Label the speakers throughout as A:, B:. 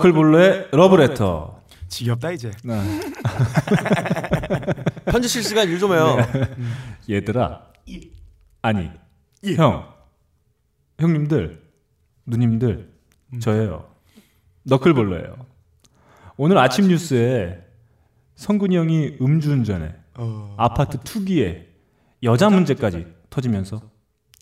A: 너클볼러의 러브레터.
B: 지겹다 이제.
C: 편지 실시간 일 좀 해요.
A: 얘들아. 아니. 형. 형님들. 누님들. 저예요. 너클볼러예요. 오늘 아침 뉴스에 성근이 형이 음주운전에
B: 어.
A: 아파트 투기에 여자 문제까지 터지면서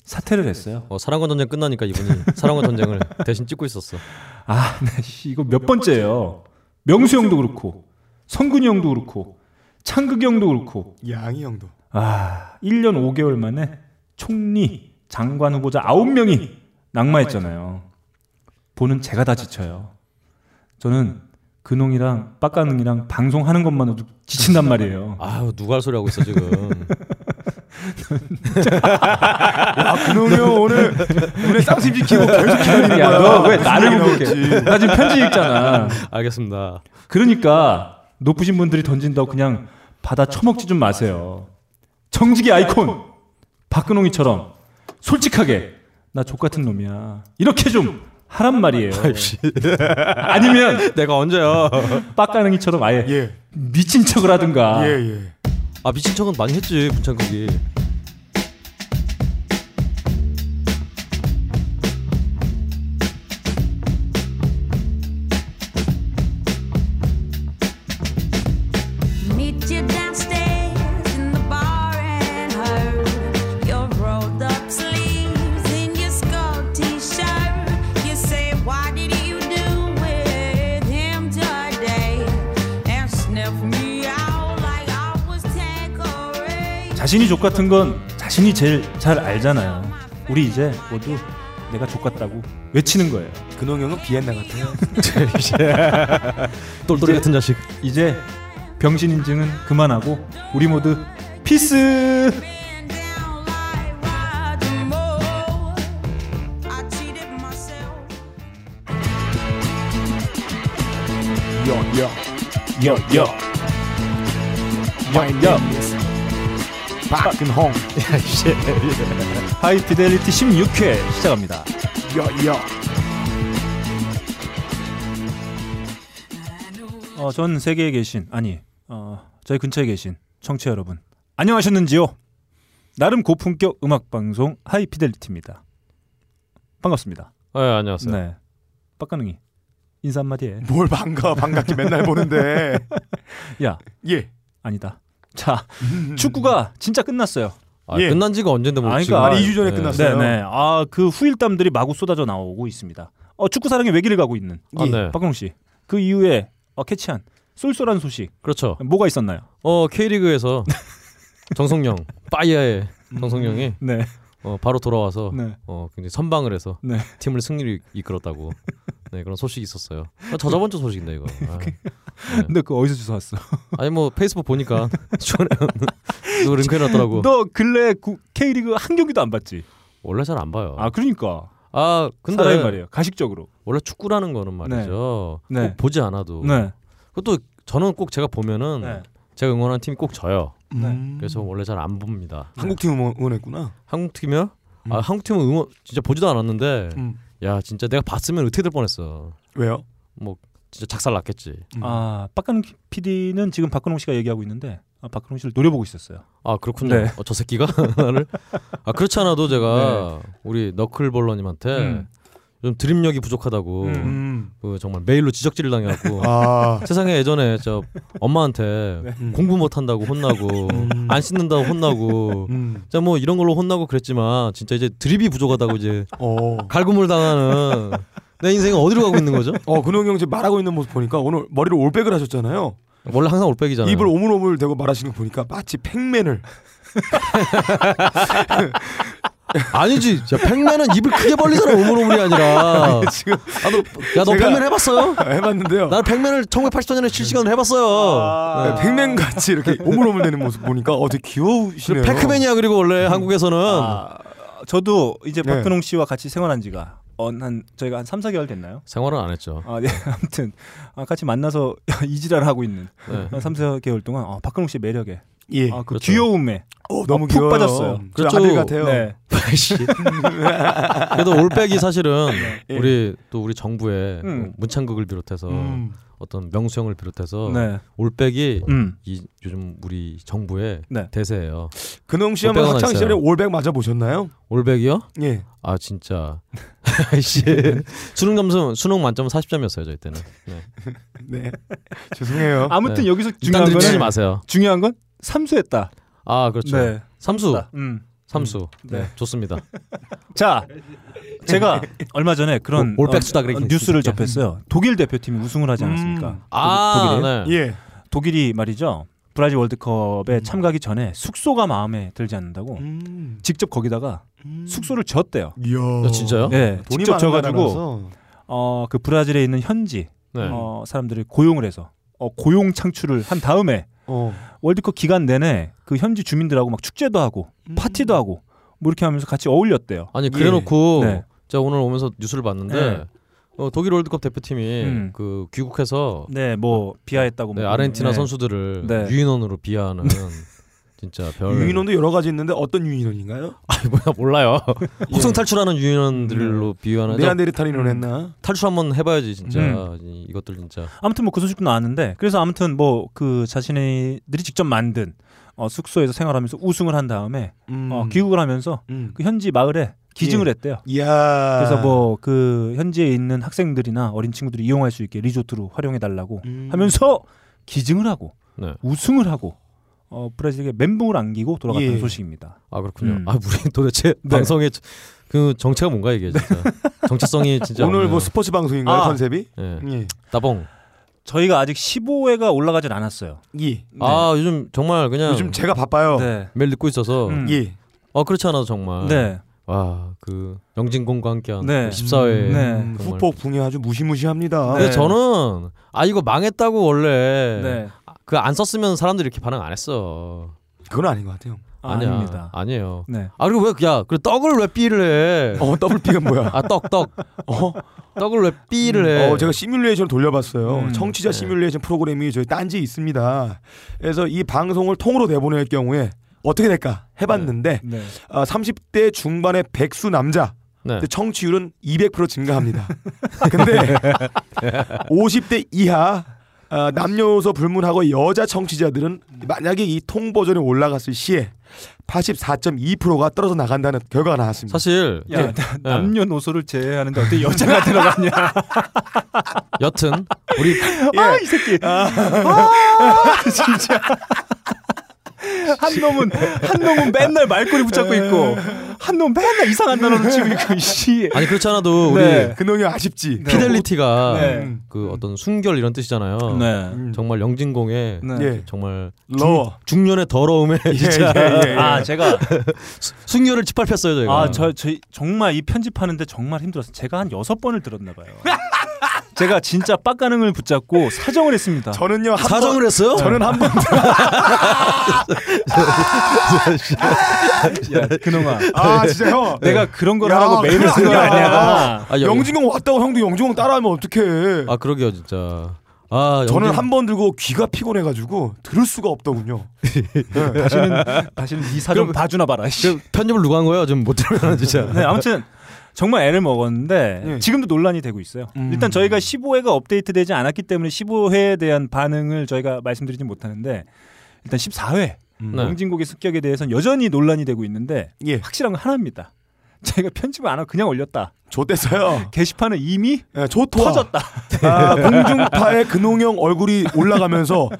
A: 사퇴를 했어요.
C: 어, 사랑과 전쟁 끝나니까 이분이 사랑과 전쟁을 대신 찍고 있었어.
A: 아, 나 씨, 이거 몇 번째예요. 명수 형도 그렇고, 성근이 형도 그렇고, 창극이 형도 그렇고.
B: 양이 형도.
A: 아, 1년 5개월 만에 총리, 장관 후보자 9명이 낙마했잖아요. 보는 제가 다 지쳐요. 저는 근홍이랑 빡가능이랑 방송하는 것만으로도 지친단 말이에요.
C: 아유 누가 할 소리 하고 있어 지금.
B: 아 근홍이 형 오늘 오늘 아, 쌍심 지키고 계속 기다리는
A: 야,
B: 거야.
A: 너 왜 나를
B: 무슨
A: 보고
B: 일이 나올지.
A: 이렇게. 나 지금 편지 읽잖아.
C: 알겠습니다.
A: 그러니까 높으신 분들이 던진다고 그냥 받아 처먹지 좀 마세요. 정직의 아이콘 박근홍이처럼 솔직하게 나 족 같은 놈이야. 이렇게 좀 하란 말이에요. 아니면
C: 내가 언제요?
A: 빡가능이처럼 아예
B: 예.
A: 미친 척을 하든가.
B: 예, 예.
C: 아 미친 척은 많이 했지 문창국이.
D: Meet you downstairs in the bar and her. Your rolled up sleeves in your skull t shirt. You say, Why did you do with him today? And sniff me out like I was Tanqueray.
A: 자신이 족 같은 건 자신이 제일 잘 알잖아요. 우리 이제 모두 내가 족 같다고 외치는 거예요.
B: 근홍이 형은 비엔나 같아요.
C: 똘똘이 같은 자식.
A: 이제 병신 인증은 그만하고 우리 모두 피스.
D: Been down like Roger Moore. I cheated myself.
A: 여, 여. 여, 여.
B: 박근홍.
A: 하이 피델리티 16회 시작합니다.
B: 여, 여.
A: 어, 전 세계에 계신 아니 어, 저희 근처에 계신 청취자 여러분 안녕하셨는지요? 나름 고품격 음악 방송 하이 피델리티입니다. 반갑습니다.
C: 아 예, 안녕하세요.
A: 네. 빡가능이 인사 한마디 해.
B: 뭘 반가 반갑게 맨날 보는데.
A: 야
B: 예.
A: 아니다. 자 축구가 진짜 끝났어요.
C: 아,
B: 예.
C: 끝난 지가 언젠데 뭐
A: 아니,
C: 지금.
A: 음. 그러니까
B: 이 주 전에 끝났어요.
A: 네네. 아그 후일담들이 마구 쏟아져 나오고 있습니다. 어, 축구 사랑의 외길을 가고 있는
C: 아,
B: 예.
C: 네.
A: 박근홍 씨. 그 이후에 어, 캐치한 쏠쏠한 소식
C: 그렇죠.
A: 뭐가 있었나요?
C: 어 K리그에서 정성영 파이어의 정성영이
A: 네.
C: 어, 바로 돌아와서
A: 네.
C: 어 굉장히 선방을 해서
A: 네.
C: 팀을 승리를 이끌었다고 네 그런 소식이 있었어요. 아, 저 저번 주 소식인데 이거. 아.
A: 근데 그 어디서 주워 왔어?
C: 아니 뭐 페이스북 보니까 전에 누구 링크해놨더라고.
A: 너 근래 구- K리그 한 경기도 안 봤지?
C: 원래 잘 안 봐요.
A: 아
C: 아,
A: 그러니까
C: 근데
A: 사람이 말이에요. 가식적으로.
C: 원래 축구라는 거는 말이죠.
A: 네. 네.
C: 꼭 보지 않아도.
A: 네.
C: 그것도 저는 꼭 제가 보면은
A: 네.
C: 제가 응원하는 팀이 꼭 져요.
B: 음.
C: 그래서 원래 잘 안 봅니다.
A: 음.
B: 한국 팀 응원했구나.
C: 한국 팀이요?
B: 음.
C: 아 한국 팀은 응원 진짜 보지도 않았는데
B: 음.
C: 야 진짜 내가 봤으면 어떻게 될 뻔했어.
B: 왜요?
C: 진짜 작살 났겠지.
B: 음.
A: 아 빡가는 PD는 지금 박근홍 씨가 얘기하고 있는데 아, 박근홍 씨를 노려보고 있었어요.
C: 아 그렇군요.
A: 네.
C: 어, 저 새끼가 나를 아 그렇지 않아도 제가 우리 너클볼러님한테
A: 네. 음.
C: 좀 드립력이 부족하다고
A: 음.
B: 음.
C: 그 정말 메일로 지적질을 당해갖고
B: 아.
C: 세상에 예전에 저 엄마한테
B: 음.
C: 공부 못한다고 혼나고
B: 음.
C: 안 씻는다고 혼나고
B: 음.
C: 진짜 뭐 이런 걸로 혼나고 그랬지만 진짜 이제 드립이 부족하다고 이제
B: 어.
C: 갈굼을 당하는 내 인생은 어디로 가고 있는 거죠?
B: 어 근홍이 형 지금 말하고 있는 모습 보니까 오늘 머리를 올백을 하셨잖아요.
C: 원래 항상 올백이잖아요.
B: 입을 오물오물 대고 말하시는 거 보니까 마치 팩맨을
C: 아니지. 야, 팩맨은 입을 크게 벌리잖아. 오물오물이 아니라.
B: 지금
C: 야 너
B: 제가-
C: 팩맨 해봤어요?
B: 해봤는데요.
C: 나는 팩맨을 1980년에 실시간으로 해봤어요.
A: 아.
B: 네, 팩맨 같이 이렇게 오물오물 대는 모습 보니까 어 되게 귀여우시네요.
C: 팩맨이야 그리고 원래 한국에서는
A: 아, 저도 이제
B: 네.
A: 박근홍 씨와 같이 생활한 지가 어, 한 저희가 한 3, 4개월 됐나요?
C: 생활은 안 했죠.
A: 아, 네. 아무튼 아, 같이 만나서 이지랄 하고 있는
C: 네.
A: 한 3, 4개월 동안 아, 박근홍 씨의 매력에
B: 예.
A: 아, 그
C: 그렇죠.
A: 귀여움에
B: 어, 너무
A: 푹
B: 귀여워요.
A: 빠졌어요.
B: 저
C: 그렇죠.
B: 아들 같아요.
A: 네.
C: 아이씨. 그래도 올백이 사실은
B: 예.
C: 우리 또 우리 정부의
A: 네. 음.
C: 뭐 문창극을 비롯해서
B: 음.
C: 어떤 명수형을 비롯해서
A: 네.
C: 올백이
A: 음.
C: 이 요즘 우리 정부의
A: 네.
C: 대세예요.
B: 근홍 씨 한번
C: 올백 하나
B: 학창 시절에
C: 있어요.
B: 올백 맞아 보셨나요?
C: 올백이요?
B: 예.
C: 아 진짜 아이씨 수능 점수 수능 만점은 40점이었어요 저희 때는. 네.
B: 네. 죄송해요.
A: 아무튼
C: 네.
A: 여기서
C: 일단
A: 중요한
C: 들이지
A: 건
C: 마세요.
A: 중요한 건 삼수했다.
C: 아 그렇죠.
A: 네.
C: 삼수
A: 음.
C: 삼수
A: 네.
C: 네, 좋습니다.
A: 자, 제가 얼마 전에 그런 어,
C: 올- 뭐, 올백수다 네. 그랬겠지,
A: 뉴스를
C: 진짜.
A: 접했어요. 독일 대표팀이 우승을 하지
B: 음.
A: 않았습니까?
C: 아
A: 독일이에요?
C: 네.
B: 예.
A: 독일이 말이죠. 브라질 월드컵에
C: 음.
A: 참가하기 전에 숙소가 마음에 들지 않는다고
B: 음.
A: 직접 거기다가
C: 음.
A: 숙소를 졌대요.
B: 이야. 네.
C: 야, 진짜요?
A: 예, 직접 져가지고
B: 많아서.
A: 어, 그 브라질에 있는 현지
C: 네.
A: 어, 사람들을 고용을 해서 어, 고용 창출을 한 다음에
B: 어.
A: 월드컵 기간 내내 그 현지 주민들하고 막 축제도 하고
C: 음.
A: 파티도 하고 뭐 이렇게 하면서 같이 어울렸대요.
C: 아니 그래놓고
A: 네.
C: 제가 오늘 오면서 뉴스를 봤는데
A: 네.
C: 어, 독일 월드컵 대표팀이
A: 음.
C: 그 귀국해서
A: 네, 뭐 비하했다고
C: 네,
A: 뭐.
C: 아르헨티나
A: 네.
C: 선수들을
A: 네.
C: 유인원으로 비하하는 진짜 별
B: 유인원도 여러 가지 있는데 어떤 유인원인가요?
C: 아니 뭐야 몰라요
A: 예.
C: 혹성 탈출하는 유인원들로
A: 네.
C: 비유하는
B: 네안데르탈인을
A: 음.
B: 했나?
C: 탈출 한번 해봐야지 진짜 이- 이것들 진짜
A: 아무튼 뭐 그 소식도 나왔는데 그래서 아무튼 뭐 그 자신들이 직접 만든 어, 숙소에서 생활하면서 우승을 한 다음에
B: 음.
A: 어, 귀국을 하면서
B: 음.
A: 그 현지 마을에 기증을 했대요.
B: 이야.
A: 그래서 뭐 그 현지에 있는 학생들이나 어린 친구들이 이용할 수 있게 리조트로 활용해 달라고
B: 음.
A: 하면서 기증을 하고
C: 네.
A: 우승을 하고 어, 브라질에게 멘붕을 안기고 돌아갔다는
B: 예.
A: 소식입니다.
C: 아 그렇군요
A: 음.
C: 아 우리 도대체
A: 네.
C: 방송의 그 정체가 뭔가 이게 진짜 정체성이 진짜
B: 오늘
C: 없네요.
B: 뭐 스포츠 방송인가요
A: 아.
B: 컨셉이?
C: 예.
B: 예.
C: 따봉
A: 저희가 아직 15회가 올라가진 않았어요.
B: 예.
C: 아 요즘 정말 그냥
B: 요즘 제가 바빠요.
A: 네.
C: 매일 듣고 있어서
A: 음.
B: 예.
C: 아 그렇지 않아도 정말
A: 네.
C: 와 그 영진공과 함께한
A: 네.
C: 14회
A: 네.
B: 음,
C: 정말.
B: 후폭풍이 아주 무시무시합니다.
A: 네.
C: 근데 저는 아 이거 망했다고 원래
A: 네.
C: 그 안 썼으면 사람들이 이렇게 반응 안 했어
B: 그건 아닌 것 같아요.
A: 아,
C: 아니야.
A: 아닙니다.
C: 아니에요
A: 네.
C: 아 그리고 왜야 그래 떡을 왜 삐를 해
B: 어 더블 B가 뭐야?
C: 아 떡 떡
B: 어?
C: 떡을 왜 삐를 해
B: 어, 제가 시뮬레이션 돌려봤어요.
A: 음,
B: 청취자
C: 네.
B: 시뮬레이션 프로그램이 저희 딴지 있습니다. 그래서 이 방송을 통으로 내보낼 경우에 어떻게 될까 해봤는데
A: 네.
B: 아, 30대 중반의 백수 남자
C: 네.
B: 근데 청취율은 200% 증가합니다. 근데 50대 이하 아, 남녀노소 불문하고 여자 청취자들은 만약에 이 통 버전이 올라갔을 시에 84.2%가 떨어져 나간다는 결과가 나왔습니다.
C: 사실
A: 야,
C: 예.
A: 나- 남녀노소를 제외하는데 어떻게 여자가 들어갔냐?
C: 여튼 우리
A: 아, 이 새끼. 아, 진짜. 한 놈은 한 놈은 맨날 말꼬리 붙잡고 있고 한 놈은 맨날 이상한 단어로 치고 있고 이씨.
C: 아니 그렇지 않아도 우리
A: 네.
B: 그놈이 아쉽지.
C: 피델리티가
A: 네.
C: 그 어떤 순결 이런 뜻이잖아요.
A: 네.
B: 음.
C: 정말 영진공의
A: 네.
B: 예.
C: 정말
B: 러워.
C: 중년의 더러움에 진짜
B: 예, 예, 예.
A: 아, 제가
C: 순결을 짓밟혔어요 저희가.
A: 아, 저, 저 정말 이 편집하는데 정말 힘들었어요. 제가 한 여섯 번을 들었나 봐요. 제가 진짜 빡가능을 붙잡고 사정을 했습니다.
B: 저는요 한
C: 사정을
B: 번,
C: 했어요?
B: 저는 한 번.
A: 야, 그놈아.
C: 네.
B: 아 진짜 형.
A: 내가 예. 그런 걸
B: 야,
A: 하라고 메일을
B: 그거
A: 쓴거
B: 아니야.
A: 아니야.
C: 아, 영-
B: 영진공 왔다고 형도 영진공 따라하면 어떡해.
C: 아 그러게요 진짜. 아
B: 저는
C: 영진-
B: 한 번 들고 귀가 피곤해가지고 들을 수가 없더군요.
A: 다시는 다시는 이 사정
C: 그럼-
A: 봐주나 봐라. 이씨.
C: 그 편집을 누가 한 거예요? 지금 못 들으면 진짜.
A: 네, 아무튼 정말 애를 먹었는데
B: 네.
A: 지금도 논란이 되고 있어요.
B: 음.
A: 일단 저희가 15회가 업데이트되지 않았기 때문에 15회에 대한 반응을 저희가 말씀드리지 못하는데 일단 14회
C: 네.
A: 영진국의 습격에 대해서는 여전히 논란이 되고 있는데
B: 예,
A: 확실한 건 하나입니다. 저희가 편집을 안 하고 그냥 올렸다.
B: 좋댔어요.
A: 게시판은 이미
B: 예, 좋다.
A: 터졌다.
B: 아, 공중파의 근홍형 얼굴이 올라가면서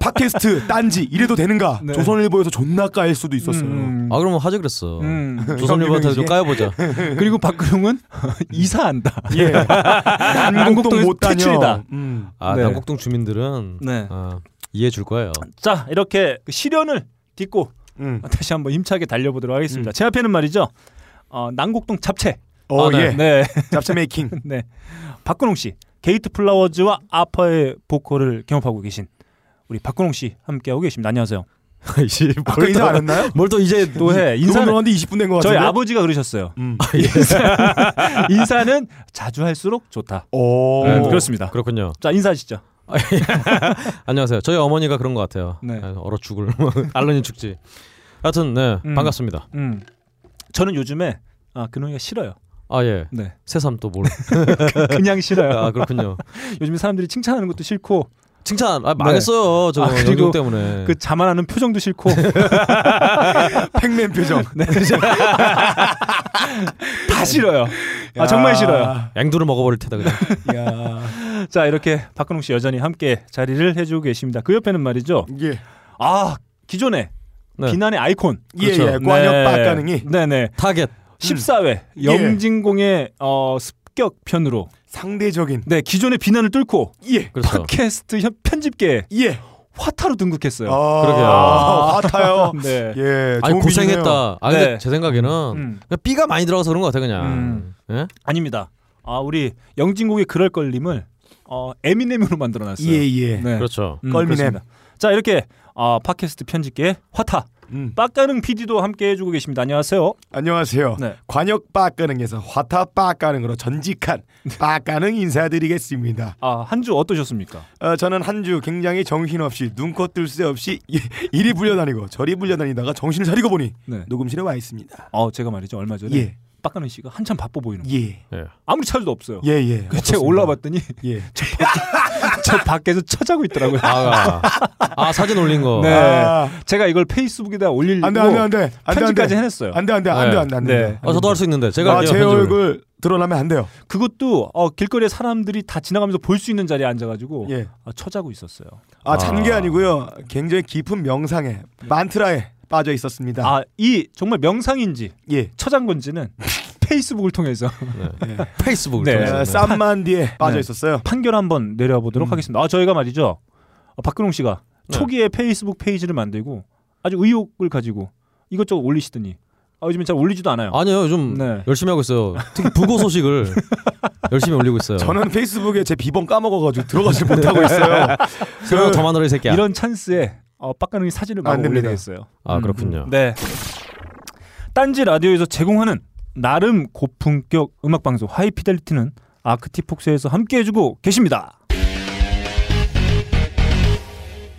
B: 팟캐스트 딴지 이래도 되는가?
A: 네.
B: 조선일보에서 존나 까일 수도 있었어요.
A: 음.
C: 아 그러면 화제 그랬어.
A: 음.
C: 조선일보한테 좀 까여보자.
A: 그리고 박근홍은 이사한다.
B: 예, 난곡동
A: 난곡동에서
B: 못 다녀.
A: 퇴출이다.
B: 음.
C: 아
A: 네.
C: 남곡동 주민들은
A: 네.
C: 아, 이해해 줄 거예요.
A: 자 이렇게 그 시련을 딛고
B: 음.
A: 다시 한번 힘차게 달려보도록 하겠습니다. 제 앞에는 말이죠. 어, 난곡동 잡채.
B: 어,
C: 아, 네.
B: 예,
A: 네.
B: 잡채 메이킹.
A: 네. 박근홍 씨, 게이트 플라워즈와 아파의 보컬을 경험하고 계신 우리 박근홍 씨 함께하고 계십니다. 안녕하세요.
B: 아까 인사 안 했나요?
C: 뭘 또 이제
A: 뭐. 또 해.
B: 인사
A: 인사는
B: 들어왔는데 20분 된 것 같은데.
A: 저희 네, 아버지가 그러셨어요.
B: 음.
A: 인사는 자주 할수록 좋다.
B: 오.
A: 예. 네, 그렇습니다.
C: 그렇군요.
A: 자, 인사하시죠.
C: 안녕하세요. 저희 어머니가 그런 것 같아요.
A: 네.
C: 아, 얼어 죽을 알러니 죽지. 하여튼 네
A: 음.
C: 반갑습니다.
A: 음. 저는 요즘에 아 근홍이가 싫어요.
C: 아 예.
A: 네.
C: 새삼 또 뭘?
A: 그냥 싫어요.
C: 아 그렇군요.
A: 요즘 사람들이 칭찬하는 것도 싫고
C: 칭찬 아, 망했어요. 저
A: 아,
C: 아,
A: 그리고
C: 영종 때문에.
A: 그 자만하는 표정도 싫고
B: 팩맨 표정.
A: 네. 다 싫어요. 아 정말
B: 야.
A: 싫어요.
C: 양두를 먹어버릴 테다 그냥.
B: 야.
A: 자 이렇게 박근홍 씨 여전히 함께 자리를 해주고 계십니다. 그 옆에는 말이죠.
B: 예.
A: 아 기존에
C: 네.
A: 비난의 아이콘 그렇죠. 네.
B: 예, 예. 관역 빡가능이.
A: 네네
C: 타겟.
A: 14회
B: 예.
A: 영진공의 어, 습격편으로
B: 상대적인
A: 네 기존의 비난을 뚫고
B: 예.
C: 그렇죠.
A: 팟캐스트 현- 편집계에
B: 예.
A: 화타로 등극했어요.
B: 아,
C: 그러게요.
B: 아, 같아요.
A: 네.
B: 예.
C: 아니
B: 좋은 비주네요.
C: 고생했다. 아 근데
A: 네.
C: 제 생각에는
A: 음.
C: 그냥 삐가 많이 들어가서 그런 것 같아 그냥.
A: 음.
C: 예?
A: 아닙니다. 아 우리 영진공의 그럴 걸림을 어, 에미넴으로 만들어놨어요.
B: 예, 예.
A: 네.
C: 그렇죠.
A: 음,
B: 껄미넴.
A: 그렇습니다. 자 이렇게 어, 팟캐스트 편집계 화타
B: 음.
A: 빡가능 PD도 함께 해주고 계십니다. 안녕하세요.
B: 안녕하세요.
A: 네.
B: 관역 빡가능에서 화타 빡가능으로 전직한 빡가능 인사드리겠습니다.
A: 아 한 주 어떠셨습니까?
B: 어, 저는 한 주 굉장히 정신없이 눈코 뜰 새 없이 이- 이리 불려다니고 저리 불려다니다가 정신을 차리고 보니
A: 네.
B: 녹음실에 와 있습니다.
A: 어 제가 말이죠 얼마 전에
B: 예.
A: 빡가능 씨가 한참 바빠 보이는 거.
B: 예.
C: 예.
A: 아무리 찾아도 없어요.
B: 예, 예.
A: 그 제가 올라봤더니
B: 예.
A: 저 밖에서 쳐자고 있더라고요.
C: 아, 아 사진 올린 거.
A: 네.
B: 아.
A: 제가 이걸 페이스북에다 올리려고
B: 안 돼, 안 돼, 안 돼. 안 돼, 안 돼.
A: 편집까지 해냈어요.
B: 안 돼, 안 돼, 안 돼, 안 돼. 안 돼.
A: 네.
C: 아 저도 할 수 있는데 제가
B: 아,
C: 할게요,
B: 제
C: 편집을.
B: 얼굴 드러나면 안 돼요.
A: 그것도 어, 길거리에 사람들이 다 지나가면서 볼 수 있는 자리에 앉아가지고
B: 예.
A: 아, 쳐자고 있었어요.
B: 아, 잔 게
C: 아.
B: 아니고요. 굉장히 깊은 명상에 만트라에 빠져 있었습니다.
A: 아 이 정말 명상인지
B: 예.
A: 처장 건지는 페이스북을 통해서
C: 페이스북을
A: 네.
C: 통해서.
B: 어, 쌈만디에 빠져 있었어요.
A: 판결 한번 내려보도록 하겠습니다. 아 저희가 말이죠 어, 박근홍 씨가
C: 음. 네.
A: 초기에 페이스북 페이지를 만들고 아주 의욕을 가지고 이것저것 올리시더니 아, 요즘에 잘 올리지도 않아요.
C: 아니요 요즘
A: 네.
C: 열심히 하고 있어요. 특히 부고 소식을 열심히 올리고 있어요.
B: 저는 페이스북에 제 비번 까먹어가지고 들어가질 못하고 있어요.
C: 그래서 더 만들어 이 새끼야.
A: 이런 찬스에 어, 빡가능이 사진을
B: 안
A: 막
B: 됩니다.
A: 올리겠어요.
C: 아
B: 음,
C: 그렇군요.
A: 네. 딴지 라디오에서 제공하는 나름 고품격 음악 방송 하이피델리티는 아크티폭스에서 함께 해주고 계십니다.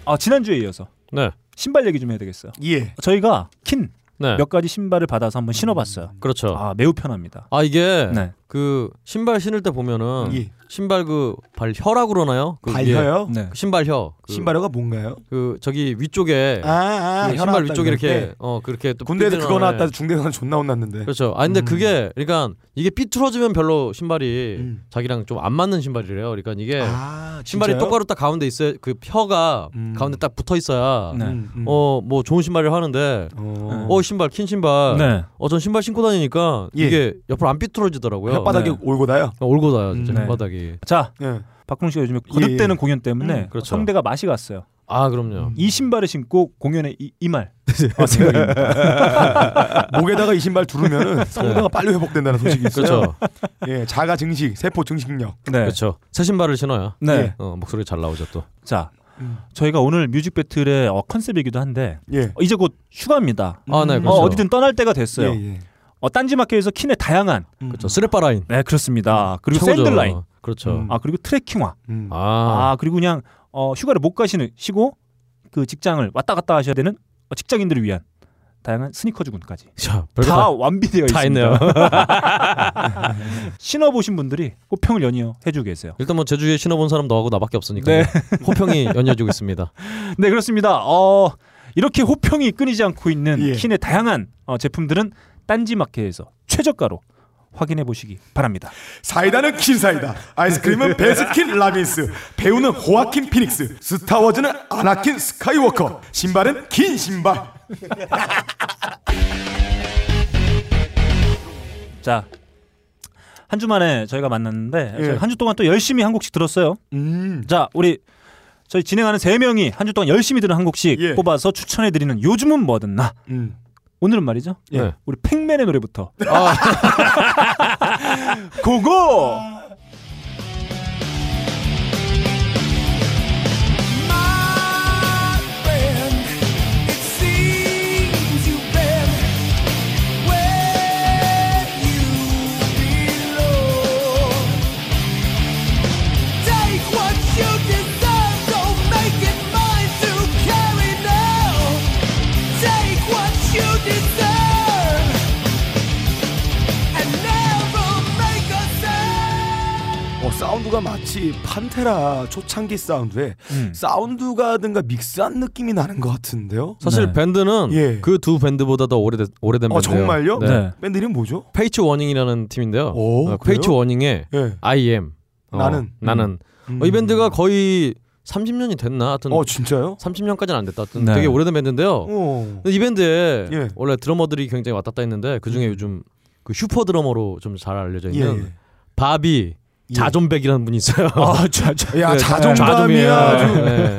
A: 아 지난주에 이어서
C: 네.
A: 신발 얘기 좀 해야 되겠어요.
B: 예.
A: 저희가 킨 몇
C: 네.
A: 가지 신발을 받아서
B: 음.
A: 한번 신어봤어요.
C: 그렇죠. 아,
A: 아 매우 편합니다.
C: 이게
A: 네.
C: 그 신발 신을 때 보면은
B: 예.
C: 신발 그 발 혀라 어, 그러나요? 그 위에.
B: 발혀요?
A: 네.
C: 그 신발 혀. 그,
B: 신발효가 뭔가요?
C: 그 저기 위쪽에
B: 아, 아
C: 그
B: 혈압
C: 신발 위쪽에
B: 낮을 때.
C: 이렇게 어 그렇게 또
B: 군대에서
C: 삐뚤어지는 예.
B: 그거 나왔다
C: 거네.
B: 중대에서 존나 혼났는데.
C: 그렇죠. 아 근데
B: 음.
C: 그게 그러니까 이게 삐뚤어지면 별로 신발이
B: 음.
C: 자기랑 좀 안 맞는 신발이래요. 그러니까 이게
B: 아,
C: 신발이
B: 진짜요?
C: 똑바로 딱 가운데 있어야 그 혀가
B: 음.
C: 가운데 딱 붙어 있어야
A: 네.
B: 음, 음.
C: 어 뭐 좋은 신발을 하는데
B: 어.
C: 어 신발 킨 신발
A: 네.
C: 어 전 신발 신고 다니니까
B: 예.
C: 이게 옆으로 안 삐뚤어지더라고요.
B: 혓바닥이
A: 네.
B: 올고 다요.
C: 어, 올고 다요 진짜
B: 음.
A: 네.
C: 혓바닥이.
A: 자
B: 예.
A: 박근홍 씨가 요즘에 거듭되는
B: 예, 예.
A: 공연 때문에
B: 음,
C: 그렇죠.
A: 성대가 맛이 갔어요.
C: 아 그럼요.
A: 이 신발을 신고 공연에 이, 이말
B: 네.
A: 어, 네. 생각입니다.
B: 목에다가 이 신발 두르면 성대가 빨리 회복된다는 소식이 있어요.
C: 네. 그렇죠.
B: 예, 자가 증식, 세포 증식력.
A: 네.
C: 그렇죠. 새 신발을 신어야
A: 네.
B: 예.
C: 어, 목소리 잘 나오죠 또.
A: 자
B: 음.
C: 아,
A: 저희가 오늘 뮤직 배틀의 어, 컨셉이기도 한데
B: 예.
A: 어, 이제 곧 휴가입니다.
C: 아 네.
B: 음.
C: 그렇죠.
A: 어, 디든 떠날 때가 됐어요.
B: 예, 예.
A: 어, 딴지마켓에서 킨의 다양한
C: 그렇죠. 스레빠 라인.
A: 네 그렇습니다. 그리고
C: 최고죠.
A: 샌들 라인,
C: 그렇죠.
B: 음.
A: 아 그리고 트레킹화,
B: 음.
C: 아,
A: 아, 그리고 그냥 어, 휴가를 못 가시는 시고 그 직장을 왔다 갔다 하셔야 되는 어, 직장인들을 위한 다양한 스니커 주군까지
C: 자, 별거
A: 다 완비되어
C: 다
A: 있습니다.
C: 있네요.
A: 신어 보신 분들이 호평을 연이어 해주고 계세요.
C: 일단 뭐 제주에 신어본 사람 너하고 나밖에 없으니까
A: 네.
C: 호평이 연이어지고 있습니다.
A: 네 그렇습니다. 어, 이렇게 호평이 끊이지 않고 있는
B: 예.
A: 킨의 다양한 어, 제품들은 딴지마켓에서 최저가로 확인해 보시기 바랍니다.
B: 사이다는 킨사이다. 아이스크림은 베스킨 라빈스. 배우는 호아킨 피닉스. 스타워즈는 아나킨 스카이워커. 신발은 긴 신발.
A: 자. 한 주 만에 저희가 만났는데
B: 예.
A: 한 주 동안 또 열심히 한 곡씩 들었어요.
B: 음.
A: 자, 우리 저희 진행하는 세 명이 한 주 동안 열심히 들은 한 곡씩
B: 예.
A: 뽑아서 추천해 드리는 요즘은 뭐든 나.
B: 음.
A: 오늘은 말이죠.
B: 예.
C: 네.
A: 우리 팩맨의 노래부터.
C: 아.
A: 고고!
E: Take what you deserve.
B: 어, 사운드가 마치 판테라 초창기 사운드에
A: 음.
B: 사운드가든가 믹스한 느낌이 나는 것 같은데요.
C: 사실
A: 네.
C: 밴드는
B: 예.
C: 그 두 밴드보다 더 오래된 오래된
B: 어,
C: 밴드예요.
B: 정말요?
C: 네.
A: 네.
B: 밴드 이름 뭐죠?
C: 페이치 워닝이라는 팀인데요.
B: 오,
C: 어,
B: 그래요?
C: 페이치 워닝의
B: 예.
C: I am 어,
B: 나는.
C: 나는
B: 음.
C: 어, 이 밴드가 거의 30년이 됐나 하여튼
B: 어 진짜요?
C: 30년까지는 안 됐다. 하여튼
A: 네.
C: 되게 오래된 밴드인데요.
B: 어.
C: 근데 이 밴드에
B: 예. 음.
C: 원래 드러머들이 굉장히 왔다 갔다 했는데 그 중에 요즘 그 슈퍼 드러머로 좀 잘 알려져
B: 예.
C: 있는 바비
B: 예.
C: 자존백이라는 분이 있어요.
A: 아, 자, 자.
B: 야
C: 네,
B: 자존감이
C: 좌존이에요.
B: 아주
C: 네.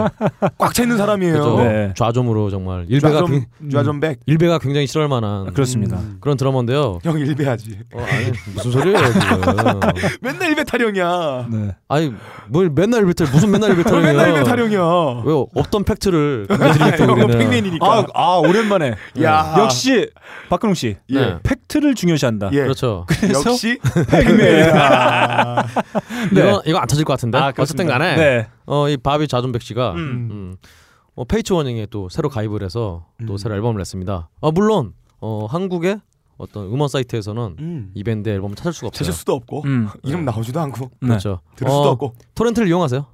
B: 꽉 차 있는 사람이에요.
C: 그죠.
A: 네.
C: 좌점으로 정말 일배가
B: 좌존
C: 굉-
B: 좌존백
C: 일배가 굉장히 싫어할 만한
A: 그렇습니다.
B: 음.
C: 그런 드러머인데요.
B: 형 일배하지.
C: 어, 아니, 무슨 소리예요 지금?
B: 맨날 일배 타령이야.
A: 네.
C: 아니 뭘 맨날 일배 탈 무슨 맨날 일배
B: 저
C: 탈이에요?
B: 맨날 일배 타령이야.
C: 왜 없던 팩트를
B: 형은
C: 공개드리겠다는 네.
B: 팩맨이니까.
A: 아, 아 오랜만에. 네.
B: 야
A: 역시 박근홍 씨
B: 예.
C: 네.
A: 팩트를 중요시한다.
B: 예.
C: 그렇죠.
A: 그래서
B: 역시 네. 아. 팩맨.
A: 네.
C: 이건 이거 안 터질 것 같은데.
A: 아,
C: 어쨌든
A: 그렇습니다.
C: 간에
A: 네.
C: 어, 이 바비 자존백 씨가
A: 음.
C: 음, 어, 페이치 워닝에 또 새로 가입을 해서 또
B: 음.
C: 새로 앨범을 냈습니다. 아, 물론 어, 한국의 어떤 음원 사이트에서는
B: 음.
C: 이 밴드 의 앨범을 찾을 수가 없어요.
B: 찾을 수도 없고
A: 음.
B: 이름 나오지도 않고
A: 네.
C: 그렇죠.
B: 들을 수도
C: 어,
B: 없고
C: 토렌트를 이용하세요.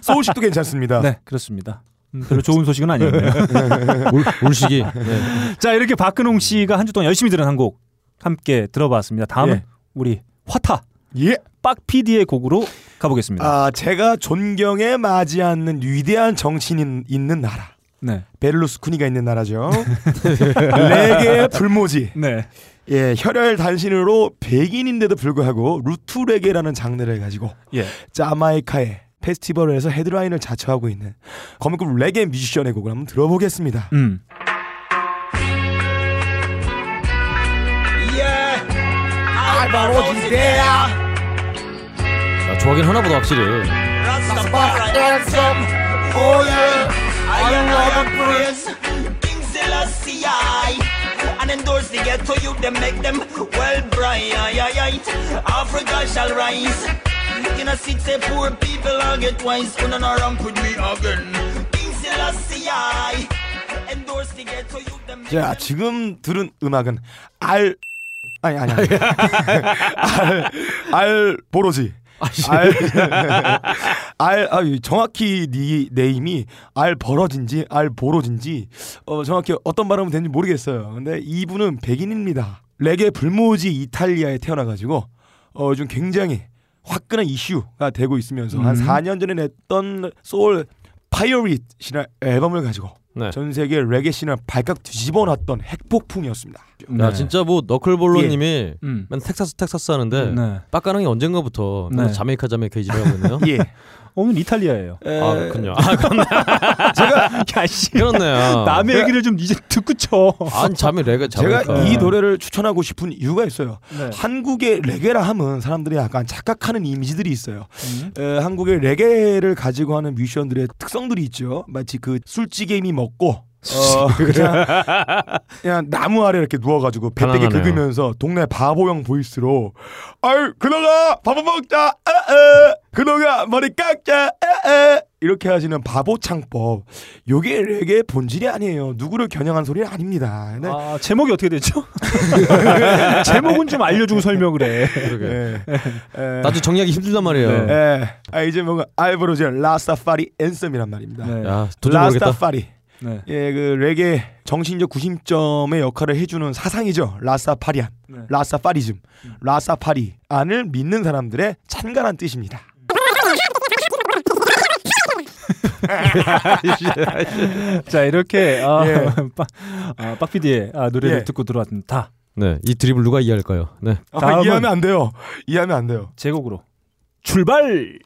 B: 소식도 괜찮습니다.
A: 네, 그렇습니다. 음, 별로 좋은 소식은 아니었네요.
C: 울, 울식이. 네.
A: 자, 이렇게 박근홍 씨가 한 주 동안 열심히 들은 한 곡 함께 들어봤습니다. 다음은
B: 예.
A: 우리 화타
C: 네.
B: 예.
A: 빡피디의 곡으로 가보겠습니다.
B: 아 제가 존경에 마지 않는 위대한 정치인 있는 나라.
A: 네.
B: 베를루스쿠니가 있는 나라죠. 레게 불모지.
A: 네.
B: 예, 혈혈 단신으로 백인인데도 불구하고 루트 레게라는 장르를 가지고
A: 예.
B: 자마이카의 페스티벌에서 헤드라인을 자처하고 있는 거미급 레게 뮤지션의 곡을 한번 들어보겠습니다.
A: 음.
C: 아, 좋아하긴 하나보다 확실히.
E: I am all the praise King Selassie I. And endorse the ghetto youth them make them well bright aye, aye, aye. Africa shall rise In a city poor people all get wise Gonna not ramp with me again King Selassie I. Endorse the ghetto youth them make them
B: 자, 지금 들은 음악은 알 아니 아니 아니. 알알 보로지. 알, 알, 아, 이 정확히 니 네임이 알 버러진지 알 보로진지 어, 정확히 어떤 발음이 되는지 모르겠어요. 근데 이분은 백인입니다. 레게 불모지 이탈리아에 태어나가지고 어, 요즘 굉장히 화끈한 이슈가 되고 있으면서 한 4년 전에 냈던 소울 파이어릿이라는 앨범을 가지고
C: 네.
B: 전 세계 레게 씬을 발칵 뒤집어놨던 핵폭풍이었습니다.
A: 네.
C: 야, 진짜 뭐 너클볼로님이
A: 음.
C: 맨 텍사스 텍사스 하는데
A: 네.
C: 빡가능이 언젠가부터
A: 네.
C: 맨날 자메이카 자메이카 이 집을 하고 있네요.
B: 예.
A: 오늘 이탈리아예요.
C: 아 그렇군요. 아 그렇네.
A: 야 씨.
C: 그렇네요.
A: 남의 얘기를 좀 이제 듣고 쳐.
C: 안 자메 레가
B: 제가
C: 자메이카.
B: 이 노래를 추천하고 싶은 이유가 있어요.
A: 네.
B: 한국의 레게라 함은 사람들이 약간 착각하는 이미지들이 있어요.
C: 음.
B: 에, 한국의 레게를 가지고 하는 뮤지션들의 특성들이 있죠. 마치 그 술찌개미 먹고 어, 그냥, 그냥 나무 아래 이렇게 누워가지고 배때기
C: 가난하네요.
B: 긁으면서 동네 바보형 보이스로 아유 그놈아 바보 먹자 에에 그놈아 머리 깎자 에에 이렇게 하시는 바보 창법 요게 레게의 본질이 아니에요 누구를 겨냥한 소리는 아닙니다 네. 근데
A: 아, 제목이 어떻게 되죠? 제목은 좀 알려주고 설명을 해.
C: 그러게.
B: 예. 에,
C: 나도 정리하기 힘들단 말이에요.
A: 네.
B: 예. 아 이제 뭔가 알브로제 라스타파리 앤썸이란 말입니다.
A: 네.
C: 야 도저히 모르겠다.
B: 라스타파리
A: 네.
B: 예 그 레게 정신적 구심점의 역할을 해주는 사상이죠. 라스타파리안,
A: 네. 음.
B: 라스타파리즘, 라스타파리 안을 믿는 사람들의 찬가란 뜻입니다.
A: 자 이렇게 아,
B: 예.
A: 빡- 아, 빡피디의 아, 노래를
B: 예.
A: 듣고 들어왔다.
C: 네, 이 드립을 누가 이해할까요? 네.
B: 아,
A: 다음은-
B: 이해하면 안 돼요. 이해하면 안 돼요.
A: 제곡으로 출발.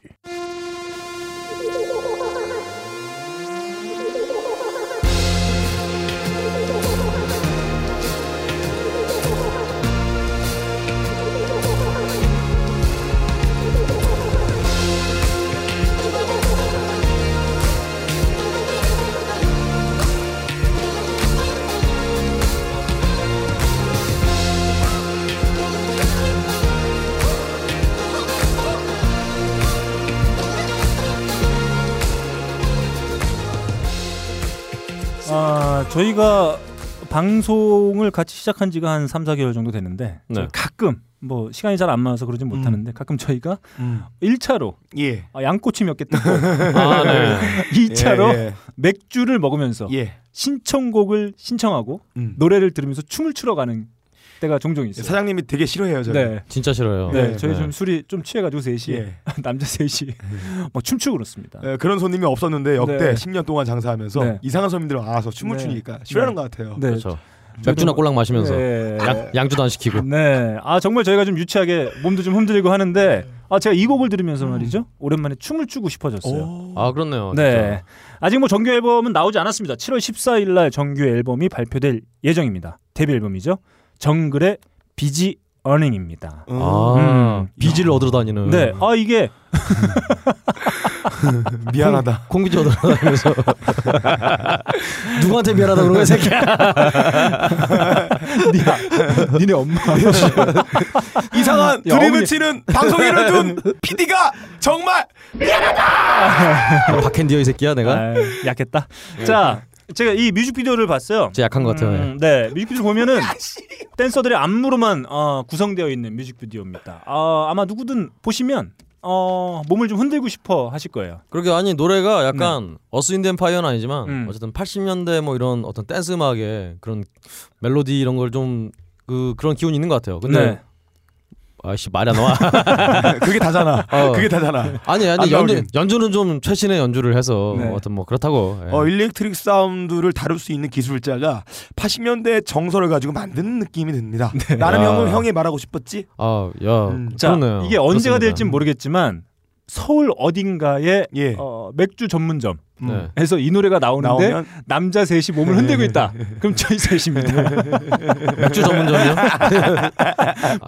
A: 아 저희가 방송을 같이 시작한 지가 한 3, 4개월 정도 됐는데
C: 네.
A: 가끔 뭐 시간이 잘 안 맞아서 그러진 못하는데 가끔 저희가 1차로
B: 음. 예.
A: 양꼬치 몇 개 뜯고
C: 아, 네.
A: 2차로
B: 예,
A: 맥주를 먹으면서
B: 예. 예.
A: 신청곡을 신청하고
B: 음. 예,
A: 노래를 들으면서 춤을 추러 가는 때가 종종 있어요.
B: 사장님이 되게 싫어해요, 저를.
A: 네.
C: 진짜 싫어요.
A: 네, 저희 좀 술이 좀 취해가지고 3시에
B: 예.
A: 남자 3시 막 춤추고 그렇습니다.
B: 예, 그런 손님이 없었는데 역대
A: 네.
B: 10년 동안 장사하면서
A: 네.
B: 이상한 손님들 와서 춤을
A: 네.
B: 추니까 싫어하는 것 같아요.
A: 네,
C: 그렇죠. 맥주나 꼴랑 마시면서
A: 예.
C: 양, 양주도 안 시키고.
A: 네, 아 정말 저희가 좀 유치하게 몸도 좀 흔들리고 하는데 아 제가 이 곡을 들으면서 말이죠 오랜만에 춤을 추고 싶어졌어요.
B: 오.
C: 아 그렇네요.
A: 네, 아직 뭐 정규 앨범은 나오지 않았습니다. 7월 14일 날 정규 앨범이 발표될 예정입니다. 데뷔 앨범이죠. 정글의 비지 어닝입니다.
B: 음.
C: 아
A: 음.
C: 비지를 얻으러 다니는.
A: 네, 아 이게
B: 음. 미안하다.
C: 공비지 얻으러 다니면서 누구한테 미안하다 그런 거야 새끼야.
A: 니네 엄마
B: 이상한
A: 야,
B: 드립을
A: 어머니.
B: 치는 방송인을 둔 PD가 정말
C: 박핸디어 이 새끼야 내가.
A: 아, 약했다. 자, 제가 이 뮤직비디오를 봤어요.
C: 진짜 약한 것 같아요. 예.
A: 음, 네, 뮤직비디오 보면은 댄서들의 안무로만 어, 구성되어 있는 뮤직비디오입니다. 어, 아마 누구든 보시면 어, 몸을 좀 흔들고 싶어 하실 거예요.
C: 그러게 아니 노래가 약간 어스 인덴 파이어는 아니지만
A: 음.
C: 어쨌든 80년대 뭐 이런 어떤 댄스 음악의 그런 멜로디 이런 걸 좀 그 그런 기운이 있는 것 같아요. 근데
A: 네.
C: 아씨 말이 안 나와.
B: 그게 다잖아.
C: 어.
B: 그게 다잖아.
C: 아니
B: 안 나오긴.
C: 아니 연주 연주는 좀 최신의 연주를 해서
A: 네.
C: 어떤 뭐 그렇다고. 예.
B: 어, 일렉트릭 사운드를 다룰 수 있는 기술자가 80년대 정서를 가지고 만든 느낌이 듭니다. 나름
C: 아.
B: 형은 형이 말하고 싶었지?
C: 아, 야,
B: 음.
A: 자,
C: 그러네요.
A: 이게 언제가
C: 그렇습니다.
A: 될진 모르겠지만 서울 어딘가에
B: 예.
A: 어, 맥주 전문점에서
B: 음.
C: 네.
A: 이 노래가 나오는데
B: 나오면
A: 남자 셋이 몸을 흔들고 있다. 그럼 저희
B: 네.
A: 셋입니다.
C: 맥주 전문점이요?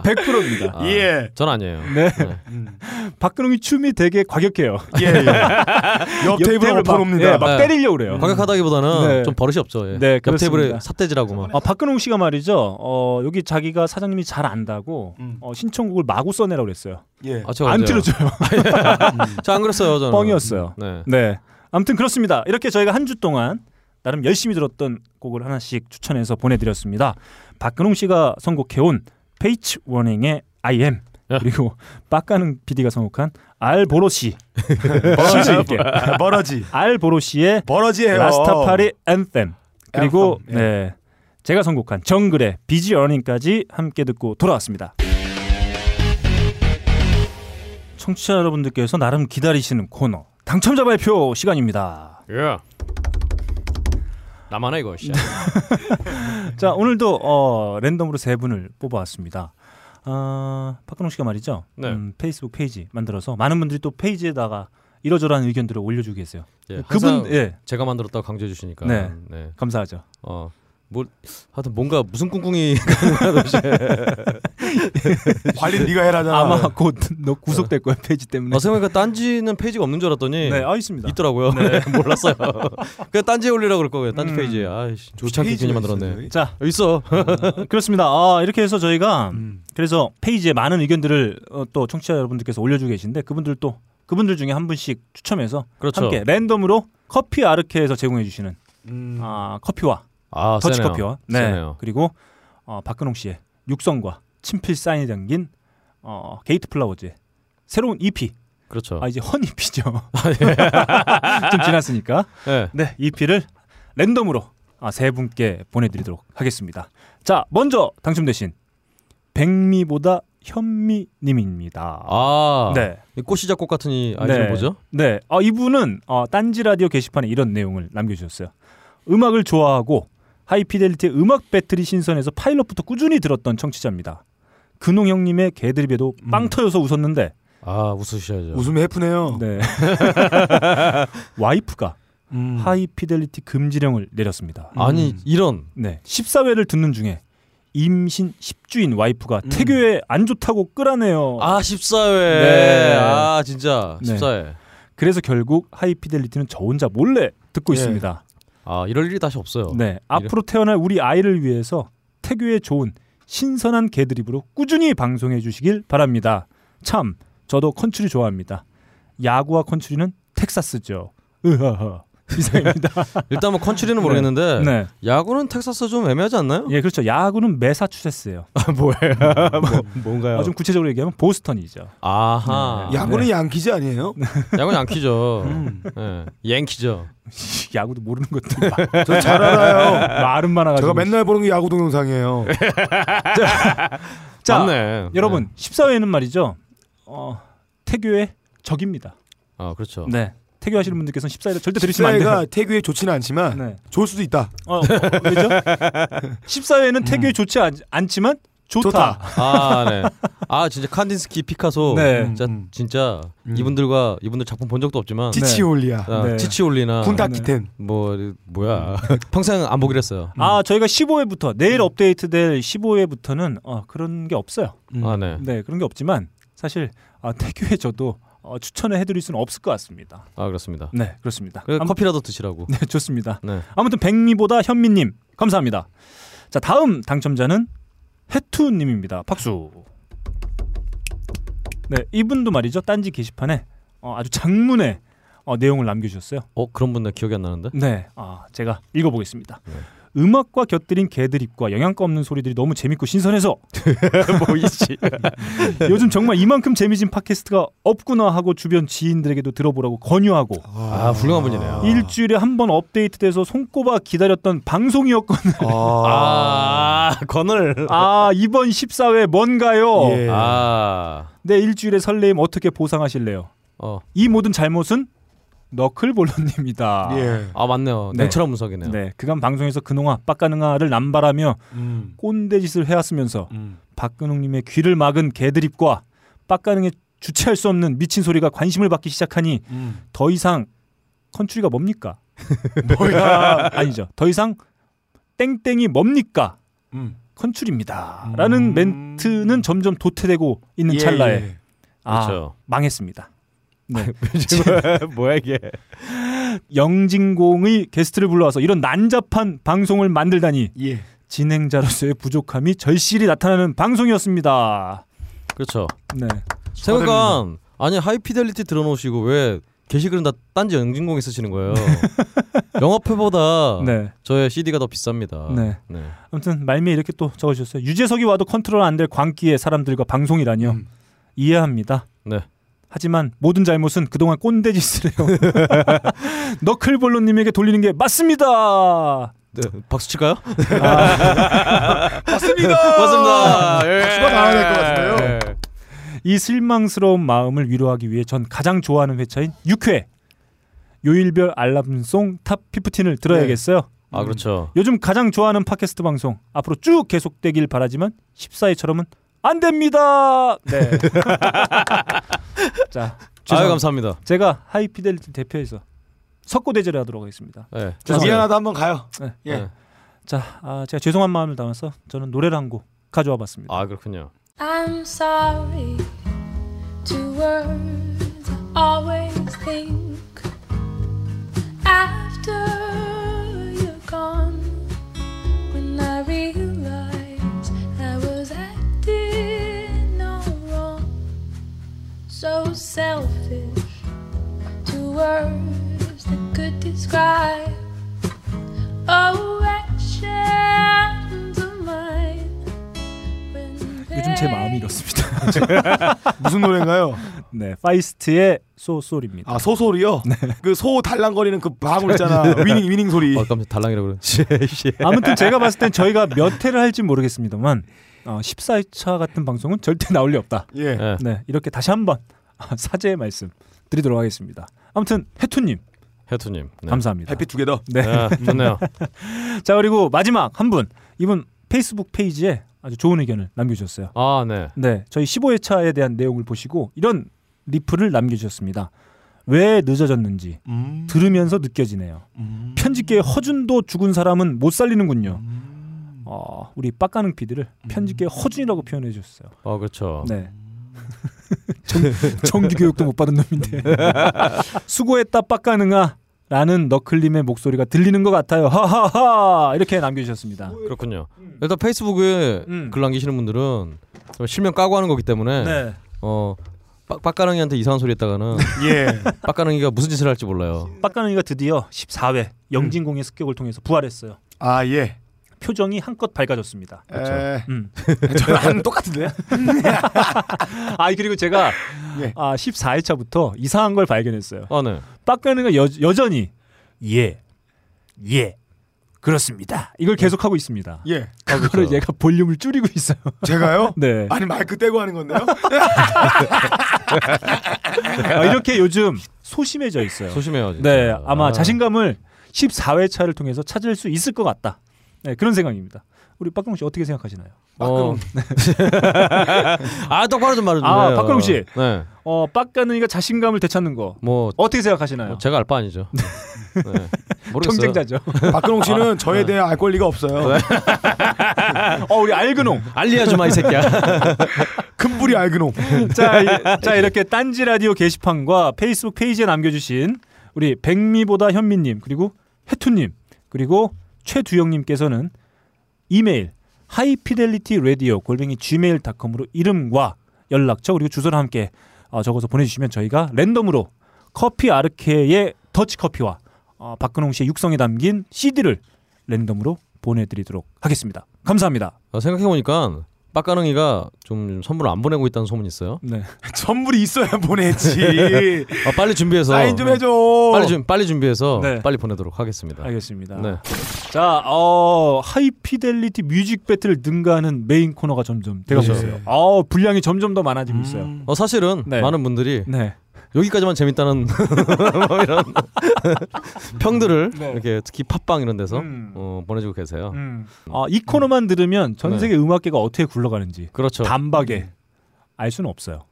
A: 100%입니다.
C: 아,
B: 예.
C: 전 아니에요.
A: 네.
B: 음.
A: 박근홍이 춤이 되게 과격해요.
B: 예. 예. 옆 테이블
A: 옆 테이블을 막-
B: 엎어놓습니다.
A: 예, 막
C: 네.
A: 때리려고 그래요.
C: 과격하다기보다는
A: 네.
C: 좀 버릇이 없죠. 예.
A: 네,
C: 옆 테이블에
A: 그렇습니다.
C: 삿대질하고 막.
A: 아, 박근홍 씨가 말이죠. 어, 여기 자기가 사장님이 잘 안다고
B: 음.
A: 어, 신청곡을 마구 써내라고 그랬어요.
B: 예.
C: 아,
A: 안
C: 들
A: 틀어줘요.
C: 저안 그랬어요, 저는.
A: 뻥이었어요.
C: 네.
A: 네. 아무튼 그렇습니다. 이렇게 저희가 한 주 동안 나름 열심히 들었던 곡을 하나씩 추천해서 보내드렸습니다. 박근홍 씨가 선곡해온 페이치 워닝의 I am
C: 예.
A: 그리고 빡가는 PD가 선곡한 알보로시
B: 예.
A: 실수 있게
B: 아, 버러지.
A: 알보로시의
B: 버러지예요.
A: 네, 라스타파리 앤셈 그리고
B: 앤셈, 예.
A: 네 제가 선곡한 정글의 비지 어닝까지 함께 듣고 돌아왔습니다. 청취자 여러분들께서 나름 기다리시는 코너 당첨자 발표 시간입니다.
C: 예. 나만 해 이거
A: 네.
C: 씨.
A: 자 오늘도 어, 랜덤으로 세 분을 뽑아왔습니다. 아 박근홍 씨가 말이죠.
C: 네.
A: 음, 페이스북 페이지 만들어서 많은 분들이 또 페이지에다가 이러저러한 의견들을 올려주고 계세요.
C: 예, 항상
A: 그분 예
C: 제가 만들었다고 강조해 주시니까.
A: 네.
C: 네.
A: 감사하죠.
C: 어. 뭐 하여튼 뭔가 무슨 꿍꿍이
B: 관리 네가 해라잖아. 그
A: 아마 곧 너 구속될 거야 페이지 때문에.
C: 어 생각해보니까 딴지는 페이지가 없는 줄 알았더니
A: 음, 네, 아 있습니다.
C: 예. 있더라고요. 몰랐어요. 그냥 딴지에 올리라고 그럴 거예요. 딴지
A: 음.
C: 페이지에. 아이씨, 귀찮게
B: 페이지가
C: 괜히 만들었네.
A: 자
C: 어, 있어.
A: 그렇습니다. 아, 이렇게 해서 저희가
B: 음.
A: 그래서 페이지에 많은 의견들을 어, 또 청취자 여러분들께서 올려주고 계신데 그분들 또 그분들 중에 한 분씩 추첨해서
C: 그렇죠.
A: 함께 랜덤으로 커피 아르케에서 제공해주시는
B: 음.
A: 아, 커피와
C: 아,
A: 더치
C: 세네요.
A: 커피와 네
C: 세네요.
A: 그리고 어, 박근홍 씨의 육성과 친필 사인이 담긴 어, 게이트 플라워즈의 새로운 EP
C: 그렇죠.
A: 아 이제 헌 EP죠
C: 예.
A: 좀 지났으니까
C: 네.
A: 네, EP를 랜덤으로 아, 세 분께 보내드리도록 하겠습니다. 자, 먼저 당첨되신 백미보다 현미님입니다.
C: 아,
A: 네,
C: 이 꽃시작 꽃 같은 이 아이디는 뭐죠?
A: 네, 아, 이분은 어, 딴지 라디오 게시판에 이런 내용을 남겨주셨어요. 음악을 좋아하고 하이피델리티 의 음악 배틀이 신선해서 파일럿부터 꾸준히 들었던 청취자입니다. 근홍 형님의 개드립에도
C: 음.
A: 빵 터여서 웃었는데
C: 아, 웃으셔야죠.
B: 웃음이 해프네요.
A: 네. 와이프가
B: 음.
A: 하이피델리티 금지령을 내렸습니다.
C: 아니, 이런.
A: 네. 14회를 듣는 중에 임신 10주인 와이프가 태교에 안 좋다고 끌어내요.
C: 음. 아, 14회.
A: 네.
C: 아, 진짜.
A: 네.
C: 14회.
A: 그래서 결국 하이피델리티는 저 혼자 몰래 듣고
B: 예.
A: 있습니다.
C: 아, 이럴 일이 다시 없어요.
A: 네. 앞으로 태어날 우리 아이를 위해서 태교에 좋은 신선한 개드립으로 꾸준히 방송해 주시길 바랍니다. 참 저도 컨츄리 좋아합니다. 야구와 컨츄리는 텍사스죠. 으하하. 이상입니다.
C: 일단 뭐 컨츄리는 모르겠는데
A: 네.
C: 야구는 텍사스 좀 애매하지 않나요?
A: 예, 그렇죠. 야구는 매사추세츠예요.
C: 아,
A: 뭐,
C: 뭐, 뭔가요?
A: 아, 좀 구체적으로 얘기하면 보스턴이죠.
C: 아하.
B: 네. 야구는 음. 양키지 아니에요?
C: 야구는 양키죠. 예. 양키죠.
A: 야구도 모르는 것들
B: 저 잘 알아요.
A: 말은 많아가지고.
B: 제가 맨날 보는 게 야구 동영상이에요.
A: 네. 자,
C: 맞네.
A: 여러분
C: 네.
A: 14회는 말이죠. 어, 태교의 적입니다.
C: 아 그렇죠.
A: 네. 태교하시는 분들께서는 14회를 절대 들으시면 안 돼요.
B: 시사회가 태교에 좋지는 않지만
A: 네.
B: 좋을 수도 있다.
A: 어, 어, 왜죠? 14회는 태교에 좋지 않, 않지만 좋다.
B: 좋다.
C: 아 네. 아 진짜 칸딘스키, 피카소.
A: 네.
C: 진짜
B: 음.
C: 진짜 이분들과 이분들 작품 본 적도 없지만.
B: 지치올리아,
C: 아,
A: 네.
C: 치치올리나
B: 군다키텐.
C: 뭐 뭐야 평생 안 보기로 했어요.
A: 아, 저희가 15회부터 내일 업데이트될 15회부터는 어, 그런 게 없어요.
C: 아 네.
A: 네, 그런 게 없지만 사실 아, 태교에 저도 어, 추천을 해드릴 수는 없을 것 같습니다.
C: 아 그렇습니다.
A: 네, 그렇습니다.
C: 그래,
A: 아무-
C: 커피라도 드시라고.
A: 네, 좋습니다.
C: 네.
A: 아무튼 백미보다 현미님 감사합니다. 자 다음 당첨자는 해투님입니다. 박수. 네 이분도 말이죠 딴지 게시판에 어, 아주 장문의 어, 내용을 남겨주셨어요.
C: 어 그런 분들 기억이 안 나는데.
A: 네, 아 제가 읽어보겠습니다.
C: 네.
A: 음악과 곁들인 개드립과 영양가 없는 소리들이 너무 재밌고 신선해서
C: 보이지.
A: 요즘 정말 이만큼 재미진 팟캐스트가 없구나 하고 주변 지인들에게도 들어보라고 권유하고
C: 아 훌륭한 분이네요.
A: 일주일에 한 번 업데이트돼서 손꼽아 기다렸던 방송이었거든.
C: 아 건을.
A: 아 이번 14회 뭔가요?
B: 예.
C: 아.
A: 내 일주일의 설레임 어떻게 보상하실래요?
C: 어.
A: 이 모든 잘못은 너클볼러입니다.
B: 예.
C: 아 맞네요.
A: 네.
C: 냉철한 분석이네요.
A: 네, 그간 방송에서 근홍아, 빡가능아를 남발하며
B: 음.
A: 꼰대짓을 해왔으면서
B: 음.
A: 박근홍님의 귀를 막은 개드립과 빡가능의 주체할 수 없는 미친 소리가 관심을 받기 시작하니
B: 음.
A: 더 이상 컨츄리가 뭡니까? 뭐야? 아니죠. 더 이상 땡땡이 뭡니까?
B: 음.
A: 컨츄리입니다. 라는 멘트는 점점 도태되고 있는
B: 예,
A: 찰나에
B: 예.
A: 아,
C: 그렇죠.
A: 망했습니다. 네.
C: 뭐야 이게.
A: 영진공의 게스트를 불러와서 이런 난잡한 방송을 만들다니
B: 예.
A: 진행자로서의 부족함이 절실히 나타나는 방송이었습니다.
C: 그렇죠.
A: 네.
C: 생각한 아니 하이피델리티 들어놓으시고 왜 게시글은 다 딴지 영진공에 쓰시는 거예요. 영업회보다
A: 네.
C: 저의 CD가 더 비쌉니다.
A: 네. 아무튼 말미에 이렇게 또 적어 주셨어요. 유재석이 와도 컨트롤 안 될 광기의 사람들과 방송이라니요.
C: 음.
A: 이해합니다.
C: 네.
A: 하지만 모든 잘못은 그동안 꼰대짓을 해요. 너클볼로 님에게 돌리는 게 맞습니다.
C: 네. 박수 칠까요?
B: 아. 맞습니다.
C: 맞습니다. 예.
B: 박수가 나와야 될것 같은데요.
A: 이 실망스러운 마음을 위로하기 위해 전 가장 좋아하는 회차인 6회 요일별 알람송 탑 15을 들어야겠어요.
C: 아 그렇죠.
A: 요즘 가장 좋아하는 팟캐스트 방송 앞으로 쭉 계속되길 바라지만 14회처럼은 안 됩니다. 네. 자,
C: 아유
A: 죄송합니다.
C: 감사합니다.
A: 제가 하이피델리티 대표에서 석고 대제를 하도록 하겠습니다.
C: 예.
B: 저 미안하다 한번 가요.
A: 네.
B: 예.
C: 네.
A: 자, 아, 제가 죄송한 마음을 담아서 저는 노래를 한 곡 가져와봤습니다.
C: 아 그렇군요.
F: I'm sorry. Two words I always think after you're gone. When I realize I was acting all wrong, so selfish. Two words that could describe oh actions of mine.
A: 요즘 제 마음이 이렇습니다.
B: 무슨 노래인가요?
A: 네, 파이스트의 소울입니다.
B: 아 소소리요.
A: 네.
B: 그 소 달랑거리는 그 방울 있잖아. 위닝 위닝 소리.
A: 어,
C: 아 깜짝 달랑이라고 그래.
A: 아무튼 제가 봤을 땐 저희가 몇 회를 할지 모르겠습니다만 어, 14회차 같은 방송은 절대 나올 리 없다.
B: 예.
C: 예.
A: 네, 이렇게 다시 한번 사죄의 말씀 드리도록 하겠습니다. 아무튼 해투님
C: 해투님. 네.
A: 감사합니다.
B: 해피 투게더.
C: 네. 좋네요.
A: 자 그리고 마지막 한 분 이분 페이스북 페이지에 아주 좋은 의견을 남겨주셨어요.
C: 아 네.
A: 네, 저희 15회차에 대한 내용을 보시고 이런 리플을 남겨주셨습니다. 왜 늦어졌는지
B: 음.
A: 들으면서 느껴지네요.
B: 음.
A: 편집계의 허준도 죽은 사람은 못 살리는군요. 어, 우리 빡가능 피디를 편집계의 허준이라고 표현해 주셨어요.
C: 아 그렇죠.
A: 네. 정, 규 교육도 못 받은 놈인데 수고했다 빡가능아 라는 너클님의 목소리가 들리는 것 같아요 하하하 이렇게 남겨주셨습니다
C: 그렇군요. 일단 페이스북에
A: 음.
C: 글 남기시는 분들은 정말 실명 까고 하는 거기 때문에
A: 네
C: 어 빡- 빡가능이한테 이상한 소리 했다가는
B: 예.
C: 빡가능이가 무슨 짓을 할지 몰라요.
A: 빡가능이가 드디어 14회 영진공의 습격을 통해서 부활했어요.
B: 아 예.
A: 표정이 한껏 밝아졌습니다.
B: 에,
A: 음.
B: 저는 안 똑같은데.
A: 아 그리고 제가
B: 예.
A: 아 14회차부터 이상한 걸 발견했어요.
C: 아 네.
A: 빡가능은 여, 여전히 예, 예, 그렇습니다. 이걸 계속하고 있습니다.
B: 예.
A: 그거를
C: 그렇죠.
A: 얘가 볼륨을 줄이고 있어요.
B: 제가요?
A: 네.
B: 아니 마이크 떼고 하는 건데요?
A: 아, 이렇게 요즘 소심해져 있어요.
C: 소심해요. 진짜.
A: 네, 아마
C: 아.
A: 자신감을 14회차를 통해서 찾을 수 있을 것 같다. 네, 그런 생각입니다. 우리 박근홍 씨 어떻게 생각하시나요?
C: 어. 아 똑바로 좀 말해주세요.
A: 아, 박근홍 씨.
C: 네.
A: 어, 빡가능이가 자신감을 되찾는 거
C: 뭐
A: 어떻게 생각하시나요?
C: 뭐 제가 알 바 아니죠. 네. 모르겠어요.
A: 경쟁자죠.
B: 박근홍
C: 아,
B: 씨는
C: 네.
B: 저에 대해 알 권리가 없어요.
A: 어, 우리 알근홍.
C: 알리야지 마이 새끼야.
B: 금불이 알근홍.
A: 자, 이, 자 이렇게 딴지 라디오 게시판과 페이스북 페이지에 남겨주신 우리 백미보다 현미님 그리고 해투님 그리고 최두영님께서는 이메일 하이피델리티 라디오 골뱅이 gmail.com으로 이름과 연락처 그리고 주소를 함께 어, 적어서 보내주시면 저희가 랜덤으로 커피 아르케의 더치 커피와 어, 박근홍 씨의 육성에 담긴 CD를 랜덤으로 보내드리도록 하겠습니다. 감사합니다.
C: 아, 생각해 보니까 빡가능이가 좀 선물 안 보내고 있다는 소문 이 있어요.
A: 네.
B: 선물이 있어야 보내지.
C: 아, 빨리 준비해서
B: 사인 좀 해줘.
C: 빨리 준 빨리 준비해서
A: 네.
C: 빨리 보내도록 하겠습니다.
A: 알겠습니다.
C: 네.
A: 자, 어, 하이피델리티 뮤직 배틀 능가하는 메인 코너가 점점 되가고
B: 그렇죠.
A: 있어요. 어, 분량이 점점 더 많아지고 있어요.
B: 음.
C: 어 사실은
A: 네.
C: 많은 분들이
A: 네.
C: 여기까지만 재밌다는 뭐 이런 평들을
A: 네.
C: 이렇게 특히 팟빵 이런 데서
A: 음.
C: 어, 보내주고 계세요.
A: 음. 아, 이 코너만 들으면 전
C: 네.
A: 세계 음악계가 어떻게 음. 굴러가는지
C: 그렇죠.
A: 단박에 알 수는 없어요.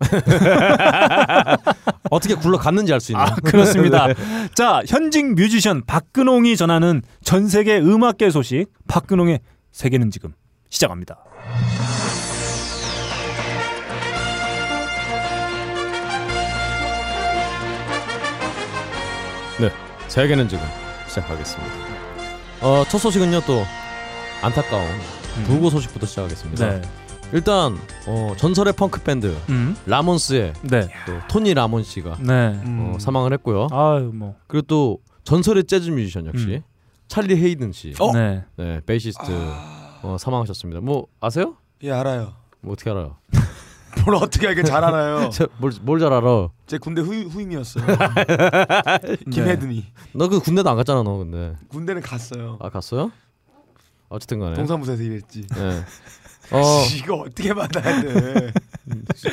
C: 어떻게 굴러갔는지 알 수 있는. 네.
A: 아, 그렇습니다. 자, 현직 뮤지션 박근홍이 전하는 전 세계 음악계 소식 박근홍의 세계는 지금 시작합니다.
C: 네, 세계는 지금 시작하겠습니다. 어, 첫 소식은요 또 안타까운 불고 소식부터 시작하겠습니다.
A: 음. 네.
C: 일단 어, 전설의 펑크 밴드
A: 음.
C: 라몬스의
A: 네.
C: 또 토니 라몬 씨가
A: 네.
B: 음.
C: 어, 사망을 했고요.
A: 아유, 뭐.
C: 그리고 또 전설의 재즈 뮤지션 역시
A: 음.
C: 찰리 헤이든 씨,
B: 어?
A: 네.
C: 네 베이시스트
A: 아.
C: 어, 사망하셨습니다. 뭐 아세요?
B: 예 알아요.
C: 뭐 어떻게 알아요?
B: 뭘 어떻게 알게 잘 알아요.
C: 뭘뭘 잘 알아?
B: 제 군대 후, 후임이었어요.
C: 네.
B: 김혜든이
C: 너 그 군대도 안 갔잖아 너 근데
B: 군대는 갔어요.
C: 아 갔어요? 어쨌든간에
B: 동사무소에서 일했지.
C: 네. 어,
B: 이거 어떻게 받아야 돼?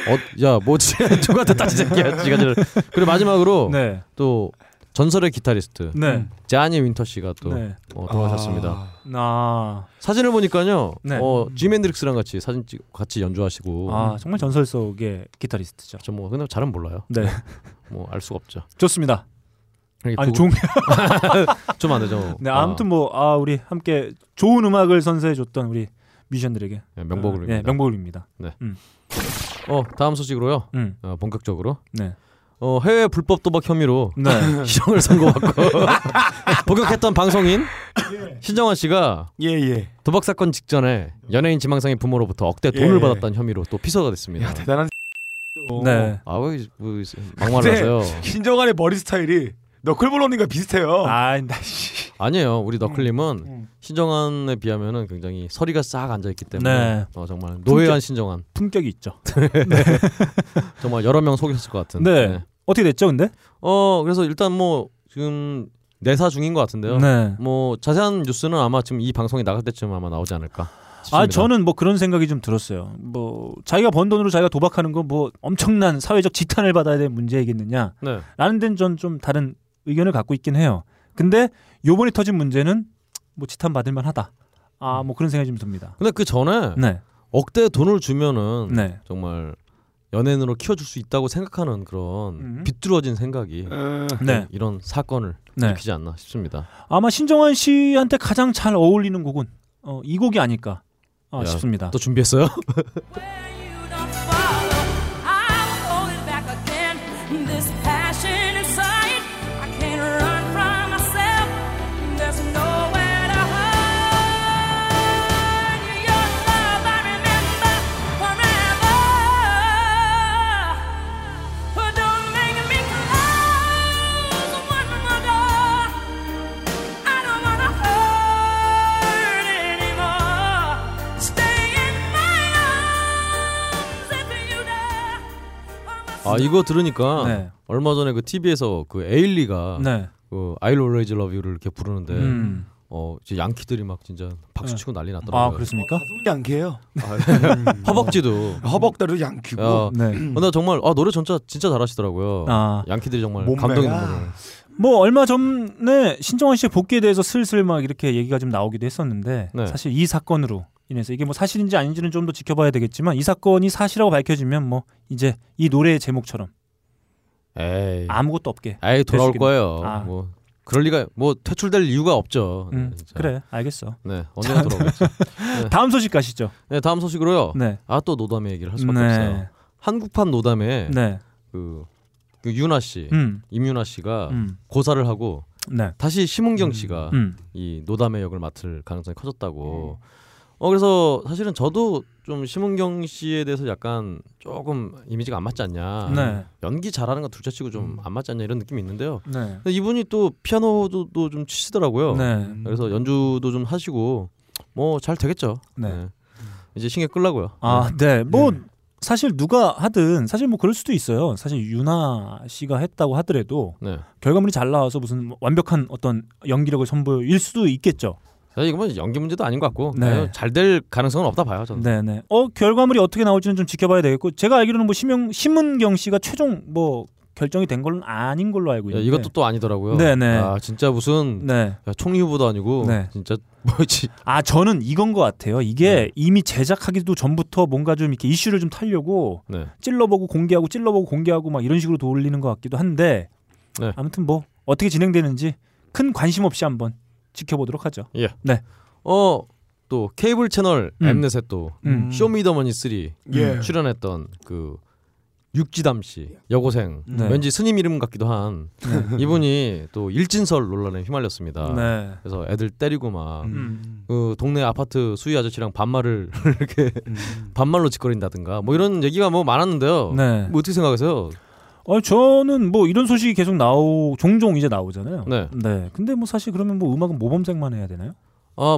C: 어, 야, 뭐지? 누구한테 따지는 새끼야, 지가 저를. 그리고 마지막으로
A: 네.
C: 또 전설의 기타리스트
A: 네.
C: 자니 윈터 씨가 또
A: 네.
C: 어, 돌아가셨습니다.
B: 아,
A: 아.
C: 사진을 보니까요,
A: 네.
C: 어, 지맨드릭스랑 같이 사진 찍, 같이 연주하시고,
A: 아 정말 전설 속의 기타리스트죠.
C: 저뭐 그냥 잘은 몰라요.
A: 네
C: 뭐 알 수가 없죠.
A: 좋습니다.
C: 이렇게
A: 아니
C: 두-
A: 좋은
C: 좀 안 되죠.
A: 네 아무튼 뭐 아 우리 함께 좋은 음악을 선사해줬던 우리 뮤지션들에게
C: 네, 명복을
A: 네,
C: 빕니다.
A: 명복을 빕니다.
C: 어 다음 소식으로요.
A: 음,
C: 어, 본격적으로
A: 네,
C: 어, 해외 불법 도박 혐의로
A: 네,
C: 시정을 선고받고 복역했던 방송인
A: 예.
C: 신정환 씨가
B: 예 예.
C: 도박 사건 직전에 연예인 지망생의 부모로부터 억대
B: 예.
C: 돈을 받았다는 혐의로 또 피서가 됐습니다.
B: 야 대단한.
A: 네.
C: 아왜 뭐, 막말을
B: 근데-
C: 하세요?
B: 신정환의 머리 스타일이 너클볼러님과 비슷해요.
A: 아, 나 씨.
C: 아니에요.
A: 음,
C: 우리 너클님은 신정환에 비하면은 굉장히 서리가 싹 앉아 있기 때문에
A: 네.
C: 어, 정말 노예한 신정환
A: 품격이 있죠.
C: 정말 여러 명 속였을 것 같은.
A: 네. 어떻게 됐죠, 근데?
C: 어 그래서 일단 뭐 지금 내사 중인 것 같은데요.
A: 네.
C: 뭐 자세한 뉴스는 아마 지금 이 방송이 나갈 때쯤 아마 나오지 않을까. 싶습니다.
A: 아 저는 뭐 그런 생각이 좀 들었어요. 뭐 자기가 번 돈으로 자기가 도박하는 건 뭐 엄청난 사회적 지탄을 받아야 될 문제이겠느냐?
C: 네.
A: 라는 데는 전 좀 다른 의견을 갖고 있긴 해요. 근데 요번에 터진 문제는 뭐 지탄 받을 만하다. 아,
C: 음.
A: 뭐 그런 생각이 좀 듭니다.
C: 근데 그 전에
A: 네.
C: 억대 돈을 주면은
A: 네.
C: 정말 연예인으로 키워줄 수 있다고 생각하는 그런
A: 음.
C: 비뚤어진 생각이
B: 어,
A: 네.
C: 이런 사건을
A: 네.
C: 일으키지 않나 싶습니다.
A: 아마 신정환 씨한테 가장 잘 어울리는 곡은 어, 이 곡이 아닐까 어,
C: 야,
A: 싶습니다.
C: 또 준비했어요?
A: 네.
D: Where you don't follow, I'm holding back again. This passion inside, I can't run from myself. There's nowhere to hide. Your love, I remember forever.
C: 아 이거 들으니까
A: 네.
C: 얼마 전에 그 TV에서 그 에일리가
A: 네.
C: 그 I'll Always Love You를 이렇게 부르는데
A: 음.
C: 어 이제 양키들이 막 진짜 박수치고 난리
A: 아
C: 났더라고요.
A: 그렇습니까?
B: 양키예요.
C: 아, 네. 허벅지도.
B: 허벅다리도 양키고
C: 야,
A: 네.
C: 근데 정말 아 노래 전짜 진짜 잘하시더라고요.
A: 아.
C: 양키들이 정말
B: 몸매가-
C: 감동인 거예요.
A: 뭐 얼마 전에 신정환 씨의 복귀에 대해서 슬슬 막 이렇게 얘기가 좀 나오기도 했었는데
C: 네.
A: 사실 이 사건으로 인해서 이게 뭐 사실인지 아닌지는 좀 더 지켜봐야 되겠지만 이 사건이 사실이라고 밝혀지면 뭐 이제 이 노래의 제목처럼
C: 에이,
A: 아무것도 없게
C: 에이 돌아올
A: 됐을
C: 거예요.
A: 아.
C: 뭐 그럴 리가 뭐 퇴출될 이유가 없죠.
A: 음,
C: 네, 진짜.
A: 그래 알겠어
C: 네 언제나 돌아오겠죠.
A: 다음 소식 가시죠
C: 네 다음 소식으로요.
A: 네
C: 아 또 노담의 얘기를 할 수밖에 없어요. 예.
A: 네.
C: 한국판 노담에
A: 네.
C: 그, 그 유나 씨,
A: 음.
C: 임유나 씨가
A: 음.
C: 고사를 하고
A: 네.
C: 다시 심은경 씨가
A: 음.
C: 이 노담의 역을 맡을 가능성이 커졌다고. 어 그래서 사실은 저도 좀 심은경 씨에 대해서 약간 조금 이미지가 안 맞지 않냐.
A: 네.
C: 연기 잘하는 건 둘째치고 좀
A: 음.
C: 안 맞지 않냐 이런 느낌이 있는데요.
A: 네.
C: 근데 이분이 또 피아노도 또좀 치시더라고요.
A: 네.
B: 음.
C: 그래서 연주도 좀 하시고 뭐 잘 되겠죠.
A: 네.
C: 이제 신경 끌라고요.
A: 아, 네. 뭐
C: 예.
A: 사실 누가 하든 사실 뭐 그럴 수도 있어요. 사실 유나 씨가 했다고 하더라도
C: 네.
A: 결과물이 잘 나와서 무슨 완벽한 어떤 연기력을 선보일 수도 있겠죠.
C: 사실 이건 뭐 연기 문제도 아닌 것 같고
A: 네.
C: 잘 될 가능성은 없다 봐요 저는.
A: 네, 네. 어 결과물이 어떻게 나올지는 좀 지켜봐야 되겠고 제가 알기로는 뭐 심영 심은경 씨가 최종 뭐 결정이 된 걸로는 아닌 걸로 알고
C: 야,
A: 있는데.
C: 이것도 또 아니더라고요.
A: 네. 네네.
C: 아 진짜 무슨
A: 네.
C: 야, 총리 후보도 아니고
A: 네.
C: 진짜 뭐지?
A: 아 저는 이건 것 같아요. 이게
C: 네.
A: 이미 제작하기도 전부터 뭔가 좀 이렇게 이슈를 좀 타려고
C: 네.
A: 찔러보고 공개하고 찔러보고 공개하고 막 이런 식으로 돌리는 것 같기도 한데
C: 네.
A: 아무튼 뭐 어떻게 진행되는지 큰 관심 없이 한번 지켜보도록 하죠.
C: 어또 케이블 채널
A: 음.
C: 엠넷에 또
A: 음.
C: 쇼미더머니 3
B: 예.
C: 출연했던 그 육지담 씨 여고생
A: 네.
C: 왠지 스님 이름 같기도 한 이분이 또 일진설 논란에 휘말렸습니다.
A: 네.
C: 그래서 애들 때리고 막
A: 음.
C: 그 동네 아파트 수위 아저씨랑 반말을 이렇게 반말로 짓거린다든가 뭐 이런 얘기가 뭐 많았는데요.
A: 음. 네.
C: 뭐 어떻게 생각하세요?
A: 어 저는 뭐 이런 소식이 계속 나오 종종 이제 나오잖아요.
C: 네.
A: 근데 뭐 사실 그러면 뭐 음악은 모범생만 해야 되나요?
C: 아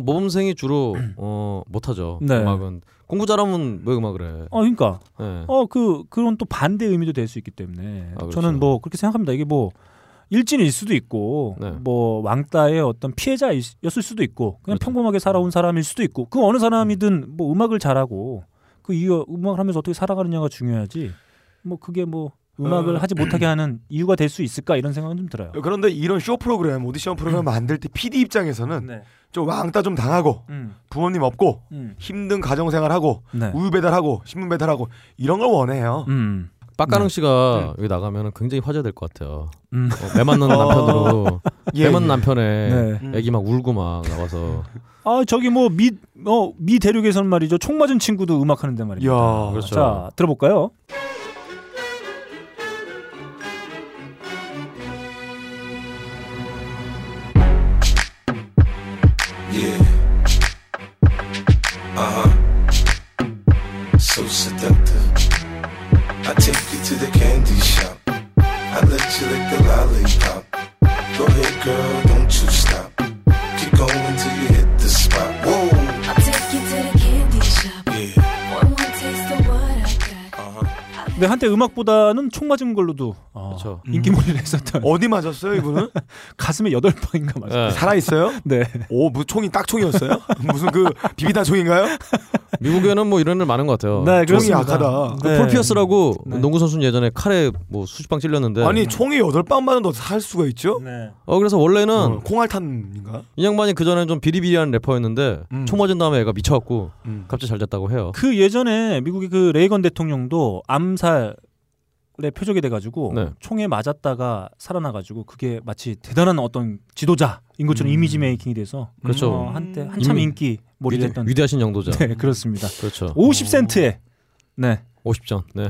C: 모범생이 주로 어 못하죠.
A: 네.
C: 음악은 공부 잘하면 왜 음악을 해?
A: 어 그러니까
C: 네.
A: 어 그 그런 또 반대 의미도 될 수 있기 때문에
C: 아, 그렇죠.
A: 저는 뭐 그렇게 생각합니다. 이게 뭐 일진일 수도 있고
C: 네.
A: 뭐 왕따의 어떤 피해자였을 수도 있고 그냥
C: 그렇죠.
A: 평범하게 살아온 사람일 수도 있고 그 어느 사람이든 뭐 음악을 잘하고 그 이유 음악을 하면서 어떻게 살아가느냐가 중요하지 뭐 그게 뭐 음악을 하지 못하게 하는 이유가 될 수 있을까 이런 생각은 좀 들어요.
B: 그런데 이런 쇼 프로그램 오디션
C: 음.
B: 프로그램 만들 때 PD 입장에서는
A: 네.
B: 좀 왕따 좀 당하고
A: 음.
B: 부모님 없고
A: 음.
B: 힘든 가정 생활하고
A: 네.
B: 우유 배달하고 신문 배달하고 이런 걸 원해요.
A: 음.
C: 빡가능 씨가 여기 나가면 굉장히 화제될 것 같아요.
A: 네. 음.
C: 어, 매 맞는 남편으로
B: 예,
C: 매 맞는
B: 예.
C: 남편에
A: 네.
B: 음.
C: 애기 막 울고 막 나와서
A: 아 저기 뭐 미 어, 미 대륙에선 말이죠 총 맞은 친구도 음악 하는데 말이죠.
B: 예. 야,
C: 그렇죠.
A: 자 들어볼까요?
G: Yeah. Uh huh. So seductive. I take you to the candy shop. I let you lick the lollipop. Go ahead, girl, don't you stop. Keep going till you hit the spot. Whoa.
F: I'll take you to the candy shop.
G: Yeah.
F: One more taste of what I got.
G: Uh huh.
A: 근데 한때 음악보다는 총 맞은 걸로도 아,
C: 그렇죠.
A: 인기몰이를 했었던
B: 어디 맞았어요 이분은?
A: 가슴에 여덟 방인가 맞아요.
C: 네.
B: 살아 있어요?
A: 네.
B: 오, 무슨 총이 딱 총이었어요? 무슨 그 비비탄 총인가요?
C: 미국에는 뭐 이런 일 많은 것 같아요.
A: 네,
B: 총이
A: 그렇습니다.
B: 약하다.
A: 네.
C: 폴피어스라고
A: 네.
C: 농구 선수 예전에 칼에 뭐 수십 방 찔렸는데
B: 아니 총이 여덟 방 맞은 너살 수가 있죠?
A: 네.
C: 어 그래서 원래는
B: 어, 콩알탄인가?
C: 이 양반이 그 전에는 좀 비리비리한 래퍼였는데
B: 음.
C: 총 맞은 다음에 애가 미쳐갖고
B: 음.
C: 갑자기 잘 됐다고 해요.
A: 그 예전에 미국의 그 레이건 대통령도 암살의 표적이 돼가지고
C: 네.
A: 총에 맞았다가 살아나가지고 그게 마치 대단한 어떤 지도자인 것처럼 이미지 메이킹이 돼서
C: 음. 그렇죠.
A: 어, 한때 한참
C: 이미-
A: 인기 몰이했던
C: 위대, 하신 영도자.
A: 네 그렇습니다.
C: 그렇죠.
A: 50센트에 네
C: 50전. 네.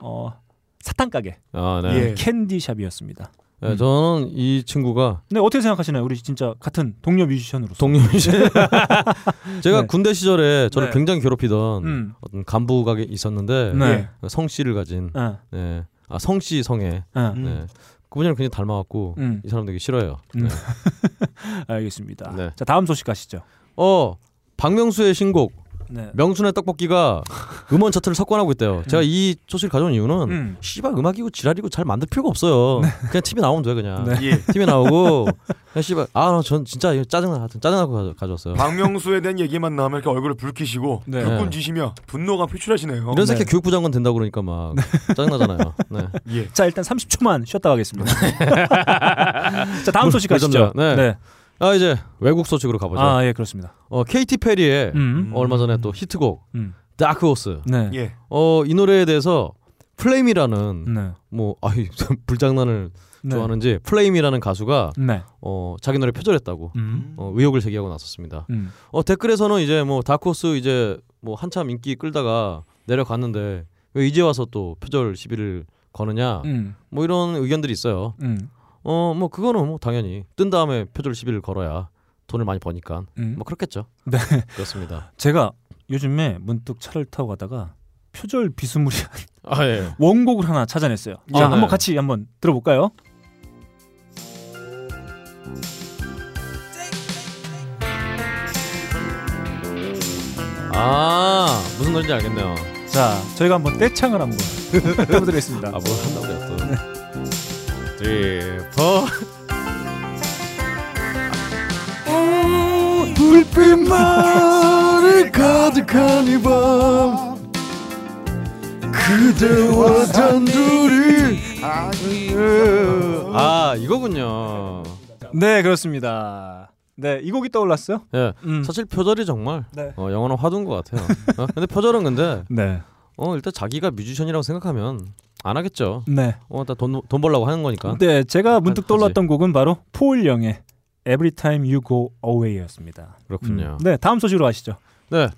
A: 어, 사탕 가게
C: 아 네.
B: 예.
A: 캔디샵이었습니다.
C: 네, 저는 이 친구가
A: 네 어떻게 생각하시나요? 우리 진짜 같은 동료 뮤지션으로서.
C: 동료이시 제가
A: 네.
C: 군대 시절에 저를
A: 네.
C: 굉장히 괴롭히던
A: 음.
C: 어떤 간부가 있었는데
A: 네.
C: 성씨를 가진
A: 아,
C: 네. 아 성씨 성애.
A: 아,
B: 음.
C: 네. 그분이랑 굉장히 닮아갖고
A: 음.
C: 이 사람 되게 싫어요.
A: 음.
C: 네.
A: 알겠습니다.
C: 네.
A: 자 다음 소식 가시죠.
C: 어 박명수의 신곡
A: 네.
C: 명순의 떡볶이가 음원 차트를 석권하고 있대요. 제가 이 소식을 가져온
A: 음.
C: 이유는 씨발 음. 악이고 지랄이고 잘 만들 필요가 없어요. 그냥 TV 나오면 돼 그냥.
A: 네.
B: 예.
C: TV 나오고 그냥 씨발 아전 진짜 이거 짜증나 하여튼 짜증나고 가져-
A: 아,
C: 가져왔어요.
B: 박명수에 대한 얘기만 나오면 이렇게 얼굴을 붉히시고
A: 네.
B: 불끈지시며 분노가 표출하시네요.
C: 이런 새끼
A: 네.
C: 교육부 장관 된다고 그러니까 막 짜증나잖아요. 네.
B: 예.
A: 자 일단 30초만 쉬었다 가겠습니다. 자 다음 소식 가시죠.
C: 네. 아 이제 외국 소식으로 가보죠.
A: 아 예 그렇습니다.
C: 어 케이티 페리의
A: 음.
C: 얼마 전에 또 히트곡
A: 음.
C: 다크 호스.
A: 네.
B: 예.
C: 어이 노래에 대해서 플레임이라는
A: 네.
C: 뭐 아이 불장난을
A: 네.
C: 좋아하는지 플레임이라는 가수가
A: 네.
C: 어 자기 노래 표절했다고
A: 음.
C: 어, 의혹을 제기하고 나섰습니다.
A: 음.
C: 어 댓글에서는 이제 뭐 다크호스 이제 뭐 한참 인기 끌다가 내려갔는데 왜 이제 와서 또 표절 시비를 거느냐
A: 음.
C: 뭐 이런 의견들이 있어요.
A: 음.
C: 어 뭐 그거는 뭐 당연히 뜬 다음에 표절 시비를 걸어야 돈을 많이 버니까
A: 음.
C: 뭐 그렇겠죠.
A: 네.
C: 그렇습니다.
A: 제가 요즘에 문득 차를 타고 가다가 표절 비스무리한
C: 아 예.
A: 원곡을 하나 찾아냈어요.
C: 아,
A: 자
C: 네.
A: 한번 같이 한번 들어볼까요?
C: 아 무슨 노래인지 알겠네요.
A: 자 저희가 한번 떼창을 한번 해보드리겠습니다.
C: 아뭘 한다고 네, 그래 또.
A: 네.
C: 드리퍼
B: 불빛만이 가득한 이밤 그대와 단둘이
A: 음.
C: 아 이거군요.
A: 네 그렇습니다. 네이 곡이 떠올랐어요.
C: 예.
A: 음.
C: 사실 표절이 정말
A: 네.
C: 어, 영어는 화두인 것 같아요. 어, 근데 표절은 근데
A: 네.
C: 어 일단 자기가 뮤지션이라고 생각하면 안 하겠죠.
A: 네.
C: 어 일단 돈, 돈 벌려고 하는 거니까.
A: 네, 제가 문득
C: 하지.
A: 떠올랐던 곡은 바로 폴 영의 Every Time You Go Away였습니다.
C: 그렇군요.
A: 네, 다음 소식으로 아시죠.
C: 네.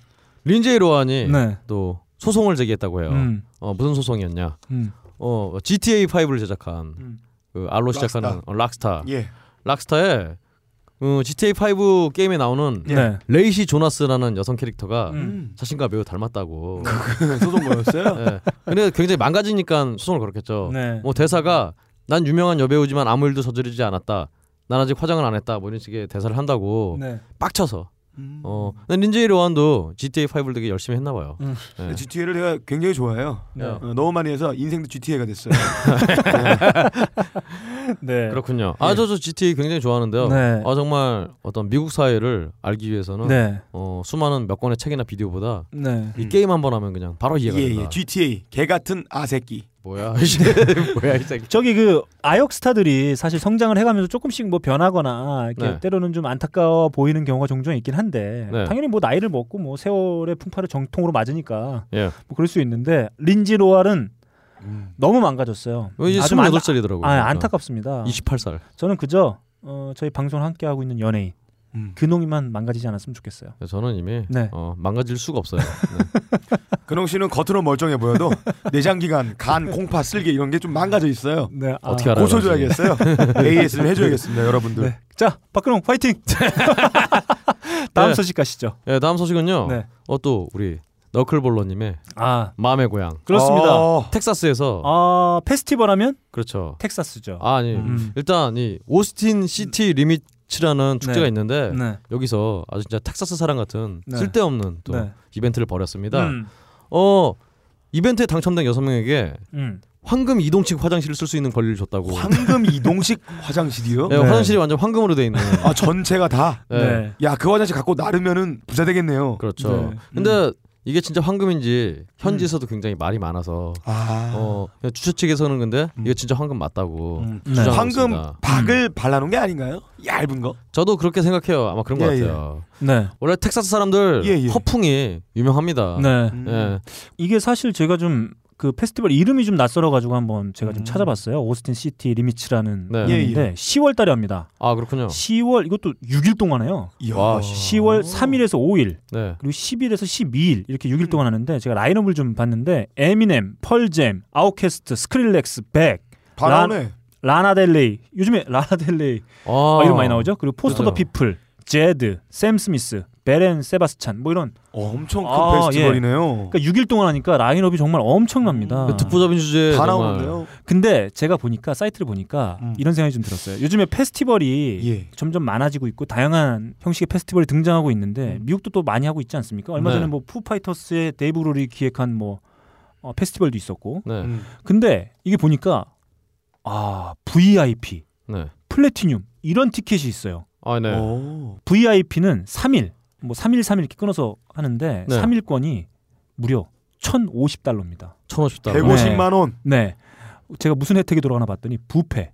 C: 린제이 로한이
A: 네.
C: 또 소송을 제기했다고 해요.
A: 음,
C: 어 무슨 소송이었냐?
A: 음,
C: 어 GTA 5를 제작한
A: 음.
C: 그 R로 시작하는
B: 락스타.
C: 어, 락스타.
B: 예.
C: 락스타의 어, GTA 5 게임에 나오는
A: 네.
C: 레이시 조나스라는 여성 캐릭터가
A: 음.
C: 자신과 매우 닮았다고.
B: 소송 뭐였어요?
C: 예. 근데 굉장히 망가지니까 소송을 걸었겠죠.
A: 네.
C: 뭐 대사가 난 유명한 여배우지만 아무 일도 저지르지 않았다. 난 아직 화장을 안 했다. 뭐 이런 식의 대사를 한다고
A: 네.
C: 빡쳐서. 어, 근데 린제이 로한도 GTA 5를 되게 열심히 했나 봐요.
A: 음.
C: 예.
B: GTA를 제가 굉장히 좋아해요.
A: 네.
C: 어,
B: 어, 너무 많이 해서 인생도 GTA가 됐어요.
A: 네.
C: 그렇군요. 아, 저 저 GTA 굉장히 좋아하는데요.
A: 네.
C: 아, 정말 어떤 미국 사회를 알기 위해서는
A: 네.
C: 어, 수많은 몇 권의 책이나 비디오보다
A: 네.
C: 이 게임 한 번 하면 그냥 바로 이해가
B: 예,
C: 된다.
B: 예. GTA 개 같은 아새끼.
C: 뭐야? 뭐야 이 새끼.
A: 저기 그 아역 스타들이 사실 성장을 해가면서 조금씩 뭐 변하거나 이렇게
C: 네.
A: 때로는 좀 안타까워 보이는 경우가 종종 있긴 한데
C: 네.
A: 당연히 뭐 나이를 먹고 뭐 세월의 풍파를 정통으로 맞으니까
C: 예.
A: 뭐 그럴 수 있는데 린지 로알은 너무 망가졌어요.
C: 어, 이제
A: 아주 안-
C: 28살이더라고요. 그러니까.
A: 아, 안타깝습니다.
C: 28살.
A: 저는 그저 어, 저희 방송 함께 하고 있는 연예인
B: 음.
A: 근홍이만 망가지지 않았으면 좋겠어요.
C: 저는 이미
A: 네.
C: 어, 망가질 수가 없어요. 네.
B: 근홍 씨는 겉으로 멀쩡해 보여도 내장기관, 간, 콩팥, 쓸개 이런 게 좀 망가져 있어요.
A: 네,
C: 어떻게 알아요?
B: 고쳐줘야겠어요. AS 를 해줘야겠습니다, 여러분들.
A: 네. 자, 박근홍 파이팅. 다음
C: 네.
A: 소식 가시죠.
C: 예, 다음 소식은요.
A: 네.
C: 어, 또 우리 너클볼러님의
A: 아,
C: 마음의 고향 아,
A: 그렇습니다.
B: 어,
C: 텍사스에서
A: 아, 페스티벌 하면
C: 그렇죠.
A: 텍사스죠.
C: 아, 니
A: 음.
C: 일단 이 오스틴 시티 리미츠라는 축제가
A: 네.
C: 있는데
A: 네.
C: 여기서 아주 진짜 텍사스 사랑 같은
A: 네.
C: 쓸데없는 또
A: 네.
C: 이벤트를 벌였습니다.
A: 음.
C: 어 이벤트에 당첨된 여섯 명에게
A: 음.
C: 황금 이동식 화장실을 쓸 수 있는 권리를 줬다고.
B: 황금 이동식 화장실이요?
C: 네,
A: 네.
C: 화장실이 완전 황금으로 돼 있는.
B: 아 전체가 다.
C: 네.
A: 네.
B: 야 그 화장실 갖고 나르면은 부자 되겠네요.
C: 그렇죠.
A: 네. 음.
C: 근데 이게 진짜 황금인지 현지에서도 굉장히 말이 많아서
B: 아
C: 어 그냥 주최 측에서는 근데 이거 진짜 황금 맞다고
A: 음. 네.
C: 뭐 주장하고
B: 황금
C: 있습니다.
B: 박을
A: 음.
B: 발라놓은 게 아닌가요? 얇은 거?
C: 저도 그렇게 생각해요. 아마 그런 것
B: 예, 예.
C: 같아요.
A: 네.
C: 원래 텍사스 사람들
B: 예, 예.
C: 허풍이 유명합니다.
A: 네.
B: 음.
C: 예.
A: 이게 사실 제가 좀 그 페스티벌 이름이 좀 낯설어 가지고 한번 제가 좀
B: 음.
A: 찾아봤어요. 오스틴 시티 리미츠라는
C: 네.
A: 이름인데
B: 예,
A: 10월 달에 합니다.
C: 아 그렇군요.
A: 10월 이것도 6일 동안 해요.
B: 이야.
C: 와,
A: 10월 3일에서 5일
C: 네.
A: 그리고 10일에서 12일 이렇게
C: 음.
A: 6일 동안 하는데 제가 라인업을 좀 봤는데 에미넴, 펄잼, 아웃캐스트, 스크릴렉스, 백,
B: 바나오네.
A: 라나델레이 요즘에 라나델레이
C: 아
B: 어. 네.
A: 이름 많이 나오죠? 그리고 포스터 더
C: 맞아요.
A: 피플, 제드, 샘 스미스, 베렌 세바스찬 뭐 이런
B: 어, 엄청 큰
A: 아,
B: 페스티벌이네요.
A: 그러니까 6일 동안 하니까 라인업이 정말
B: 음.
A: 엄청납니다.
C: 듣보잡인 그 주제에
B: 다
C: 정말
B: 나오는데요.
A: 근데 제가 보니까 사이트를 보니까
B: 음.
A: 이런 생각이 좀 들었어요. 요즘에 페스티벌이
B: 예.
A: 점점 많아지고 있고 다양한 형식의 페스티벌이 등장하고
B: 음.
A: 있는데 미국도 또 많이 하고 있지 않습니까? 얼마
C: 네.
A: 전에 뭐 푸파이터스의 데이브 롤이 기획한 뭐 어, 페스티벌도 있었고.
C: 네.
B: 음.
A: 근데 이게 보니까 아 VIP,
C: 네.
A: 플래티늄 이런 티켓이 있어요.
C: 아, 네.
B: 오.
A: VIP는 3일, 뭐 3일 3일 이렇게 끊어서 하는데
C: 네.
A: 3일권이 무려 1,050달러입니다.
C: 1,050달러.
B: 150만 원.
A: 네. 제가 무슨 혜택이 돌아가나 봤더니 부페,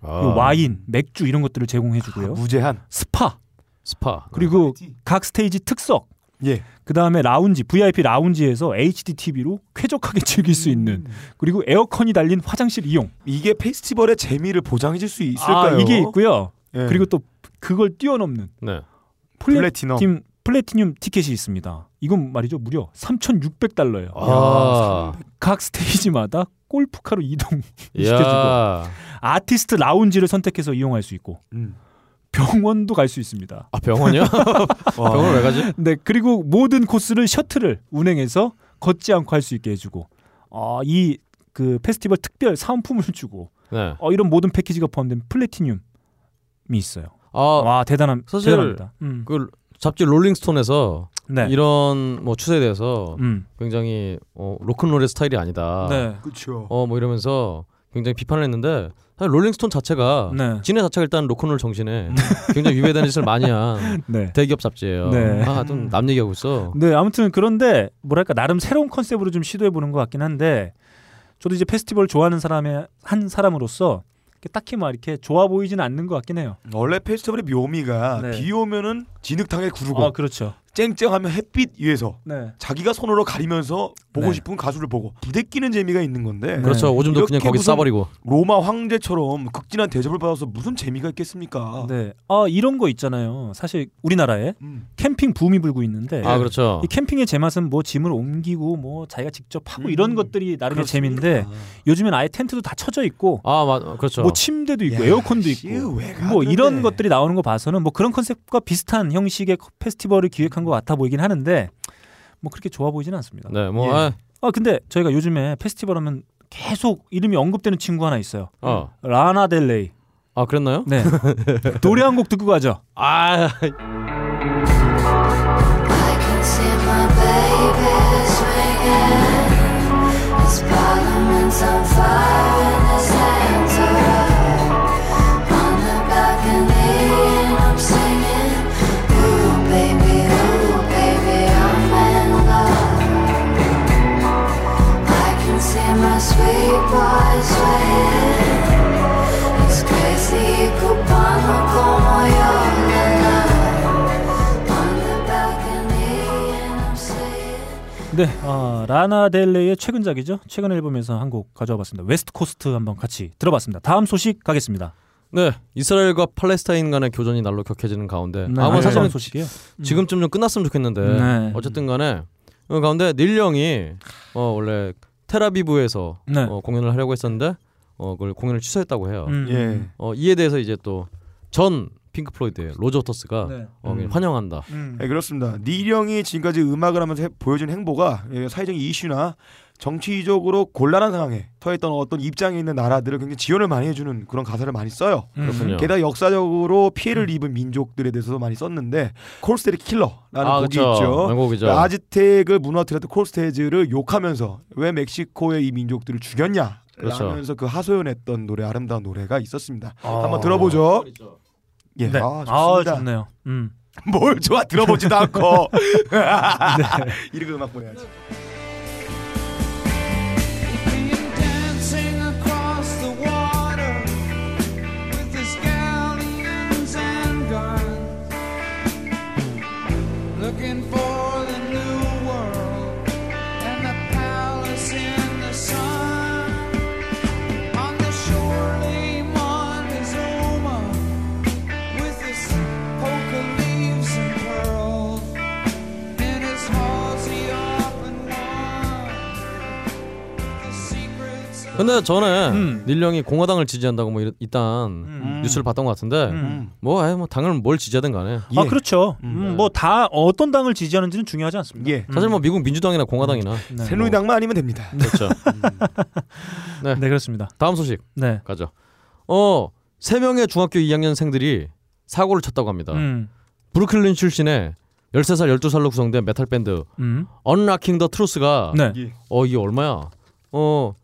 C: 아.
A: 요 와인, 맥주 이런 것들을 제공해
B: 아,
A: 주고요.
B: 무제한.
A: 스파,
C: 스파.
A: 그리고 각 스테이지 특석,
B: 예.
A: 그다음에 라운지, VIP 라운지에서 HD TV로 쾌적하게 즐길 수 있는 그리고 에어컨이 달린 화장실 이용.
B: 이게 페스티벌의 재미를 보장해 줄 수 있을까요?
A: 아, 이게 있고요.
B: 네.
A: 그리고 또 그걸 뛰어넘는
C: 네.
B: 플래티넘.
A: 플래티넘 플래티늄 티켓이 있습니다. 이건 말이죠. 무려 3,600달러예요.
C: 아.
A: 각 스테이지마다 골프카로 이동 시켜주고
C: 야. 아,
A: 아티스트 라운지를 선택해서 이용할 수 있고
B: 음.
A: 병원도 갈 수 있습니다.
C: 아, 병원이요?
B: 와.
C: 병원 왜 가지?
A: 네 그리고 모든 코스를 셔틀을 운행해서 걷지 않고 할 수 있게 해주고 어, 이그 페스티벌 특별 사은품을 주고
C: 네.
A: 어, 이런 모든 패키지가 포함된 플래티늄이 있어요.
C: 아,
A: 와 대단함
C: 사실
A: 대단합니다. 음,
C: 그 잡지 롤링스톤에서
A: 네.
C: 이런 뭐 추세에 대해서
A: 음.
C: 굉장히 어, 로큰롤의 스타일이 아니다.
A: 네.
B: 그렇죠.
C: 어 뭐 이러면서 굉장히 비판을 했는데 사실 롤링스톤 자체가
A: 네.
C: 진해 자체가 일단 로큰롤 정신에 굉장히 위배되는 짓을 많이 한
A: 네.
C: 대기업 잡지예요.
A: 네.
C: 아 좀 남 얘기하고 있어.
A: 네, 아무튼 그런데 뭐랄까 나름 새로운 컨셉으로 좀 시도해 보는 것 같긴 한데 저도 이제 페스티벌 좋아하는 사람의 한 사람으로서 이렇게 딱히 막 이렇게 좋아 보이진 않는 것 같긴 해요.
B: 원래 페스티벌의 묘미가
A: 네.
B: 비 오면은 진흙탕에 구르고
A: 아, 그렇죠.
B: 쨍쨍하면 햇빛 위에서
A: 네.
B: 자기가 손으로 가리면서 보고
A: 네.
B: 싶은 가수를 보고 부대끼는 재미가 있는 건데
A: 네.
C: 그렇죠. 오줌도 그냥
B: 이렇게
C: 거기
B: 무슨-
C: 싸버리고.
B: 로마 황제처럼 극진한 대접을 받아서 무슨 재미가 있겠습니까?
A: 네. 아, 이런 거 있잖아요. 사실 우리나라에
B: 음.
A: 캠핑 붐이 불고 있는데
C: 아 그렇죠.
A: 네. 이 캠핑의 제맛은 뭐 짐을 옮기고 뭐 자기가 직접 하고 이런 것들이 나름의
B: 음, 그렇습니다.
A: 재미인데 요즘엔 아예 텐트도 다 쳐져 있고
C: 아 맞, 그렇죠.
A: 뭐 침대도 있고
B: 야,
A: 에어컨도
B: 예. 씨,
A: 있고
B: 왜
A: 뭐
B: 가는데.
A: 이런 것들이 나오는 거 봐서는 뭐 그런 컨셉과 비슷한 형식의 커- 페스티벌을 기획한 것 같아 보이긴 하는데 뭐 그렇게 좋아 보이진 않습니다.
C: 네, 뭐
B: 예.
C: 아,
A: 아 근데 저희가 요즘에 페스티벌 하면 계속 이름이 언급되는 친구 하나 있어요.
C: 어.
A: 라나 델레이.
C: 아 그랬나요?
A: 네. 노래 한 곡 듣고 가죠.
C: 아
F: I can see my baby swinging. This parliament's on fire and his hands are up. On the balcony and I'm singing. Ooh, baby, ooh, baby, I'm in love. I can see my sweet boy swaying. He's crazy, cubano como yo, la la.
A: 네. 아, 라나 델레이의 최근작이죠. 최근 앨범에서 한 곡 가져와 봤습니다. 웨스트 코스트 한번 같이 들어봤습니다. 다음 소식 가겠습니다.
C: 네. 이스라엘과 팔레스타인 간의 교전이 날로 격해지는 가운데
A: 네,
C: 아뭐
A: 안타까운
C: 사실은
A: 소식이에요.
C: 지금쯤 좀 끝났으면 좋겠는데
A: 네.
C: 어쨌든 간에 그 가운데 닐 영이 어 원래 테라비브에서
A: 네.
C: 어, 공연을 하려고 했었는데 어 그걸 공연을 취소했다고 해요.
A: 음.
B: 예.
C: 어 이에 대해서 이제 또 전 핑크 플로이드의 로저 터스가
A: 네.
C: 어, 그냥
B: 음.
C: 환영한다.
A: 음.
B: 네, 그렇습니다. 니령이 지금까지 음악을 하면서 해- 보여준 행보가 예, 사회적인 이슈나 정치적으로 곤란한 상황에 처했던 어떤 입장에 있는 나라들을 굉장히 지원을 많이 해주는 그런 가사를 많이 써요.
A: 음.
C: 그렇군요. 음.
B: 게다가 역사적으로 피해를 입은 민족들에 대해서도 많이 썼는데 콜스테리 킬러라는
C: 아
B: 곡이
C: 그렇죠.
B: 있죠.
C: 명곡이죠.
B: 아즈텍을 무너뜨렸던 콜스테즈를 욕하면서 왜 멕시코의 이 민족들을 죽였냐
C: 그렇죠.
B: 라면서 그 하소연했던 노래 아름다운 노래가 있었습니다.
C: 아.
B: 한번 들어보죠. 예,
A: 네.
B: 아,
A: 아,
B: 좋습니다.
A: 좋네요. 음.
B: 뭘 좋아 들어보지도 않고 이렇게 음악 보내야지.
E: dancing across the water with the scallions and guns, looking for the new world and the palace in the sun. On the shore lay Montezuma with his poker leaves and pearls, and his halsey off and wide.
C: 근데 전에
A: 음.
C: 닐 형이 공화당을 지지한다고 뭐 이런- 일단
A: 음.
C: 뉴스를 봤던 것 같은데
A: 음.
C: 뭐 아예 뭐 당을 뭘 지지하든 간에
B: 예.
H: 아 그렇죠.
C: 네.
H: 뭐 다 어떤 당을 지지하는지는 중요하지 않습니다.
B: 예.
A: 음.
C: 사실 뭐 미국 민주당이나 공화당이나
A: 네,
B: 새누리당만 아니면 됩니다.
A: 음.
C: 그렇죠.
A: 뭐. 네 그렇습니다.
C: 다음 소식
A: 네.
C: 가죠. 어세 명의 중학교 2학년생들이 사고를 쳤다고 합니다.
A: 음.
C: 브루클린 출신의 13살 12살로 구성된 메탈 밴드
A: 음.
C: 언락킹 더 트루스가
A: 네.
C: 어 이게 얼마야? 어,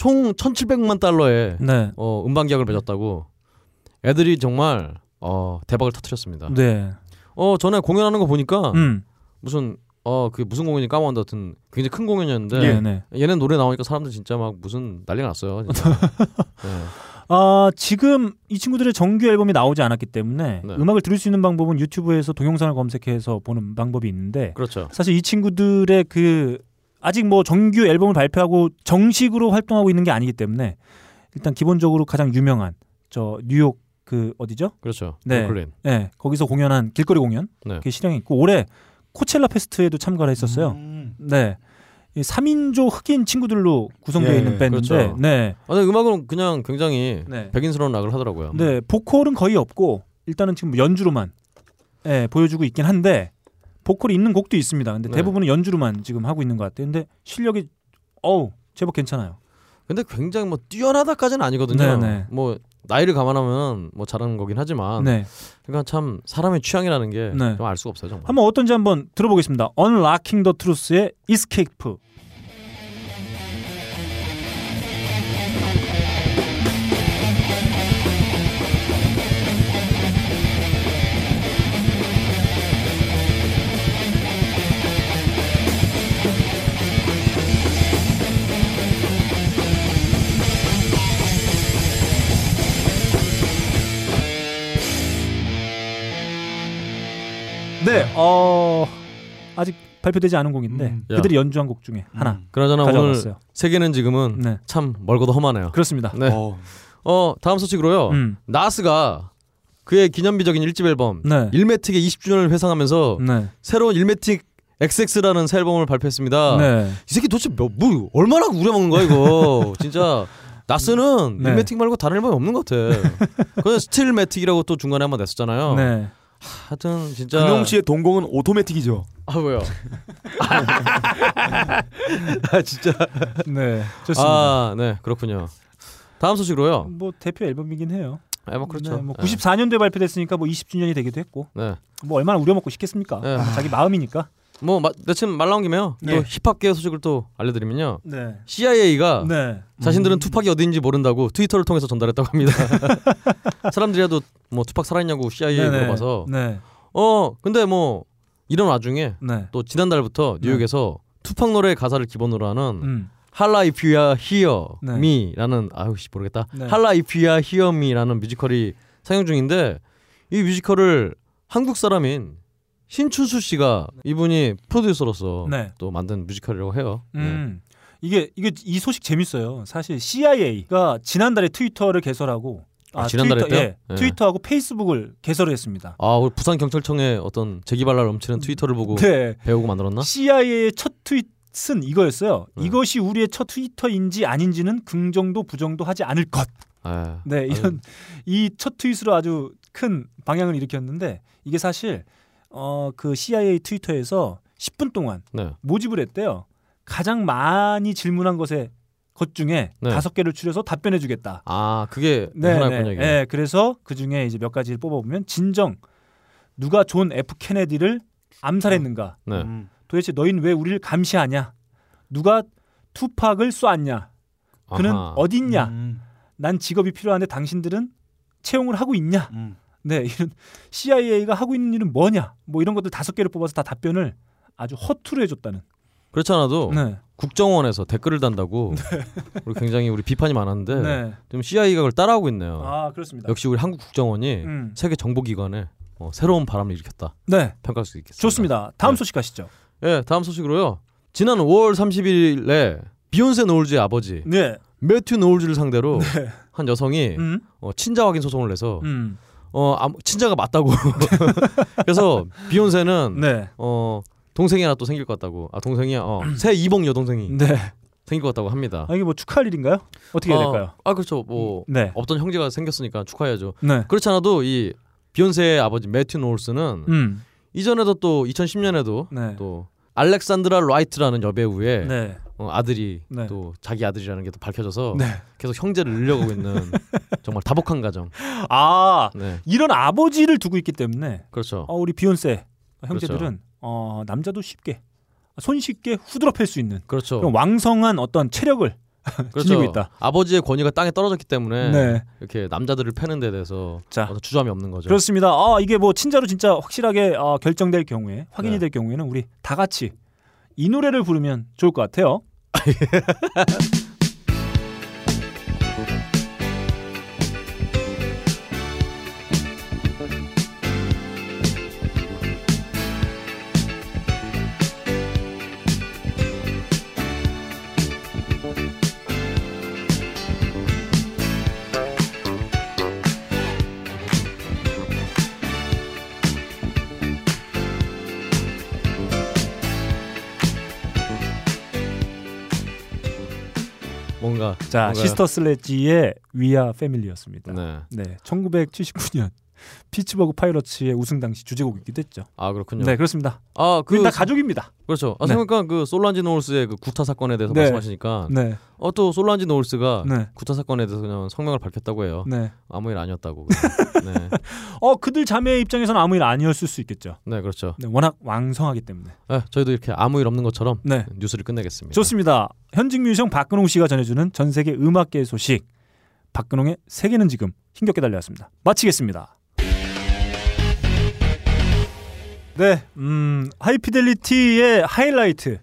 C: 어총 1,700만 달러에
A: 네.
C: 어 음반 계약을 맺었다고 애들이 정말 어 대박을 터뜨렸습니다.
A: 네.
C: 어 전에 공연하는 거 보니까
A: 음. 무슨
C: 무슨 어 그 무슨 공연이 까먹었는데 하여튼 굉장히 큰 공연이었는데
A: 네. 네.
C: 얘네 노래 나오니까 사람들 진짜 막 무슨 난리가 났어요. 진짜. 네.
A: 아, 지금 이 친구들의 정규 앨범이 나오지 않았기 때문에
C: 네.
A: 음악을 들을 수 있는 방법은 유튜브에서 동영상을 검색해서 보는 방법이 있는데
C: 그렇죠.
A: 사실 이 친구들의 그 아직 뭐 정규 앨범을 발표하고 정식으로 활동하고 있는 게 아니기 때문에 일단 기본적으로 가장 유명한 저 뉴욕 그 어디죠?
C: 그렇죠.
A: 네.
C: 브루클린.
A: 예. 거기서 공연한 길거리 공연
C: 네.
A: 그게 실행했고 올해 코첼라 페스트에도 참가를 했었어요.
B: 음.
A: 네. 이 3인조 흑인 친구들로 구성되어
B: 예,
A: 있는 밴드인데
C: 그렇죠.
A: 네.
C: 아, 근데 음악은 그냥 굉장히
A: 네.
C: 백인스러운 락을 하더라고요.
A: 네, 보컬은 거의 없고 일단은 지금 뭐 연주로만 예, 보여주고 있긴 한데 보컬이 있는 곡도 있습니다. 근데
C: 네.
A: 대부분은 연주로만 지금 하고 있는 것 같아요. 근데 실력이 어우 제법 괜찮아요.
C: 근데 굉장히 뭐 뛰어나다까지는
A: 네,
C: 아니거든요.
A: 네.
C: 뭐 나이를 감안하면 뭐 잘하는 거긴 하지만
A: 네,
C: 그러니까 참 사람의 취향이라는 게 좀
A: 네.
C: 알 수가 없어요, 정말.
A: 한번 어떤지 한번 들어보겠습니다. Unlocking the Truth의 Escape. 네, 어 아직 발표되지 않은 곡인데
B: 음.
A: 그들이 연주한 곡 중에
C: 음.
A: 하나
C: 그러자나 오늘
A: 가져왔어요.
C: 세계는 지금은
A: 네,
C: 참 멀고도 험하네요.
A: 그렇습니다.
C: 네.
B: 어.
C: 어, 다음 소식으로요.
A: 음,
C: 나스가 그의 기념비적인 1집 앨범
A: 네,
C: 일메틱의 20주년을 회상하면서
A: 네,
C: 새로운 일메틱 XX라는 새 앨범을 발표했습니다.
A: 네.
C: 이 새끼 도대체 몇, 뭐 얼마나 우려먹는 거야 이거 진짜 나스는
A: 네.
C: 일메틱 말고 다른 앨범이 없는 것 같아 그래서 스틸메틱이라고 또 중간에 한 번 냈었잖아요
A: 네.
C: 하여튼 진짜
B: 근홍 씨의 동공은 오토매틱이죠.
C: 아 왜요 아 진짜
A: 네, 좋습니다.
C: 아네 그렇군요 다음 소식으로요
A: 뭐 대표 앨범이긴 해요.
C: 아, 뭐 그렇죠
A: 네, 뭐 94년도에 발표됐으니까 뭐 20주년이 되기도 했고
C: 네.
A: 뭐 얼마나 우려먹고 싶겠습니까?
C: 네.
A: 자기 마음이니까.
C: 뭐 마, 대체 말 나온 김에요
A: 네.
C: 또 힙합계 소식을 또 알려드리면요
A: 네.
C: CIA가
A: 네.
C: 자신들은 투팍이 어디인지 모른다고 트위터를 통해서 전달했다고 합니다 사람들이라도 뭐 투팍 살아있냐고 CIA에
A: 네네.
C: 물어봐서
A: 네.
C: 어 근데 뭐 이런 와중에
A: 네.
C: 또 지난달부터 뉴욕에서 투팍 노래 가사를 기본으로 하는
A: 음.
C: 할라 이프 u 야 히어
A: 네.
C: 미라는 아유 씨 모르겠다
A: 네.
C: 할라 이프 u 야 히어 미라는 뮤지컬이 상영 중인데 이 뮤지컬을 한국 사람인 신춘수 씨가 이분이 프로듀서로서
A: 네.
C: 또 만든 뮤지컬이라고 해요. 네.
A: 음. 이게 이게 이 소식 재밌어요. 사실 CIA가 지난달에 트위터를 개설하고
C: 아, 지난달에
A: 트위터,
C: 했대요? 예.
A: 트위터하고 페이스북을 개설을 했습니다.
C: 아 우리 부산 경찰청의 어떤 재기발랄 넘치는 트위터를 보고
A: 네.
C: 배우고 만들었나?
A: CIA의 첫 트윗은 이거였어요.
C: 뭐? 네.
A: 이것이 우리의 첫 트위터인지 아닌지는 긍정도 부정도 하지 않을 것.
C: 아,
A: 네, 이런 이 첫 트윗으로 아주 큰 방향을 일으켰는데 이게 사실 어 그 CIA 트위터에서 10분 동안
C: 네.
A: 모집을 했대요. 가장 많이 질문한 것에 것 중에
C: 네.
A: 다섯 개를 추려서 답변해 주겠다.
C: 아 그게
A: 네,
C: 하나의
A: 네,
C: 번역이에요.
A: 네, 그래서 그 중에 이제 몇 가지를 뽑아보면 진정 누가 존 F 케네디를 암살했는가?
C: 네.
B: 음.
A: 도대체 너희는 왜 우리를 감시하냐? 누가 투팍을 쏘았냐? 그는
C: 아하.
A: 어딨냐?
B: 음.
A: 난 직업이 필요한데 당신들은 채용을 하고 있냐?
B: 음.
A: 네, 이런 CIA가 하고 있는 일은 뭐냐? 뭐 이런 것들 다섯 개를 뽑아서 다 답변을 아주 허투루 해줬다는.
C: 그렇지 않아도
A: 네,
C: 국정원에서 댓글을 단다고 우리 굉장히 우리 비판이 많았는데
A: 네.
C: 지금 CIA가 그걸 따라하고 있네요.
A: 아 그렇습니다.
C: 역시 우리 한국 국정원이
A: 음.
C: 세계 정보기관에 어, 새로운 바람을 일으켰다
A: 네,
C: 평가할 수 있겠습니다.
A: 좋습니다. 다음
C: 네.
A: 소식 가시죠.
C: 예, 다음 소식으로요. 지난 5월 30일에 비욘세 노울즈의 아버지
A: 네,
C: 매튜 노울즈를 상대로 한 여성이
A: 음,
C: 어, 친자 확인 소송을 내서
A: 음,
C: 어, 아무- 친자가 맞다고 그래서 비욘세는
A: 네,
C: 어, 동생이 하나 또 생길 것 같다고 아 동생이야 어, 새 이복 여동생이
A: 네,
C: 생길 것 같다고 합니다.
A: 아, 이게 뭐 축하할 일인가요? 어떻게 해야
C: 아,
A: 될까요?
C: 아 그렇죠. 뭐
A: 네.
C: 없던 형제가 생겼으니까 축하해야죠.
A: 네.
C: 그렇지 않아도 이 비욘세의 아버지 매튜 노울스는
A: 음.
C: 이전에도 또 2010년에도
A: 네.
C: 또 알렉산드라 라이트라는 여배우의
A: 네.
C: 어, 아들이
A: 네.
C: 또 자기 아들이라는 게 또 밝혀져서
A: 네.
C: 계속 형제를 늘려가고 있는 정말 다복한 가정.
A: 아,
C: 네,
A: 이런 아버지를 두고 있기 때문에
C: 그렇죠.
A: 어, 우리 비욘세 형제들은 어, 남자도 쉽게 손쉽게 후드러 팰 수 있는
C: 그렇죠.
A: 그런 왕성한 어떤 체력을 지니고 있다.
C: 아버지의 권위가 땅에 떨어졌기 때문에
A: 그렇죠. 네.
C: 이렇게 남자들을 패는 데 대해서
A: 자.
C: 어떤 주저함이 없는 거죠.
A: 그렇습니다. 아, 이게 뭐 친자로 진짜 확실하게 아, 결정될 경우에 확인이
C: 네.
A: 될 경우에는 우리 다 같이 이 노래를 부르면 좋을 것 같아요.
C: 뭔가
A: 자,
C: 뭔가요?
A: 시스터 슬래지의 위아 패밀리였습니다. 네.
C: 네.
A: 1979년 피츠버그 파이러츠의 우승 당시 주제곡이기도 했죠.
C: 아 그렇군요.
A: 네, 그렇습니다.
C: 아, 그
A: 우리 다 가족입니다.
C: 그렇죠. 아,
A: 네.
C: 생각보니까 그 솔란지 노울스의 그 구타 사건에 대해서
A: 네.
C: 말씀하시니까
A: 네.
C: 어 또 솔란지 노울스가
A: 네.
C: 구타 사건에 대해서 그냥 성명을 밝혔다고 해요.
A: 네.
C: 아무 일 아니었다고. 그냥. 네.
A: 어, 그들 자매의 입장에서는 아무 일 아니었을 수 있겠죠.
C: 네, 그렇죠.
A: 네, 워낙 왕성하기 때문에.
C: 아, 저희도 이렇게 아무 일 없는 것처럼
A: 네.
C: 뉴스를 끝내겠습니다.
A: 좋습니다. 현직 뮤지션 박근홍 씨가 전해주는 전 세계 음악계의 소식. 박근홍의 세계는 지금 힘겹게 달려왔습니다. 마치겠습니다. 네, 음, 하이피델리티의 하이라이트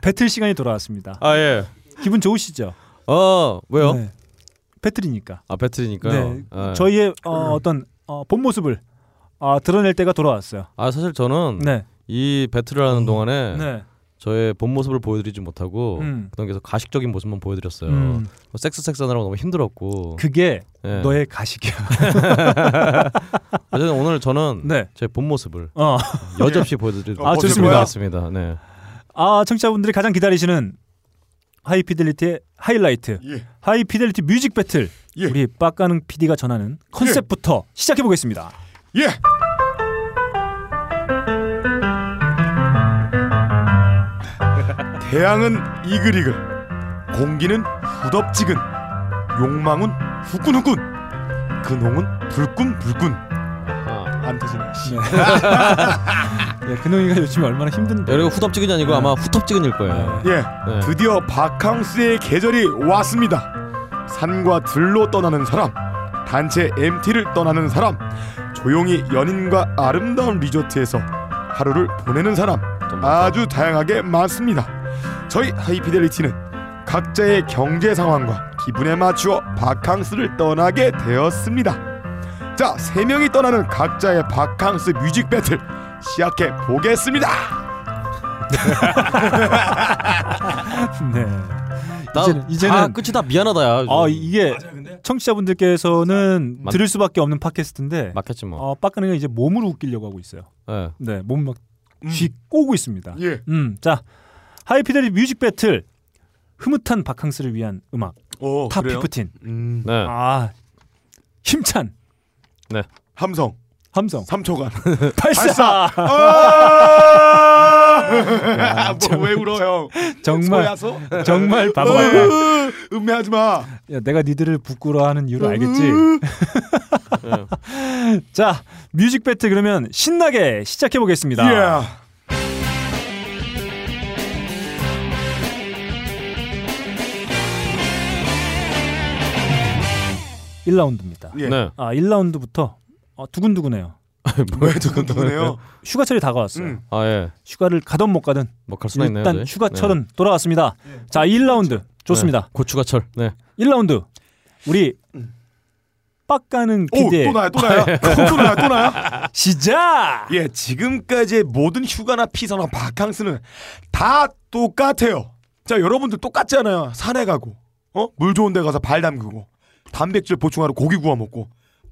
A: 배틀 시간이 돌아왔습니다.
C: 아 예.
A: 기분 좋으시죠?
C: 어 왜요?
A: 네. 배틀이니까. 네.
C: 아 배틀이니까요. 예.
A: 저희의 어, 떤 본 모습을 어, 드러낼 때가 돌아왔어요.
C: 아 사실 저는
A: 네,
C: 이 배틀을 하는 동안에
A: 네,
C: 저의 본 모습을 보여드리지 못하고
A: 음.
C: 그동안 계속 가식적인 모습만 보여드렸어요.
A: 음.
C: 뭐 섹스 섹스 하느라고 너무 힘들었고.
A: 그게
C: 예.
A: 너의 가식이야.
C: 어쨌든 오늘 아, 저는
A: 네,
C: 제 본 모습을
A: 어.
C: 여지없이 보여드리도록
A: 아, 좋습니다.
C: 같습니다. 네.
A: 아, 청취자분들이 가장 기다리시는 하이피델리티의 하이라이트, 하이피델리티 뮤직 배틀.
B: 예.
A: 우리 빡가능 PD가 전하는 컨셉부터 시작해 보겠습니다.
B: 예. 태양은 이글이글, 공기는 후덥지근, 욕망은 후끈후끈, 근홍은 불끈불끈.
C: 아.
B: 안 터지네.
A: 예, 근홍이가 요즘 얼마나 힘든데. 네.
C: 여기가 후덥지근이 아니고 아마 후텁지근일 거예요.
B: 예,
C: 네.
B: 드디어 바캉스의 계절이 왔습니다. 산과 들로 떠나는 사람, 단체 MT를 떠나는 사람, 조용히 연인과 아름다운 리조트에서 하루를 보내는 사람,
C: 좀 많다.
B: 네. 아주 다양하게 많습니다. 저희 하이피델리티는 각자의 경제 상황과 기분에 맞추어 바캉스를 떠나게 되었습니다. 자, 세 명이 떠나는 각자의 바캉스 뮤직 배틀 시작해 보겠습니다.
A: 네.
C: 나,
A: 이제는- 이제는-
C: 아 끝이다 미안하다야.
A: 아, 이게 청취자분들께서는
C: 맞-
A: 들을 수밖에 없는 팟캐스트인데
C: 막혔지 뭐.
A: 어, 빡가능이 이제 몸으로 웃기려고 하고 있어요.
B: 아,
C: 예.
A: 네, 몸막 쥐꼬고 있습니다.
B: 음. 예.
A: 음, 자, 하이피델리티 뮤직 배틀 흐뭇한 바캉스를 위한 음악
B: 오,
A: 탑 피프틴.
B: 음,
C: 네.
A: 아, 힘찬
B: 함성
A: 함성
B: 3초간.
A: 발사.
B: 아! 뭐왜 울어 형?
A: 정말
B: 소야소?
A: 정말 바보야.
B: 으, 음해하지 마.
A: 야, 내가 니들을 부끄러워하는 이유를 알겠지. 자, 뮤직 배틀 그러면 신나게 시작해 보겠습니다.
B: 예.
A: 일 1라운드입니다.
B: 예.
C: 네.
A: 아, 1라운드부터 어, 두근두근해요.
B: 왜 두근두근해요?
A: 휴가철이 다가왔어요.
B: 음.
C: 아 예.
A: 휴가를 가든 못 가든
C: 뭐 갈 수가 있네요.
A: 일단
C: 저희. 네.
A: 휴가철은 돌아왔습니다.
B: 예.
A: 자, 1라운드 좋습니다.
C: 네. 고추가철. 네.
A: 1라운드 우리 빡가는 기대
B: 음. 오또 나야 또 나야. 또 나야 또 나야.
A: 시작.
B: 네. 예, 지금까지의 모든 휴가나 피서나 바캉스는 다 똑같아요. 자, 여러분들 똑같잖아요. 산에 가고, 어? 물 좋은 데 가서 발 담그고, 단백질 보충하러 고기 구워 먹고,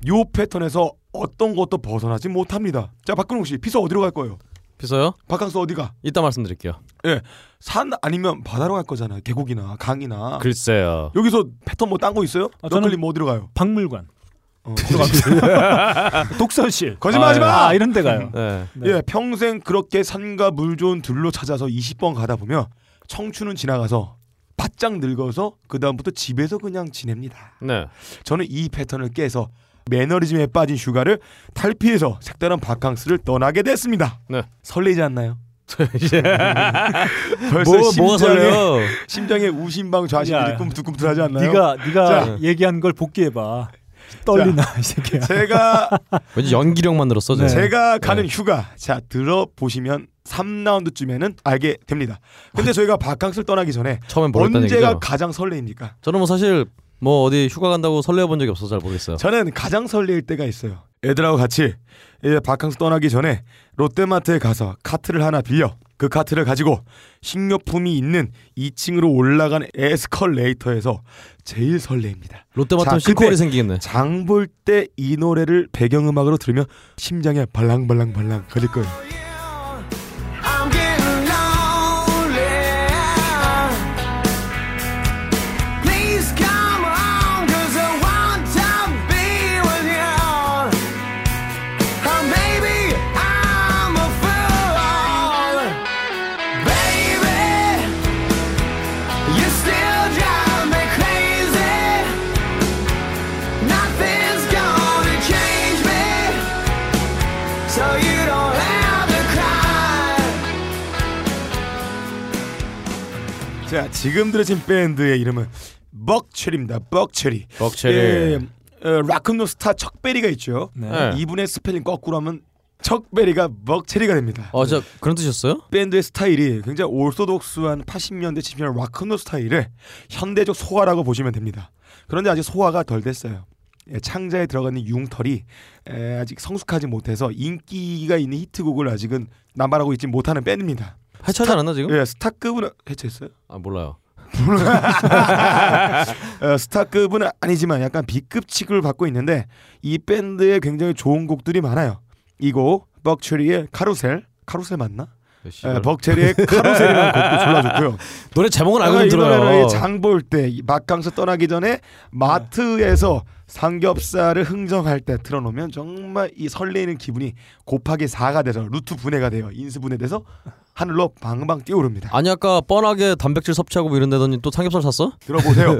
B: 요 패턴에서 어떤 것도 벗어나지 못합니다. 자, 박근홍 씨, 피서 어디로 갈 거예요?
C: 비서요?
B: 바캉스 어디가? 예.
C: 이따 말씀드릴게요.
B: 산 아니면 바다로 갈 거잖아. 계곡이나 강이나.
C: 글쎄요.
B: 여기서 패턴 뭐 딴 거 있어요?
A: 그 아, 저는-
B: 너클리 뭐 어디로 가요?
A: 박물관,
B: 어,
A: 독서실.
B: 네. 거짓말하지 마!
A: 아, 이런 데 가요.
C: 네.
A: 네.
B: 예, 평생 그렇게 산과 물 좋은 둘로 찾아서 20번 가다 보면 청춘은 지나가서 바짝 늙어서 그 다음부터 집에서 그냥 지냅니다.
C: 네.
B: 저는 이 패턴을 깨서 매너리즘에 빠진 휴가를 탈피해서 색다른 바캉스를 떠나게 됐습니다.
C: 네.
B: 설레지 않나요? 음. 벌써
C: 뭐 뭐가
B: 심장에
C: 설레요?
B: 심장에 우심방
A: 야.
B: 좌심들이 꿈틀꿈틀하지 않나요?
A: 네가 네가
C: 자.
A: 얘기한 걸 복귀해 봐. 떨리나 이 새끼야.
B: 제가
C: 왠지 연기력만 들었어.
A: 네.
C: 네.
B: 제가 가는 휴가 자 들어보시면 3라운드쯤에는 알게 됩니다. 근데 저희가 바캉스를 떠나기 전에
C: 처음엔 모르겠다는
B: 언제가
C: 얘기죠.
B: 가장 설레입니까?
C: 저는 뭐 사실 뭐 어디 휴가 간다고 설레본 적이 없어서 잘 모르겠어요.
B: 저는 가장 설레일 때가 있어요. 애들하고 같이 예, 바캉스 떠나기 전에 롯데마트에 가서 카트를 하나 빌려 그 카트를 가지고 식료품이 있는 2층으로 올라간 에스컬레이터에서 제일 설레입니다. 자,
C: 롯데마트
B: 그때-
C: 실컷이 생기겠네.
B: 장 볼 때 이 노래를 배경음악으로 들으면 심장에 발랑발랑발랑 거릴 거예요.
E: I'm getting lonely. Please come home, 'cause I want to be with you. Oh, maybe I'm a fool. Baby, you still drive me crazy. Nothing's gonna change me. So you don't have to cry.
B: 자 지금 들으신 밴드의 이름은 벅체리입니다. 벅체리.
C: 벅체리.
B: 예, 어, 락큰롤 스타 척베리가 있죠.
C: 네.
B: 이분의 스펠링 거꾸로 하면 척베리가 벅체리가 됩니다.
C: 어, 저 그런 뜻이었어요?
B: 밴드의 스타일이 굉장히 올소독스한 80년대 70년 락큰롤 스타일을 현대적 소화라고 보시면 됩니다. 그런데 아직 소화가 덜 됐어요. 예, 창자에 들어가는 융털이 에, 아직 성숙하지 못해서 인기가 있는 히트곡을 아직은 남발하고 있지 못하는 밴드입니다.
C: 해체하지 않았나 지금?
B: 예, 스타급은 해체했어요?
C: 아 몰라요.
B: 어, 스타급은 아니지만 약간 B급 취급을 받고 있는데 이 밴드에 굉장히 좋은 곡들이 많아요. 이곡 벅체리의 카루셀 카루셀 맞나? 예,
C: 씨발.
B: 벅체리의 카루셀이라는 곡도 졸라좋고요.
C: 노래 제목은 알고 좀
B: 아, 이 노래는
C: 아, 들어요.
B: 장볼 때 막강서 떠나기 전에 마트에서 삼겹살을 흥정할 때 틀어놓으면 정말 이 설레이는 기분이 곱하기 4가 돼서 루트 분해가 돼요. 인수 분해돼서 하늘로 방방 뛰어오릅니다.
C: 아니 아까 뻔하게 단백질 섭취하고 뭐 이런데더니 또 삼겹살 샀어?
B: 들어보세요.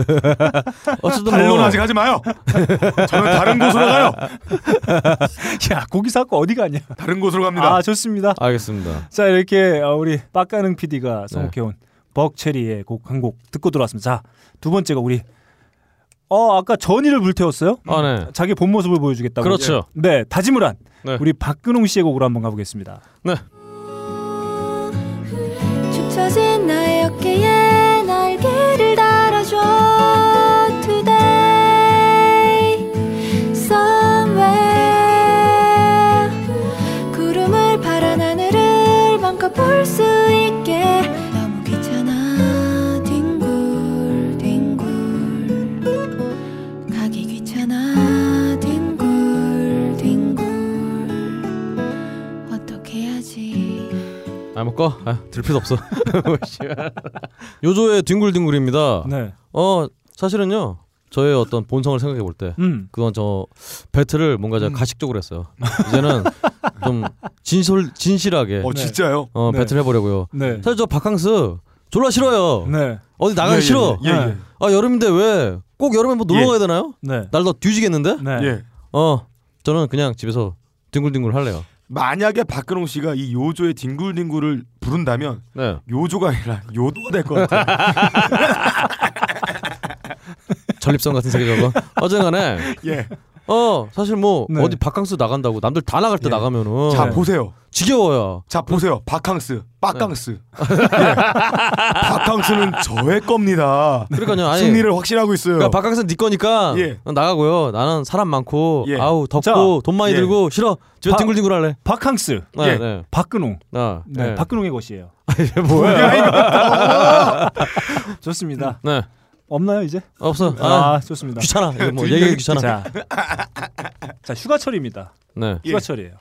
C: 어쨌든
B: 반론
C: 뭐
B: 아직 하지 마요. 저는 다른 곳으로 가요.
A: 야, 고기 사고 어디 가냐?
B: 다른 곳으로 갑니다.
A: 아, 좋습니다.
C: 알겠습니다.
A: 자, 이렇게 어, 우리 빡가능
B: 네.
A: PD가 선곡해 온 벅체리의 곡 한 곡 듣고 들어왔습니다. 자, 두 번째가 우리 어, 아까 전의를 불태웠어요?
B: 음.
C: 아 네.
A: 자기 본 모습을 보여주겠다고.
C: 그렇죠.
A: 네, 다짐을 한
C: 네.
A: 우리 박근홍 씨의 곡으로 한번 가보겠습니다.
C: 네.
F: 축 처진 나의 어깨에 날개를 달아줘 Today somewhere 구름을 파란 하늘을 맘껏 볼 수 있게 너무 귀찮아 뒹굴 뒹굴 가기 귀찮아 뒹굴 뒹굴 어떻게 해야지
C: 아 먹고 아, 들 필요 없어. 뭐, 씨발. 요조의 뒹굴뒹굴입니다.
A: 네.
C: 어 사실은요 저의 어떤 본성을 생각해 볼 때
A: 음.
C: 그건 저 배틀을 뭔가
B: 음.
C: 제가 가식적으로 했어요. 이제는 좀 진솔 진실하게
B: 어 진짜요?
C: 어
A: 네.
C: 배틀 해보려고요.
A: 네.
C: 사실 저 바캉스 졸라 싫어요.
A: 네.
C: 어디 나가기
B: 예,
C: 싫어.
B: 예, 예,
C: 아 여름인데 왜 꼭 여름에 뭐 놀러
B: 예.
C: 가야 되나요?
A: 네.
C: 날 더 뒤지겠는데?
A: 네.
B: 예. 예.
C: 어 저는 그냥 집에서 뒹굴뒹굴 할래요.
B: 만약에 박근홍 씨가 이 요조의 뒹굴뒹굴을 부른다면
C: 네.
B: 요조가 아니라 요도가 될 것 같아요.
C: 전립선 같은 세계 저거. 어쨌간에
B: 예.
C: 어 사실 뭐
A: 네.
C: 어디 바캉스 나간다고 남들 다 나갈 때
B: 예.
C: 나가면은
B: 자
A: 네.
B: 보세요.
C: 지겨워요.
B: 자 보세요. 바캉스, 빠캉스. 예. 바캉스는 저의 겁니다.
C: 그러니까요. 아니
B: 승리를 확신하고 있어요.
C: 그러니까 바캉스는 네 거니까
B: 예.
C: 나가고요. 나는 사람 많고
B: 예.
C: 아우 덥고
A: 자,
C: 돈 많이
B: 예.
C: 들고 싫어. 집에
A: 바-
C: 뒹굴뒹굴 할래.
A: 바캉스.
C: 네,
B: 예.
C: 네.
A: 박근홍.
C: 아,
A: 네.
C: 네.
A: 박근홍의 것이에요. 좋습니다.
C: 네.
A: 없나요, 이제?
C: 없어. 아,
A: 아, 좋습니다.
C: 귀찮아. 이거 뭐 얘기 귀찮아.
A: 자, 자 휴가철입니다.
C: 네.
B: 예.
A: 휴가철이에요.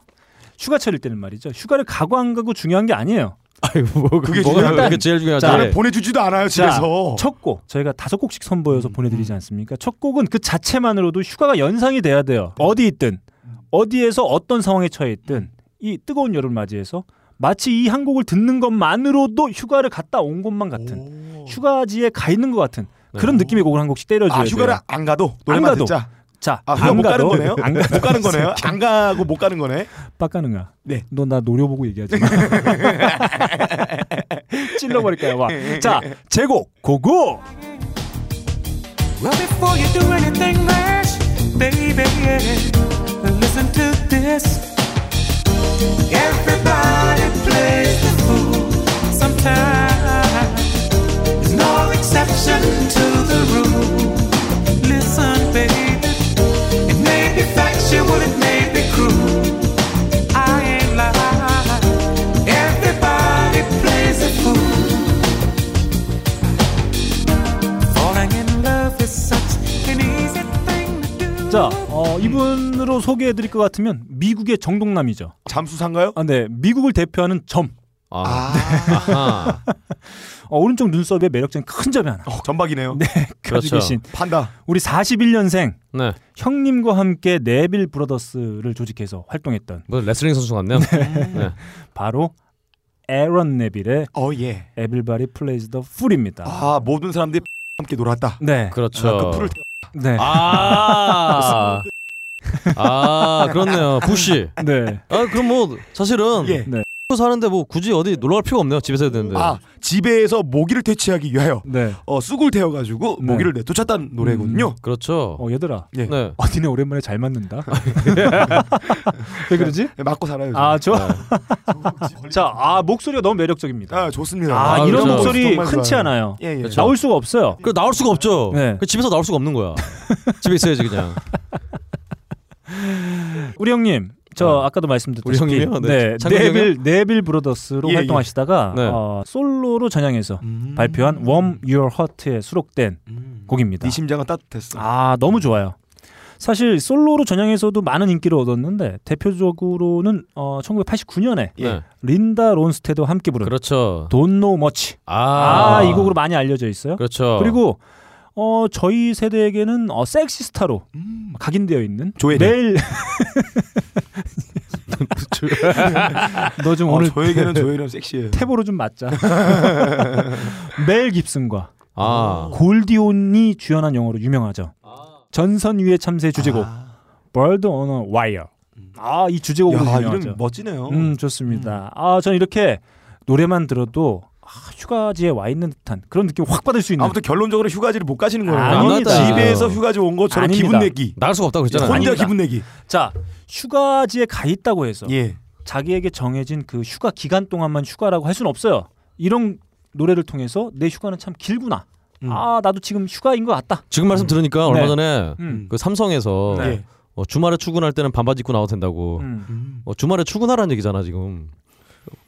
A: 휴가철일 때는 말이죠. 휴가를 가고 안 가고 중요한 게 아니에요.
C: 아니 뭐
B: 그게
C: 뭐가
B: 중요하다.
C: 그게 제일 중요하지.
A: 자,
B: 나를 보내주지도 않아요 집에서. 음.
A: 첫 곡 저희가 다섯 곡씩 선보여서 보내드리지 않습니까? 첫 곡은 그 자체만으로도 휴가가 연상이 돼야
B: 음.
A: 돼요. 어디 있든 어디에서 어떤 상황에 처해 있든 이 뜨거운 여름을 맞이해서 마치 이 한 곡을 듣는 것만으로도 휴가를 갔다 온 것만 같은 휴가지에 가 있는 것 같은 그런 느낌의 곡을 한 곡씩 때려줘야
B: 아 휴가를
A: 돼요.
B: 안 가도 노래만
A: 가도.
B: 듣자.
A: 자,
B: 아 휴가 못 가는 거네요.
A: 안
B: 못 가는 거네요. 안 가고 못 가는 거네.
A: 빡가능아.
B: 네.
A: 너 나 노려보고 얘기하지 마. 찔러버릴까요, 와. 자, 제곡 고고.
I: Well, before you do anything rash, baby, yeah, listen to this. Everybody plays the fool sometimes. There's no exception to the rule. Listen, baby, it may be factual, it may be cruel. I ain't lying. Everybody plays the fool. Falling in love is such an easy thing to do.
A: 자, 어, 이분으로 소개해드릴 것 같으면 미국의 정동남이죠.
B: 잠수산가요?
A: 아, 네, 미국을 대표하는 점.
C: 아,
B: 아,
C: 아하.
A: 어, 오른쪽 눈썹에 매력적인 큰 점이 하나.
B: 어, 전박이네요.
A: 가지고
C: 그렇죠.
A: 계신
B: 판다.
A: 우리 41년생
C: 네.
A: 형님과 함께 네빌 브라더스를 조직해서 활동했던
C: 뭐 레슬링 선수 같네요. 네.
A: 바로 에런 네빌의
B: 어 예.
A: 에빌바리 플레이즈 더 풀입니다.
B: 아 모든 사람들이 함께 놀았다.
A: 네,
C: 그렇죠.
B: 그 풀을
A: 네,
C: 아. 아, 그렇네요. 부시.
A: 네.
C: 아, 그럼 뭐 사실은
B: 예.
C: X로 사는데 뭐 굳이 어디 놀러 갈 필요가 없네요. 집에서 해야 되는데.
B: 아 집에서 모기를 퇴치하기 위하여
A: 네.
B: 어, 쑥을 태워가지고
A: 네.
B: 모기를 내쫓았다는 노래군요.
C: 그렇죠.
A: 어, 얘들아.
B: 예.
C: 네.
A: 어, 니네 오랜만에 잘 맞는다. 왜 그러지?
B: 네, 맞고 살아요.
A: 아, 좋아. 자, 아, 목소리가 너무 매력적입니다.
B: 아 좋습니다.
A: 아,
C: 네. 아,
A: 이런
C: 그렇죠.
A: 목소리
B: 정말
A: 흔치
B: 좋아요.
A: 않아요.
B: 예, 예.
A: 나올 수가 없어요.
C: 그 나올 수가 없죠.
A: 네.
C: 그 집에서 나올 수가 없는 거야. 집에 있어야지 그냥.
A: 우리 형님, 저
C: 어.
A: 아까도 말씀드렸다시피
C: 예. 우리 형님이요?
A: 네,
C: 네. 장근이
A: 네빌 네빌 브로더스로
B: 예,
A: 활동하시다가
C: 예. 네. 음.
A: 어, 솔로로 전향해서 발표한 Warm Your Heart에 수록된 곡입니다.
B: 네 심장은 따뜻했어.
A: 아, 너무 좋아요. 사실 솔로로 전향해서도 많은 인기를 얻었는데 대표적으로는 어, 1989년에
B: 예.
C: 네.
A: 린다 론스테드와 함께 부른
C: 그렇죠.
A: Don't Know Much
C: 아,
A: 아, 이 곡으로 많이 알려져 있어요.
C: 그렇죠.
A: 그리고 어 저희 세대에게는 어, 섹시 스타로
C: 음.
A: 각인되어 있는
B: 조혜리.
A: 매일 너
C: 아,
A: 좀 오늘
B: 오늘 아, 저에게는 저희는 섹시해요.
A: 태보로 좀 맞자. 멜 깁슨과
C: 아,
A: 골디온이 주연한 영화로 유명하죠. 전선 위의 참새 주제곡
C: 아.
A: Bird on a Wire.
C: 음.
A: 아 이 주제곡으로
B: 야
A: 유명하죠.
B: 이름 멋지네요.
A: 음 좋습니다. 아 저는 이렇게 노래만 들어도 아, 휴가지에 와 있는 듯한 그런 느낌 확 받을 수 있는.
B: 아무튼 결론적으로 휴가지를 못 가시는 거예요.
A: 아닙니다.
B: 집에서 휴가지 온 것처럼
A: 아닙니다.
B: 기분 내기.
C: 나갈 수가 없다고
B: 혼자
C: 그랬잖아요.
B: 기분 내기.
A: 자 휴가지에 가 있다고 해서
B: 예.
A: 자기에게 정해진 그 휴가 기간 동안만 휴가라고 할 수는 없어요. 이런 노래를 통해서 내 휴가는 참 길구나.
B: 음.
A: 아 나도 지금 휴가인 것 같다.
C: 지금 말씀 들으니까 얼마
A: 네.
C: 전에
A: 음.
C: 그 삼성에서
A: 네.
B: 예.
C: 어, 주말에 출근할 때는 반바지 입고 나와도 된다고.
A: 음.
C: 어, 주말에 출근하라는 얘기잖아 지금.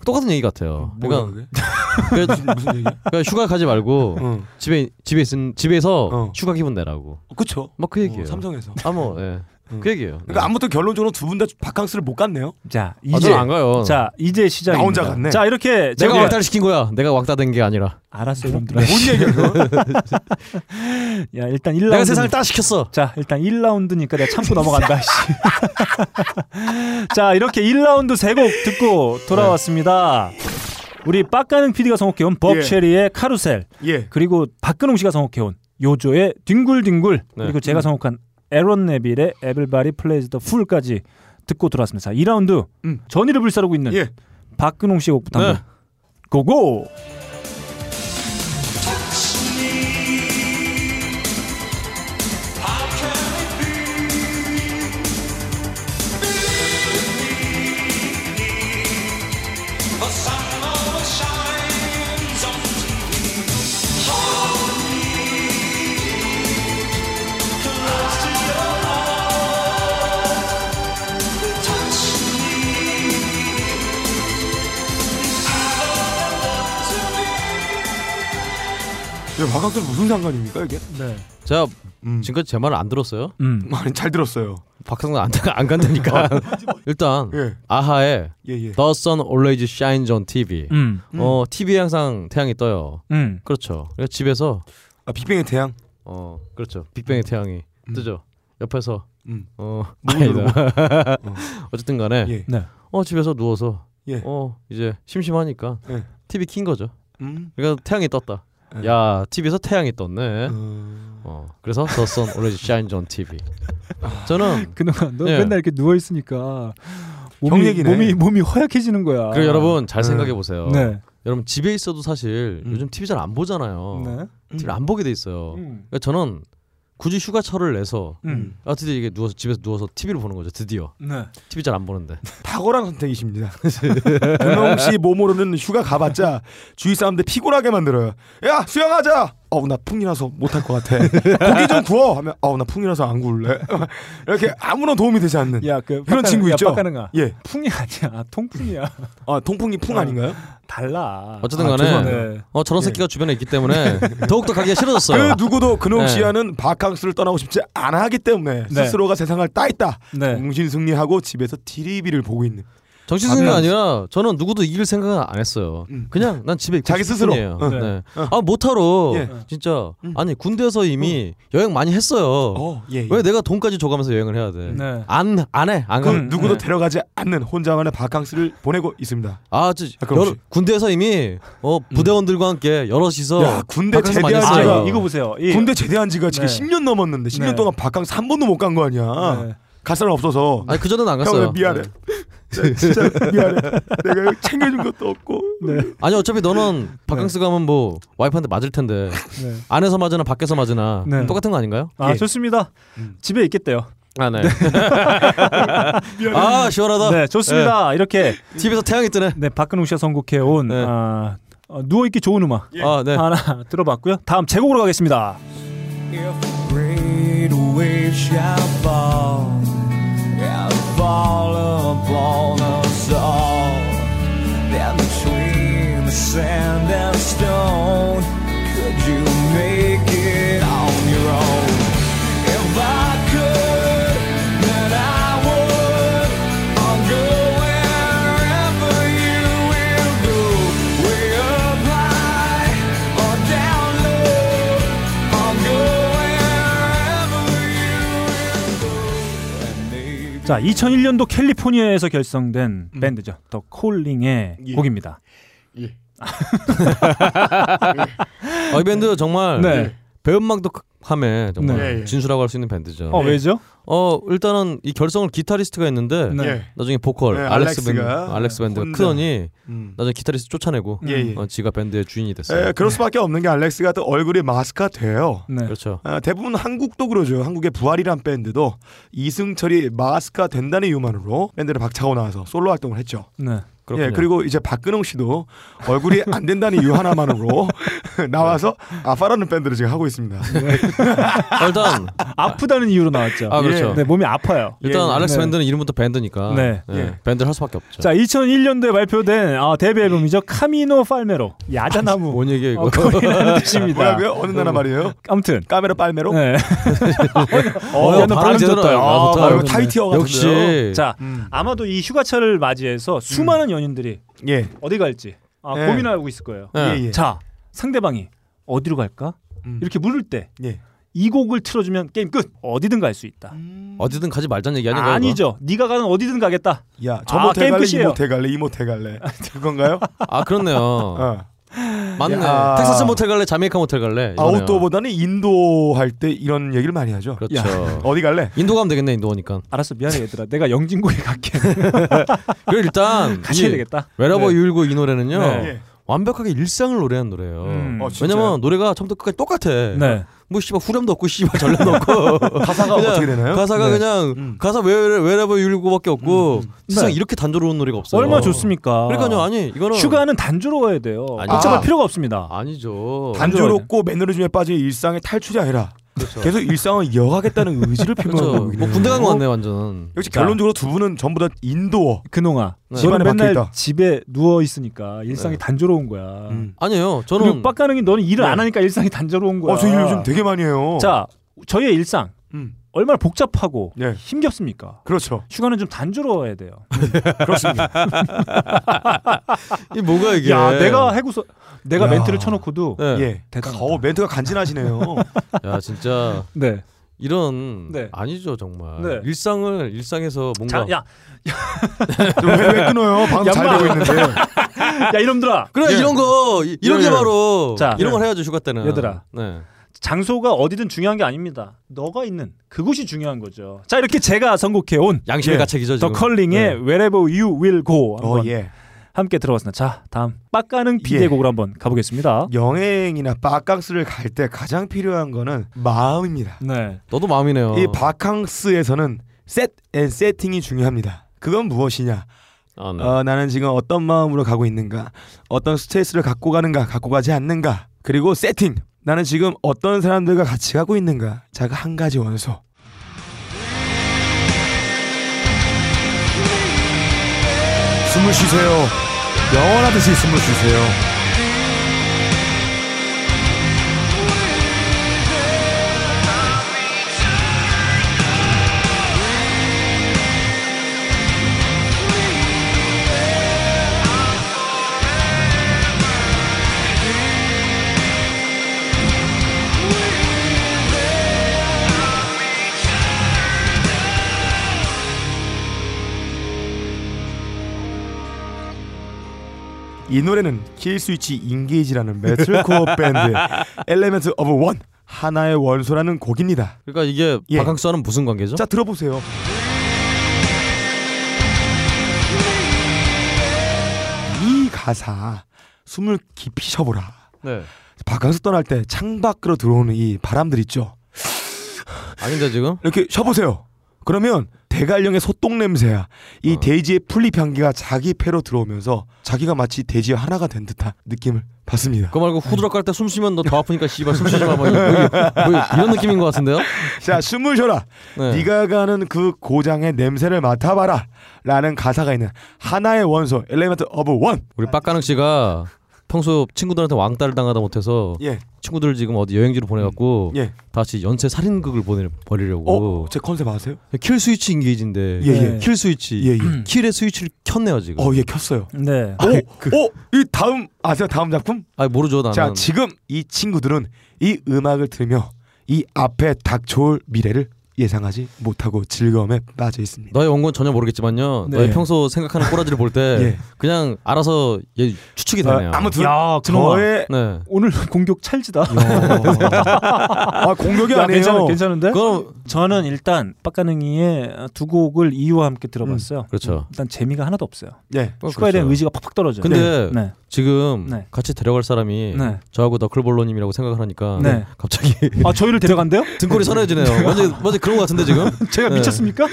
C: 똑같은 얘기 같아요. 그러니까,
B: 뭐야,
C: 그러니까
B: 그게? 무슨 얘기?
C: 그러니까 휴가 가지 말고
B: 응.
C: 집에 집에 있은 집에서
B: 어.
C: 휴가 기분 내라고.
B: 그렇죠.
C: 막 그 얘기예요.
A: 네.
B: 삼성에서.
C: 아뭐 예. 그 얘기예요. 네.
B: 그러니까 아무튼 결론적으로 두 분 다 바캉스를 못 갔네요.
A: 자
C: 아,
A: 이제
C: 저는 안 가요.
A: 자 이제 시작.
B: 나 혼자 갔네.
A: 자 이렇게
C: 내가
A: 저기-
C: 왕따를 시킨 거야. 내가 왕따 된 게 아니라.
A: 알았어요, 여러분들.
B: 뭐, 뭔 얘기야 그거?
A: 야 일단 1라운드.
C: 내가 세상을 따 시켰어.
A: 자 일단 1라운드니까 내가 참고 넘어간다. 씨. 자 이렇게 1라운드 세 곡 듣고 돌아왔습니다. 우리 빡가는 PD가 선곡해온
B: 예.
A: 버크쉐리의 카루셀
B: 예.
A: 그리고 박근홍 씨가 선곡해온 요조의 뒹굴뒹굴
B: 네.
A: 그리고 제가
B: 음.
A: 선곡한 에런 네빌의 에블바리 플레이즈 더 풀까지 듣고 들어왔습니다. 자, 2라운드
B: 음.
A: 전의를 불사르고 있는
B: 예.
A: 박근홍 씨 곡부터
C: 네.
A: 한번 고고.
I: Touch me. I don't want to be
B: 화각들 무슨 상관입니까 이게?
H: 네.
C: 제가
B: 음.
C: 지금까지 제 말을 안 들었어요.
A: 음.
B: 뭐, 아니, 잘 들었어요.
C: 박상관 안, 안 간다니까. 일단
B: 아. 예,
C: 아하의
B: 예, 예.
C: The Sun Always Shines on TV.
A: 음.
C: 어 TV에 항상 태양이 떠요.
A: 음.
C: 그렇죠. 그래서 집에서
B: 아, 빅뱅의 태양.
C: 어 그렇죠. 빅뱅의 태양이
B: 음.
C: 뜨죠. 옆에서
B: 음.
C: 어
B: 문을
C: 아니다.
B: 어.
C: 어쨌든간에
B: 예.
A: 네.
C: 어 집에서 누워서
B: 예.
C: 어 이제 심심하니까
B: 예.
C: TV 킨 거죠.
B: 음.
C: 그러니까 태양이 떴다.
B: 예.
C: 야 TV에서 태양이 떴네.
B: 어.
C: 어 그래서 The Sun Always Shines on TV. 저는
A: 그동안 너
C: 예.
A: 맨날 이렇게 누워 있으니까
B: 네. 형
A: 몸이
B: 얘기네.
A: 몸이 몸이 허약해지는 거야.
C: 그리고 여러분 잘
B: 네.
C: 생각해 보세요.
A: 네.
C: 여러분 집에 있어도 사실
B: 음.
C: 요즘 TV 잘 안
B: 어.
C: 보잖아요.
A: 네.
C: TV를 안 보게 돼 있어요.
A: 음.
C: 그러니까 저는 굳이 휴가철을 내서
A: 음.
C: 아 드디어 이게 누워서 집에서 누워서 TV를 보는 거죠. 드디어
A: 네.
C: TV 잘 안 보는데.
B: 탁월한 선택이십니다. 문홍 씨 몸으로는 휴가 가봤자 주위 사람들 피곤하게 만들어요. 야 수영하자. 어우 나 풍이라서 못할 것 같아. 고기 좀 구워 하면 어우 나 풍이라서 안 구울래. 이렇게 아무런 도움이 되지 않는.
A: 야, 그
B: 그런 친구 있죠?
A: 빡가능아.
B: 예.
A: 풍이 아니야. 통풍이야.
B: 아 통풍이 풍 아닌가요?
A: 달라.
C: 어쨌든
B: 아,
C: 간에
B: 죄송합니다.
A: 네.
C: 어 저런 새끼가 주변에 있기 때문에 더욱더 가기가 싫어졌어요.
B: 그 누구도 근홍
C: 네.
B: 씨와는 바캉스를 떠나고 싶지 않아 하기 때문에
A: 네.
B: 스스로가 세상을 따있다.
A: 네.
B: 정신 승리하고 집에서 TV를 보고 있는.
C: 정신승리가 아니라 저는 누구도 이길 생각은 안 했어요.
B: 음.
C: 그냥 난 집에 있고
B: 자기
C: 싶을
B: 스스로.
C: 뿐이에요.
B: 어.
C: 네.
B: 어.
C: 아 못하러
B: 예.
C: 진짜
B: 음.
C: 아니 군대에서 이미 여행 많이 했어요.
B: 어, 예. 예.
C: 왜 내가 돈까지 줘가면서 여행을 해야 돼?
A: 네.
C: 안안 해. 안
B: 그
C: 가.
B: 누구도
C: 네.
B: 데려가지 않는 혼자만의 바캉스를 보내고 있습니다.
C: 아, 저,
B: 아, 그럼 음.
C: 여러- 군대에서 이미 어 부대원들과 함께 여럿이서
B: 야, 군대
C: 바캉스 많이
B: 제대한
A: 아,
C: 했어요.
B: 지가
A: 이거, 이거 보세요. 이,
B: 군대 제대한 지가 지금
A: 네.
B: 10년 넘었는데 10년
A: 네.
B: 동안 바캉스 한 번도 못 간 거 아니야.
A: 네.
B: 갈 사람 없어서.
C: 아니 그 전에는 안 갔어요.
B: 형 미안해.
C: 네.
B: 진짜 미안해. 내가 챙겨준 것도 없고.
C: 아니 어차피 너는 바캉스 가면 뭐 와이프한테 맞을 텐데
A: 네.
C: 안에서 맞으나 밖에서 맞으나
A: 네.
C: 똑같은 거 아닌가요?
A: 아,
B: 예.
A: 좋습니다. 집에 있겠대요.
C: 아 네. 아 시원하다.
B: 어.
A: 네, 좋습니다.
B: 예.
A: 이렇게
C: TV에서 태양이 뜨네.
A: 네, 박근홍 씨가 선곡해 온
C: 네.
A: 아, 어, 누워 있기 좋은 음악
C: 아
B: 예.
C: 네.
A: 하나 들어봤고요. 다음 제곡으로 가겠습니다.
I: Great waves shall fall and fall upon us all. Then between the sand and stone, could you make it on your own? If I could, then I would. I'll go wherever you will go, way up high or down low. I'll go wherever you will go.
A: 자, 2001년도 캘리포니아에서 결성된
C: 음.
A: 밴드죠. 더 콜링의
B: 예.
A: 곡입니다.
C: 어, 이 밴드 정말
A: 네.
C: 배음막도 함에 정말
A: 네,
B: 예.
C: 진수라고 할 수 있는 밴드죠.
A: 어, 왜죠?
C: 어, 일단은 이 결성을 기타리스트가 했는데
A: 네.
C: 나중에 보컬
B: 네,
C: 알렉스 밴드
B: 알렉스가
C: 알렉스 밴드
B: 혼자.
C: 크더니
B: 음.
C: 나중에 기타리스트 쫓아내고
B: 예, 예.
C: 어, 지가 밴드의 주인이 됐어요.
B: 에, 예, 그럴 수밖에 없는 게 알렉스가 또 얼굴이 마스크가 돼요.
A: 네.
C: 그렇죠.
B: 아, 대부분 한국도 그러죠. 한국의 부활이란 밴드도 이승철이 마스크가 된다는 이유만으로 밴드를 박차고 나와서 솔로 활동을 했죠.
A: 네.
C: 그렇군요.
B: 예, 그리고 이제 박근홍 씨도 얼굴이 안 된다는 이유 하나만으로 나와서 아빠라는 밴드를 지금 하고 있습니다.
C: 아, 일단
A: 아프다는 이유로 나왔죠.
C: 아, 그렇죠.
A: 네, 몸이 아파요.
C: 일단
A: 예.
C: 알렉스
A: 네.
C: 밴드는 이름부터 밴드니까
A: 네.
C: 예,
B: 예.
C: 밴드를 할 수밖에 없죠.
A: 자, 2001년도에 발표된 아, 데뷔 앨범이죠. 카미노 팔메로. 야자나무.
C: 아, 뭔 얘기야 이거?
A: 어, 거미라는 뜻입니다.
B: 뭐라고요? 어느 나라 말이에요?
A: 아무튼.
B: 까메라 빨메로?
A: 네.
C: 어,
A: 야, 너
C: 발음 제대로
A: 좋다.
C: 알아.
A: 아,
C: 좋다.
A: 발음
B: 아, 이거 타이티어 같은데요.
C: 역시
A: 자,
B: 음.
A: 아마도 이 휴가철을 맞이해서 수많은 연인들이
B: 예.
A: 어디 갈지 아,
B: 예.
A: 고민하고 있을 거예요.
C: 예.
B: 예, 예.
A: 자, 상대방이 어디로 갈까?
B: 음.
A: 이렇게 물을 때
B: 예.
A: 이 곡을 틀어주면 게임 끝. 어디든 갈 수 있다.
C: 어디든 가지 말자는 얘기 아닌가요? 이거?
A: 아니죠. 네가 가는 어디든 가겠다.
B: 야, 저
A: 아,
B: 모태
A: 게임
B: 갈래, 이
A: 끝이에요.
B: 모태 갈래, 이 모태 갈래. 그건가요?
C: 아 그렇네요.
B: 어.
C: 맞네.
B: 야.
C: 텍사스 모텔 갈래, 자메이카 모텔 갈래. 이거네요.
B: 아웃도어보다는 인도 할 때 이런 얘기를 많이 하죠.
C: 그렇죠.
B: 어디 갈래?
C: 인도 가면 되겠네 인도니까.
A: 알았어 미안해 얘들아. 내가 영진고에 갈게. 예.
C: 그리고 일단
A: 같이 해야 되겠다.
C: 웨러버 유일고 이 노래는요.
A: 네.
B: 예.
C: 완벽하게 일상을 노래한 노래예요.
A: 음. 어,
B: 진짜요?
C: 왜냐면 노래가 처음부터 끝까지 똑같아.
A: 네.
C: 뭐 씨발 후렴도 없고 씨발 전략도 없고
B: 가사가
C: 그냥
B: 어떻게 되나요?
C: 가사가
A: 네.
C: 그냥
B: 음.
C: 가사 외래버 유일고밖에 없고 세상
A: 네.
C: 이렇게 단조로운 노래가 없어요.
A: 얼마 나 좋습니까?
C: 그러니까요. 아니 이거는
A: 휴가는 단조로워야 돼요.
C: 아니,
A: 복잡할
B: 아.
A: 필요가 없습니다.
C: 아니죠.
B: 단조롭고 매너리즘에 빠진 일상의 탈출이 아니라 계속 일상을 이어가겠다는 의지를
C: 그렇죠.
B: 표명하고
C: 뭐 군대 간 거 같네 완전.
B: 역시 결론적으로 두 분은 전부 다 인도어.
A: 근홍아,
C: 네.
A: 너는
B: 집안에
A: 맨날
B: 박혀있다.
A: 집에 누워 있으니까 일상이 단조로운 거야.
B: 음.
C: 아니에요.
A: 그리고
C: 저는
A: 빡가능이 너는 일을 안 하니까 일상이 단조로운 거야.
B: 어, 저일 요즘 되게 많이 해요.
A: 자, 저희의 일상
B: 음.
A: 얼마나 복잡하고
B: 예.
A: 힘겹습니까?
B: 그렇죠.
A: 휴가는 좀 단조로워야 돼요.
B: 그렇습니다.
C: 이 뭐가 이게?
A: 야, 내가 해고서 내가
B: 야.
A: 멘트를 쳐놓고도
C: 네.
B: 예.
A: 대단하다.
B: 어, 멘트가 간지나시네요.
C: 야 진짜
A: 네.
C: 이런
A: 네.
C: 아니죠 정말.
A: 네.
C: 일상을 일상에서
A: 자,
C: 뭔가
A: 야,
B: 왜, 왜 끊어요? 방금 잘
A: 양말.
B: 되고 있는데.
A: 야 이놈들아.
C: 그래 이런 거 이- 이런
A: 예,
C: 게
A: 예.
C: 바로
A: 자,
C: 이런 걸 해야죠 휴가 때는.
A: 얘들아.
C: 네.
A: 장소가 어디든 중요한 게 아닙니다. 너가 있는 그곳이 중요한 거죠. 자, 이렇게 제가 선곡해 온
C: 양심의
B: 예.
C: 가책이죠
A: 더
C: 지금.
A: 컬링의 Wherever You Will Go
B: 어,
A: 한번
B: 예.
A: 함께 들어봤습니다. 자, 다음 빡가능 비의
B: 예.
A: 곡으로 한번 가보겠습니다.
B: 여행이나 바캉스를 갈 때 가장 필요한 거는 마음입니다. 어.
A: 네.
C: 너도 마음이네요.
B: 이 바캉스에서는 셋앤 세팅이 중요합니다. 그건 무엇이냐?
C: 아, 네.
B: 어, 나는 지금 어떤 마음으로 가고 있는가? 어떤 스트레스를 갖고 가는가? 갖고 가지 않는가? 그리고 세팅. 나는 지금 어떤 사람들과 같이 가고 있는가? 자가 한 가지 원소. 숨을 쉬세요. 영원하듯이 숨을 쉬세요. 이 노래는 킬스위치 인게이지라는 메탈코어 밴드 엘레멘트 오브 원 하나의 원소라는 곡입니다.
C: 그러니까 이게
B: 예.
C: 바캉스와는 무슨 관계죠?
B: 자 들어보세요. 이 가사 숨을 깊이 쉬어보라.
C: 네.
B: 바캉스 떠날 때 창밖으로 들어오는 이 바람들 있죠.
C: 아닌데 지금?
B: 이렇게 쉬어보세요. 그러면 대갈령의 소똥 냄새야. 이
C: 어.
B: 돼지의 풀잎 향기가 자기 폐로 들어오면서 자기가 마치 돼지와 하나가 된 듯한 느낌을 받습니다.
C: 그거 말고 후드락 갈 때 숨 쉬면 너 더 아프니까 씨발 숨 쉬지 마. 뭐, 이- 뭐, 이- 뭐 이- 이런 느낌인 것 같은데요?
B: 자 숨을 쉬어라.
C: 네.
B: 네가 가는 그 고장의 냄새를 맡아봐라. 라는 가사가 있는 하나의 원소 엘레멘트 오브 원.
C: 우리 빡가능 씨가 평소 친구들한테 왕따를 당하다 못해서
B: 예,
C: 친구들 지금 어디 여행지로 보내갖고
B: 예.
C: 다시 연쇄 살인극을 보내
B: 어,
C: 버리려고
B: 제 컨셉 아세요?
C: 킬 스위치 인게이지인데 네.
B: 예, 예.
C: 킬 스위치 음.
B: 예, 예.
C: 킬의 스위치를 켰네요 지금.
B: 어, 예, 켰어요.
A: 네.
B: 오, 오, 이 다음 아세요? 다음 작품?
C: 아 모르죠 나는.
B: 자, 지금 이 친구들은 이 음악을 들으며 이 앞에 닥쳐올 미래를 예상하지 못하고 즐거움에 빠져 있습니다. 아,
C: 너의 원고는 전혀 모르겠지만요.
A: 네.
C: 너의 평소 생각하는 꼬라지를 볼 때
B: 예.
C: 그냥 알아서 얘 추측이 되네요.
B: 아, 아무튼
A: 야, 그놈아.
B: 저의
C: 네.
A: 오늘 공격 찰지다.
B: 아, 공격이
A: 야,
B: 아니에요.
A: 괜찮은 괜찮은데?
C: 그럼
A: 저는 일단 빡가능이의 두 곡을 이유와 함께 들어봤어요.
C: 그렇죠.
A: 일단 재미가 하나도 없어요.
B: 예.
C: 그건
A: 추가에 대한
C: 그렇죠.
A: 의지가 팍팍 떨어져요.
C: 근데
A: 네.
C: 지금
A: 네.
C: 같이 데려갈 사람이
A: 네.
C: 저하고 너클볼로님이라고 생각을 하니까
A: 네.
C: 갑자기
A: 아, 저희를 데려간대요?
C: 등골이 선해지네요. 완전 완전 그런 것 같은데 지금.
A: 제가
C: 네.
A: 미쳤습니까?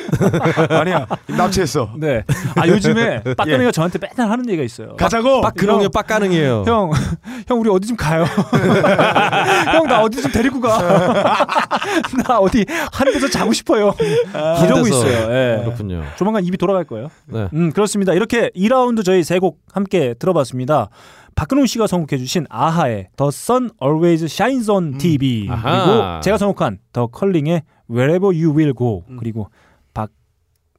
B: 아니야. 납치했어.
A: 네. 아, 요즘에 빡가능이가
C: 예.
A: 저한테 맨날 하는 얘기가 있어요.
B: 가자고.
C: 빡그렁요
A: 형.
C: 빡가능이에요.
A: 형, 형 우리 어디 좀 가요. 형 나 어디 좀 데리고 가. 나 어디 한 데서 자고 싶어요. 이러고
C: 데서.
A: 있어요. 예.
C: 그렇군요.
A: 조만간 입이 돌아갈 거예요.
C: 네.
A: 음 그렇습니다. 이렇게 2라운드 저희 세 곡 함께 들어봤습니다. 박근홍 씨가 선곡해주신 아하의 The Sun Always Shines on
B: 음.
A: TV
C: 아하.
A: 그리고 제가 선곡한 The Calling의 Wherever You Will Go
B: 음.
A: 그리고 박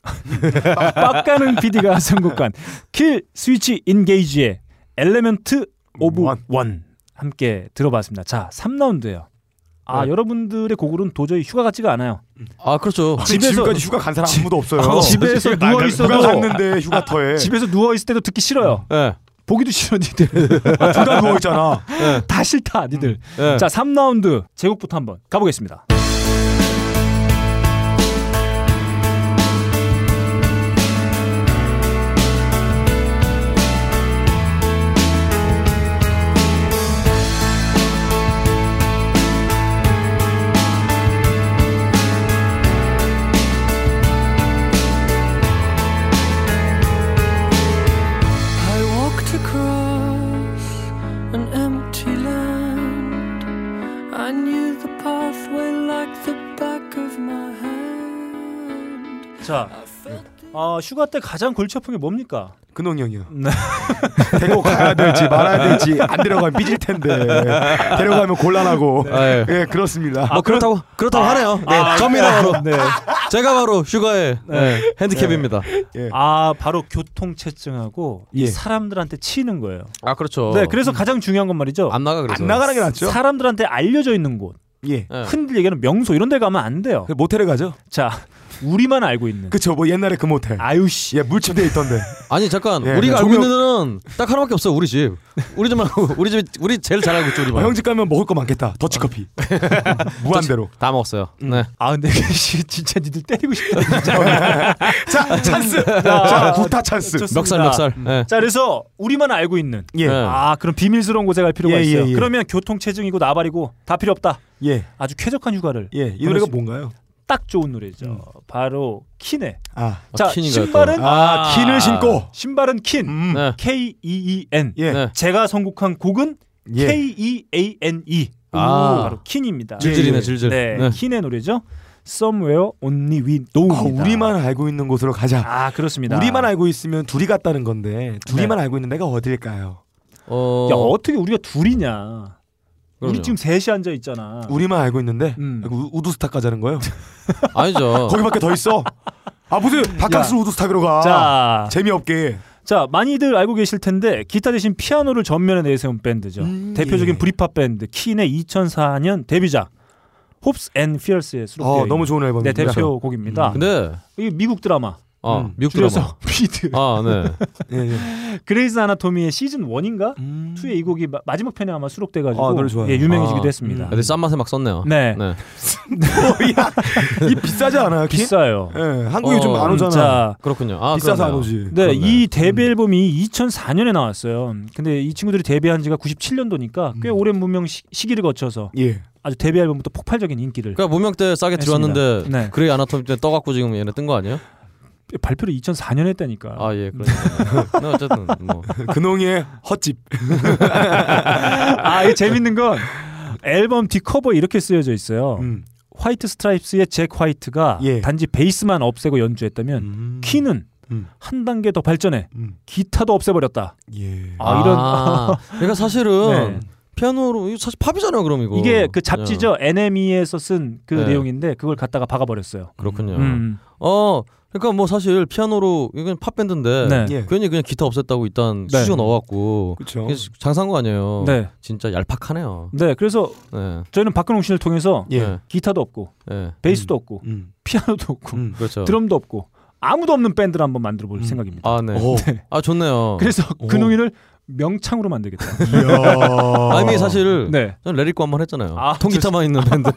A: 빡가는 PD가 선곡한 킬 스위치 인게이지의 엘레멘트 오브
B: 음, 원.
A: 원 함께 들어봤습니다. 자 3라운드예요. 아
B: 네.
A: 여러분들의 곡으로는 도저히 휴가 같지가 않아요.
C: 아 그렇죠.
B: 지금
A: 집에서-
B: 지금까지 휴가 간 사람 아무도 없어요.
A: 어, 집에서 누워
B: 휴가
A: 있어도 아,
B: 갔는데 휴가터에
A: 집에서 누워 있을 때도 듣기 싫어요.
C: 예.
A: 보기도 싫어 니들
B: 둘다 누워 있잖아.
A: 다 싫다 니들
C: 예.
A: 자 3라운드 제곡부터 한번 가보겠습니다
I: I walked across an empty land. I knew the pathway
A: 아, 휴가 때 가장 골치 아픈 게 뭡니까?
B: 근홍형이요.
A: 네.
B: 데리고 가야 될지 말아야 될지 안 데려가면 삐질 텐데 데려가면 곤란하고
C: 아유.
B: 예 그렇습니다.
C: 뭐 그렇다고 그렇다고 하네요. 네, 접니다 바로. 제가 바로 휴가의 네, 핸디캡입니다.
A: 아, 바로 교통체증하고 이
B: 예.
A: 사람들한테 치이는 거예요.
C: 아 그렇죠.
A: 네, 그래서 가장 중요한 건 말이죠.
C: 안 나가 그래서
B: 안 나가는 게 낫죠.
A: 사람들한테 알려져 있는 곳,
B: 예
C: 네.
A: 흔들 얘기하는 명소 이런 데 가면 안 돼요.
B: 그 모텔에 가죠.
A: 자, 우리만 알고 있는
B: 그쵸 뭐 옛날에 그 모텔.
A: 아유씨.
B: 예 물침대 있던데.
C: 아니 잠깐
B: 예,
C: 우리가
B: 그냥
C: 알고
B: 종료-
C: 있는 데는 딱 하나밖에 없어 우리 집. 우리 집 말고 우리 집 우리 제일 잘 알고 있죠 우리
B: 어,
C: 말.
B: 형집 가면 먹을 거 많겠다. 더치커피 무한대로.
C: 다 먹었어요. 네.
A: 아, 근데 씨, 진짜 니들 때리고 싶다. 진짜.
B: 자 찬스. 자 구타 찬스.
A: 좋습니다.
C: 멱살 멱살. 네.
A: 자, 그래서 우리만 알고 있는
B: 예.
C: 네.
A: 아, 그럼 비밀스러운 곳에 갈 필요가
B: 예,
A: 있어요.
B: 예, 예.
A: 그러면 교통체증이고 나발이고 다 필요 없다.
B: 예.
A: 아주 쾌적한 휴가를
B: 예. 이 노래가
A: 보내주-
B: 뭔가요?
A: 딱 좋은 노래죠. 바로 킨의
B: 아.
C: 아,
A: 자,
C: 킨인가요, 또?
A: 신발은
B: 아, 키를 신고.
A: 신발은 킨.
B: 음.
C: 네.
A: K E E N.
B: 예.
C: 네.
A: 제가 선곡한 곡은
B: 예.
A: K E A N E.
C: 아.
A: 바로 킨입니다.
C: 질질이네 질질.
A: 네,
C: 네.
A: 킨의 노래죠. Somewhere Only We Know입니다.
B: 아, 우리만 알고 있는 곳으로 가자.
A: 아 그렇습니다.
B: 우리만 알고 있으면 둘이 갔다는 건데 둘이만 알고 있는 데가 어딜까요?
C: 어.
A: 야, 어떻게 우리가 둘이냐?
C: 그럼요.
A: 우리 지금 셋이 앉아 있잖아.
B: 우리만 알고 있는데 아, 그
A: 음.
B: 우, 우드스타 가자는 거예요?
C: 아니죠.
B: 거기밖에 더 있어? 아 무슨 바캉스 우드스타그로 가?
A: 자,
B: 재미없게.
A: 자 많이들 알고 계실 텐데 기타 대신 피아노를 전면에 내세운 밴드죠.
B: 음,
A: 대표적인
B: 예.
A: 브리팝 밴드 킨의 2004년 데뷔작 Hopes and Fears에 수록되어
B: 어
A: 있는
B: 너무 좋은
A: 네,
B: 앨범입니다.
A: 대표 곡입니다. 어,
C: 근데
A: 이게 미국 드라마
C: 아
B: 음,
C: 미국 드라마.
A: 아. 줄여서 피드
C: 아 네.
B: 예, 예.
A: 그레이스 아나토미의 시즌 1인가
B: 음.
A: 2의 이 곡이 마, 지막 편에 아마 수록돼가지고
B: 아, 노래 좋아요. 음.
A: 예, 유명해지기도
C: 아,
A: 했습니다.
C: 근데 싼 맛에 막 썼네요.
A: 네.
C: 네.
B: 이 비싸지 않아요? 키?
A: 비싸요.
B: 예, 한국이 좀
C: 어,
B: 안 오잖아.
A: 진짜
C: 그렇군요. 아,
B: 비싸서
C: 그러네요.
B: 안 오지.
A: 네,
C: 그렇네.
A: 이 데뷔 앨범이 2004년에 나왔어요. 근데 이 친구들이 데뷔한 지가 97년도니까 꽤 오랜 무명 시, 시기를 거쳐서
B: 예.
A: 아주 데뷔 앨범부터 폭발적인 인기를
C: 그러니까 무명 때 싸게
A: 했습니다.
C: 들어왔는데
A: 네.
C: 그레이 아나토미 때 떠갖고 지금 얘네 뜬 거 아니에요?
A: 발표를 2004년에 했다니까.
C: 아 예, 그러니까. 네, 어쨌든 뭐
B: 근홍이의 헛집.
A: 아, 이 재밌는 건 앨범 뒷커버에 이렇게 쓰여져 있어요.
B: 음.
A: 화이트 스트라이프스의 잭 화이트가
B: 예.
A: 단지 베이스만 없애고 연주했다면
B: 음.
A: 키는
B: 음.
A: 한 단계 더 발전해
B: 음.
A: 기타도 없애버렸다.
B: 예.
A: 아, 이런- 네.
C: 그러니까 사실은 피아노로 이거 사실 팝이잖아요, 그럼 이거.
A: 이게 그 잡지죠 NME에서 쓴 그
C: 네.
A: 내용인데 그걸 갖다가 박아버렸어요.
C: 예, 그렇군요.
A: 음.
C: 어, 그러니까 뭐 사실 피아노로 이건 팝 밴드인데
A: 네.
B: 예.
C: 괜히 아, 그냥 기타 없앴다고 일단
A: 네.
C: 수저 넣어갖고
B: 그렇죠.
C: 이게 장사한 거 아니에요.
A: 네,
C: 진짜 얄팍하네요.
A: 네. 그래서
C: 네.
A: 저희는 박근홍 씨를 통해서
B: 예.
C: 네.
A: 기타도 없고
C: 네.
A: 베이스도 없고
B: 음.
A: 피아노도 없고
B: 음.
C: 그렇죠.
A: 드럼도 없고 아무도 없는 밴드를 한번 만들어 볼
B: 음. 어.
A: 생각입니다.
C: 아, 네.
B: 오.
C: 아, 좋네요.
A: 그래서 근홍이를 명창으로 만들겠다.
B: 이야.
C: 아니
B: 그.
C: 사실
A: 네.
C: 전 레리코 한 번 했잖아요.
A: 아,
C: 통기타만 있는 밴드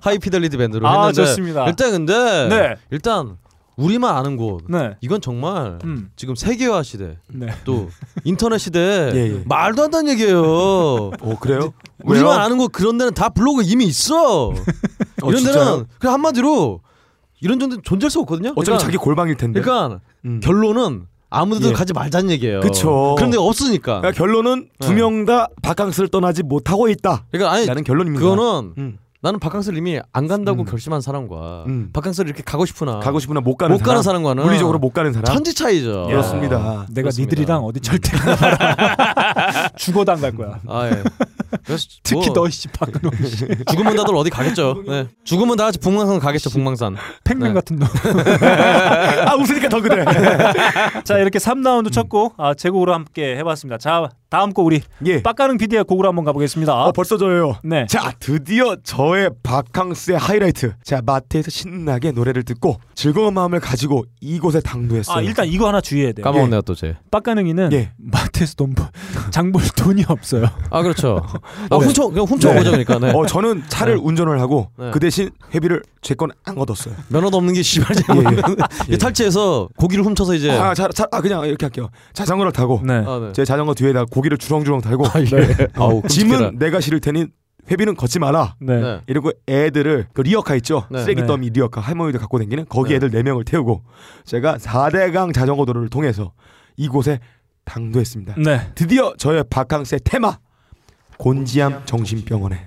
C: 하이피델리티 밴드로
A: 아,
C: 했는데
A: 좋습니다.
C: 일단 근데
A: 네.
C: 일단 우리만 아는 곳
A: 네.
C: 이건 정말
A: 음.
C: 지금 세계화 시대
A: 네.
C: 또 인터넷 시대에
B: 예, 예.
C: 말도 안 되는 얘기예요.
B: 오 그래요? 왜요?
C: 우리만 아는 곳 그런 데는 다 블로그 이미 있어.
B: 어,
C: 이런
B: 진짜요?
C: 데는 그 한마디로 이런 정도 존재할 수 없거든요.
B: 어차피 자기 골방일 텐데.
C: 그러니까
B: 음.
C: 결론은 아무데도
B: 예.
C: 가지 말자는 얘기예요.
B: 그쵸.
C: 그런 데가 없으니까.
B: 그러니까 결론은
C: 네.
B: 두 명 다 바캉스를 떠나지 못하고 있다.
C: 그러니까 아니
B: 라는 결론입니다.
C: 그거는
B: 음.
C: 나는 바캉스를 이미 안 간다고 결심한 사람과
B: 음.
C: 바캉스를 이렇게 음. 가고 싶으나 예.
B: 가고 싶으나 못 가는
C: 아, 못 가는 사람과는
B: 물리적으로 못 가는 사람.
C: 천지 차이죠.
B: 그렇습니다. 음.
A: 내가
C: 그렇습니다.
A: 니들이랑 어디 절대 안 가봐라. 죽어도 안 갈
B: 네.
A: 거야.
C: 아, 예. 그래서
A: 특히
C: 뭐
A: 너씨 박근홍 씨
C: 죽으면 다들 어디 가겠죠. 네. 죽으면 다 같이 북망산 가겠죠. 북망산.
A: 팽맨
C: 네.
A: 같은 놈.
B: 아 웃으니까 더 그래.
A: 자 이렇게
B: 음.
A: 3라운드 첫 곡, 아, 제 곡으로 함께 해봤습니다. 자 다음 곡 우리
B: 예.
A: 빡가는 PD의 곡으로 한번 가보겠습니다.
B: 아 벌써 저예요.
A: 네.
B: 자 드디어 저의 바캉스의 하이라이트. 자 마트에서 신나게 노래를 듣고 즐거운 마음을 가지고 이곳에 당도했어요.
A: 아 일단 이거 하나 주의해야 돼요.
C: 까먹었네요 또 제.
A: 빡가능이는
B: 예.
A: 마트에서 돈 벌, 장볼 돈이 없어요.
C: 아 그렇죠. 아 훔쳐 그냥 훔쳐보죠 그러니까. 네.
B: 어 저는 차를
C: 네.
B: 운전을 하고
C: 네.
B: 그 대신 회비를 제 건 안 얻었어요.
C: 면허도 없는 게 씨발
B: 예,
C: 지금
B: 예. 예.
C: 탈취해서 고기를 훔쳐서 이제.
B: 아, 자, 자, 아 그냥 이렇게 할게요. 자전거를 타고
A: 네.
C: 아, 네.
B: 제 자전거 뒤에다 고기를 주렁주렁 달고 네.
C: 아우 예. 끔찍해라.
B: 짐은 내가 실을 테니 회비는 걷지 마라.
A: 네.
C: 어, 네.
B: 이러고 애들을 그 리어카 있죠
C: 네.
B: 쓰레기
A: 네.
B: 더미 리어카 할머니들 갖고 다니는 거기
C: 네.
B: 애들 4명을 태우고 제가 4대강 자전거 도로를 통해서 이곳에
C: 음.
B: 당도했습니다
A: 네.
B: 드디어 저의 바캉스의 테마 곤지암 정신병원에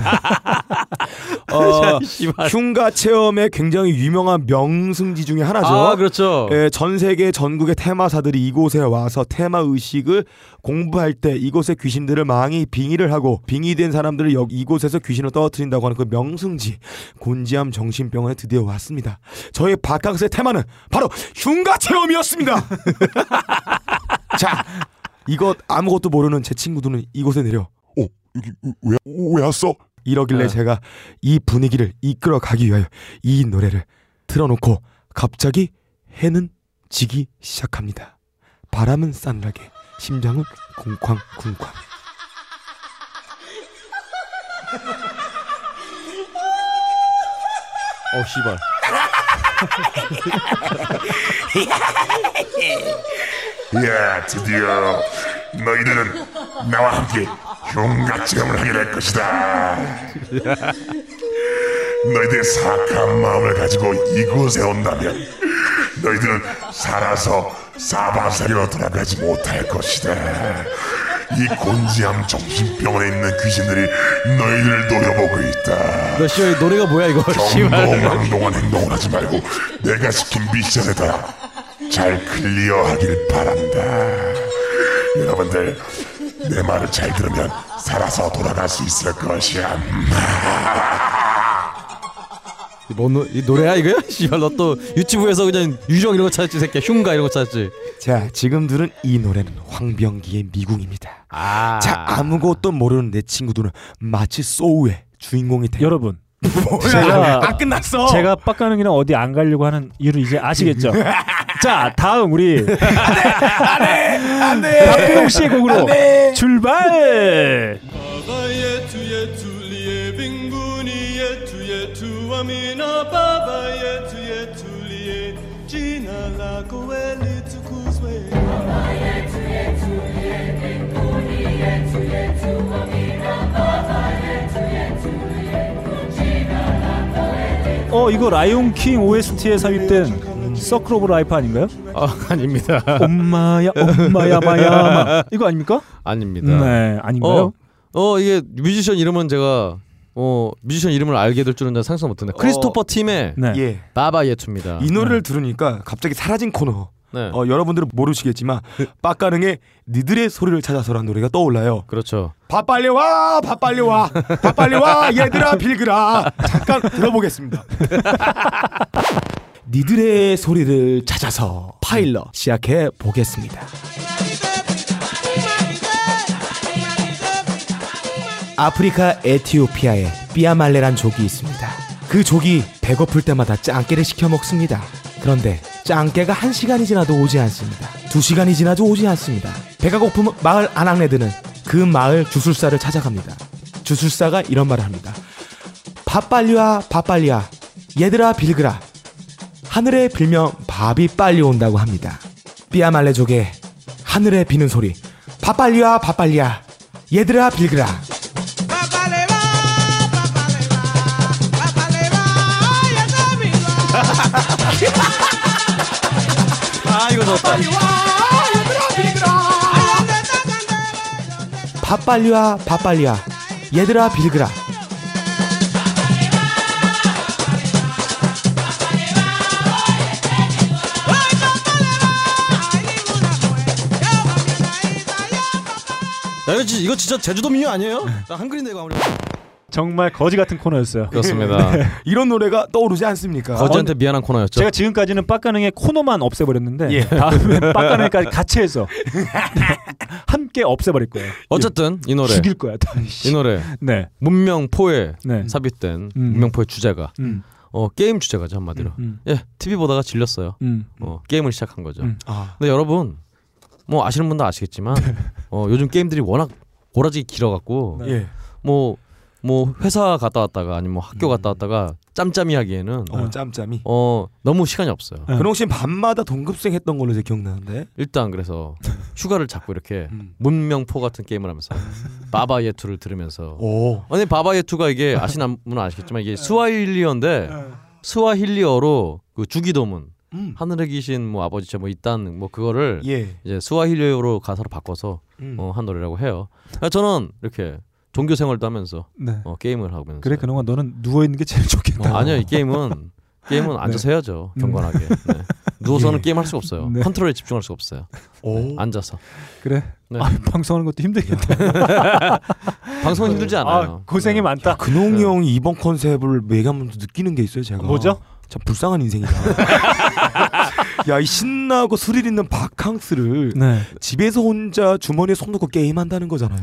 B: 어,
C: 씨발.
B: 흉가 체험의 굉장히 유명한 명승지 중에 하나죠.
C: 아 그렇죠.
B: 예, 전 세계 전국의 테마사들이 이곳에 와서 테마 의식을 공부할 때 이곳의 귀신들을 망이 빙의를 하고 빙의된 사람들을 여, 이곳에서 귀신을 떨어뜨린다고 하는 그 명승지 곤지암 정신병원에 드디어 왔습니다. 저희 바캉스의 테마는 바로 흉가 체험이었습니다. 자, 이것 아무것도 모르는 제 친구들은 이곳에 내려
J: 왜 왔어?
B: 이러길래
C: 네.
B: 제가 이 분위기를 이끌어 가기 위하여 이 노래를 틀어놓고 갑자기 해는 지기 시작합니다. 바람은 싸늘하게, 심장은 쿵쾅쿵쾅.
C: 어 씨발.
F: 야, 예, 드디어 너희들은 나와 함께 흉가 체험을 하게 될 것이다. 너희들의 사악한 마음을 가지고 이곳에 온다면 너희들은 살아서 사방사리로 돌아가지 못할 것이다. 이 곤지암 정신병원에 있는 귀신들이 너희들을 노려보고 있다.
C: 너 씨발 노래가 뭐야 이거? 씨발.
F: 정동망동한 행동을 하지 말고 내가 시킨 미션에 따라 잘 클리어하길 바란다. 여러분들 내 말을 잘 들으면 살아서 돌아갈 수 있을 것이야. 음.
C: 뭔 노, 이 노래야 이거야? 씨발 너 또 유튜브에서 그냥 유정 이런 거 찾았지 새끼야. 흉가 이런 거 찾았지.
B: 자, 지금 들은 이 노래는 황병기의 미궁입니다.
C: 아.
B: 자, 아무것도 모르는 내 친구들은 마치 소우의 주인공이 되
A: 여러분
B: 제가 아 끝났어.
A: 제가 빡가능이랑 어디 안 가려고 하는 이유를 이제 아시겠죠? 자 다음 우리 박근홍 씨의 곡으로 출발. 어 이거 라이온 킹 OST에 삽입된 서클 오브 라이프 아닌가요?
C: 아 아닙니다.
A: 엄마야 엄마야 마야 마. 이거 아닙니까?
C: 아닙니다.
A: 네 아닌가요?
C: 어, 어 이게 뮤지션 이름은 제가 어 뮤지션 이름을 알게 될 줄은 난 상상 못했네. 크리스토퍼 팀의
A: 네.
B: 예.
C: 바바 예투입니다.
B: 이 노래를 들으니까 갑자기 사라진 코너.
C: 네.
B: 어, 여러분들은 모르시겠지만 빡가능의 니들의 소리를 찾아서라는 노래가 떠올라요.
C: 그렇죠.
B: 밥 빨리 와, 밥 빨리 와, 밥 빨리 와, 얘들아 빌그라. 잠깐 들어보겠습니다. 니들의 소리를 찾아서 파일럿 시작해 보겠습니다. 아프리카 에티오피아에 삐아말레란 족이 있습니다. 그 족이 배고플 때마다 짱깨를 시켜 먹습니다. 그런데 짱깨가 한 시간이 지나도 오지 않습니다. 두 시간이 지나도 오지 않습니다. 배가 고프면 마을 아낙네드는 그 마을 주술사를 찾아갑니다. 주술사가 이런 말을 합니다. 밥 빨리 와, 밥 빨리 와. 얘들아 빌그라. 하늘에 빌면 밥이 빨리 온다고 합니다. 삐아말레족의 하늘에 비는 소리. 밥 빨리 와, 밥 빨리 와. 얘들아 빌그라.
C: 아 이거 좋다.
B: 밥 빨리 와, 밥 빨리 와. 얘들아 빌그라.
C: 야, 이거, 진- 이거 진짜 제주도 민요 아니에요?
A: 네.
C: 나 한글인데 이거 아무리.
A: 정말 거지 같은 코너였어요. 네.
C: 그렇습니다.
B: 이런 노래가 떠오르지 않습니까?
C: 아, 거지한테 미안한 코너였죠.
A: 제가 지금까지는 빡가능의 코너만 없애버렸는데 다음에 빡가능까지 같이 해서 함께 없애버릴 거예요.
C: 어쨌든 이 노래
A: 죽일 거야. 다.
C: 이 노래
A: 음. 네.
C: 문명포에
A: 네.
C: 삽입된
A: 음.
C: 문명포의 주제가
A: 음.
C: 어 게임 주제가죠 한마디로.
A: 음.
C: 예 TV 보다가 질렸어요.
A: 음.
C: 어 게임을 시작한 거죠.
A: 음.
B: 아.
C: 근데 여러분 뭐 아시는 분도 아시겠지만 어 요즘 게임들이 워낙 오라지게 길어갖고
B: 예.
C: 뭐, 뭐 회사 갔다 왔다가 아니면 뭐 학교 갔다 왔다가 짬짬이 하기에는
B: 음. 어, 음. 짬짬이.
C: 어 너무 시간이 없어요.
A: 어.
B: 근홍 씨는 밤마다 동급생 했던 걸로 제 기억나는데.
C: 일단 그래서 휴가를 잡고 이렇게
B: 음.
C: 문명포 같은 게임을 하면서 바바 예투를 들으면서
B: 오. 네.
C: 아니 바바 예투가 이게 아시는 분은 아시겠지만 이게 스와힐리어인데 스와힐리어로 그 주기도문
B: 음.
C: 하늘에 계신 뭐 아버지처 뭐 이딴 뭐 그거를
B: 예.
C: 이제 스와힐리어로 가사로 바꿔서
B: 음.
C: 어, 한 노래라고 해요. 그러니까 아, 저는 이렇게 종교 생활도 하면서
A: 네.
C: 어, 게임을 하면서.
A: 그래 그놈아 너는 누워 있는 게 제일
C: 어,
A: 좋겠다.
C: 아니요 이 게임은
A: 네.
C: 게임은 앉아서 해야죠 경건하게. 네. 누워서는 게임 할 수가 없어요.
A: 음. 네.
C: 컨트롤에 집중할 수가 없어요.
B: 오.
C: 앉아서
A: 그래.
C: 네.
A: 아, 방송하는 것도 힘들겠다.
C: 방송 은 힘들지
A: 아,
C: 않아요.
A: 고생이
C: 네.
A: 많다.
B: 근홍이 형이 이번 컨셉을 얘기하면서 느끼는 게 있어요 제가
A: 뭐죠?
B: 참 불쌍한 인생이다 야 이 신나고 스릴 있는 바캉스를
A: 네.
B: 집에서 혼자 주머니에 손 넣고 게임한다는 거잖아요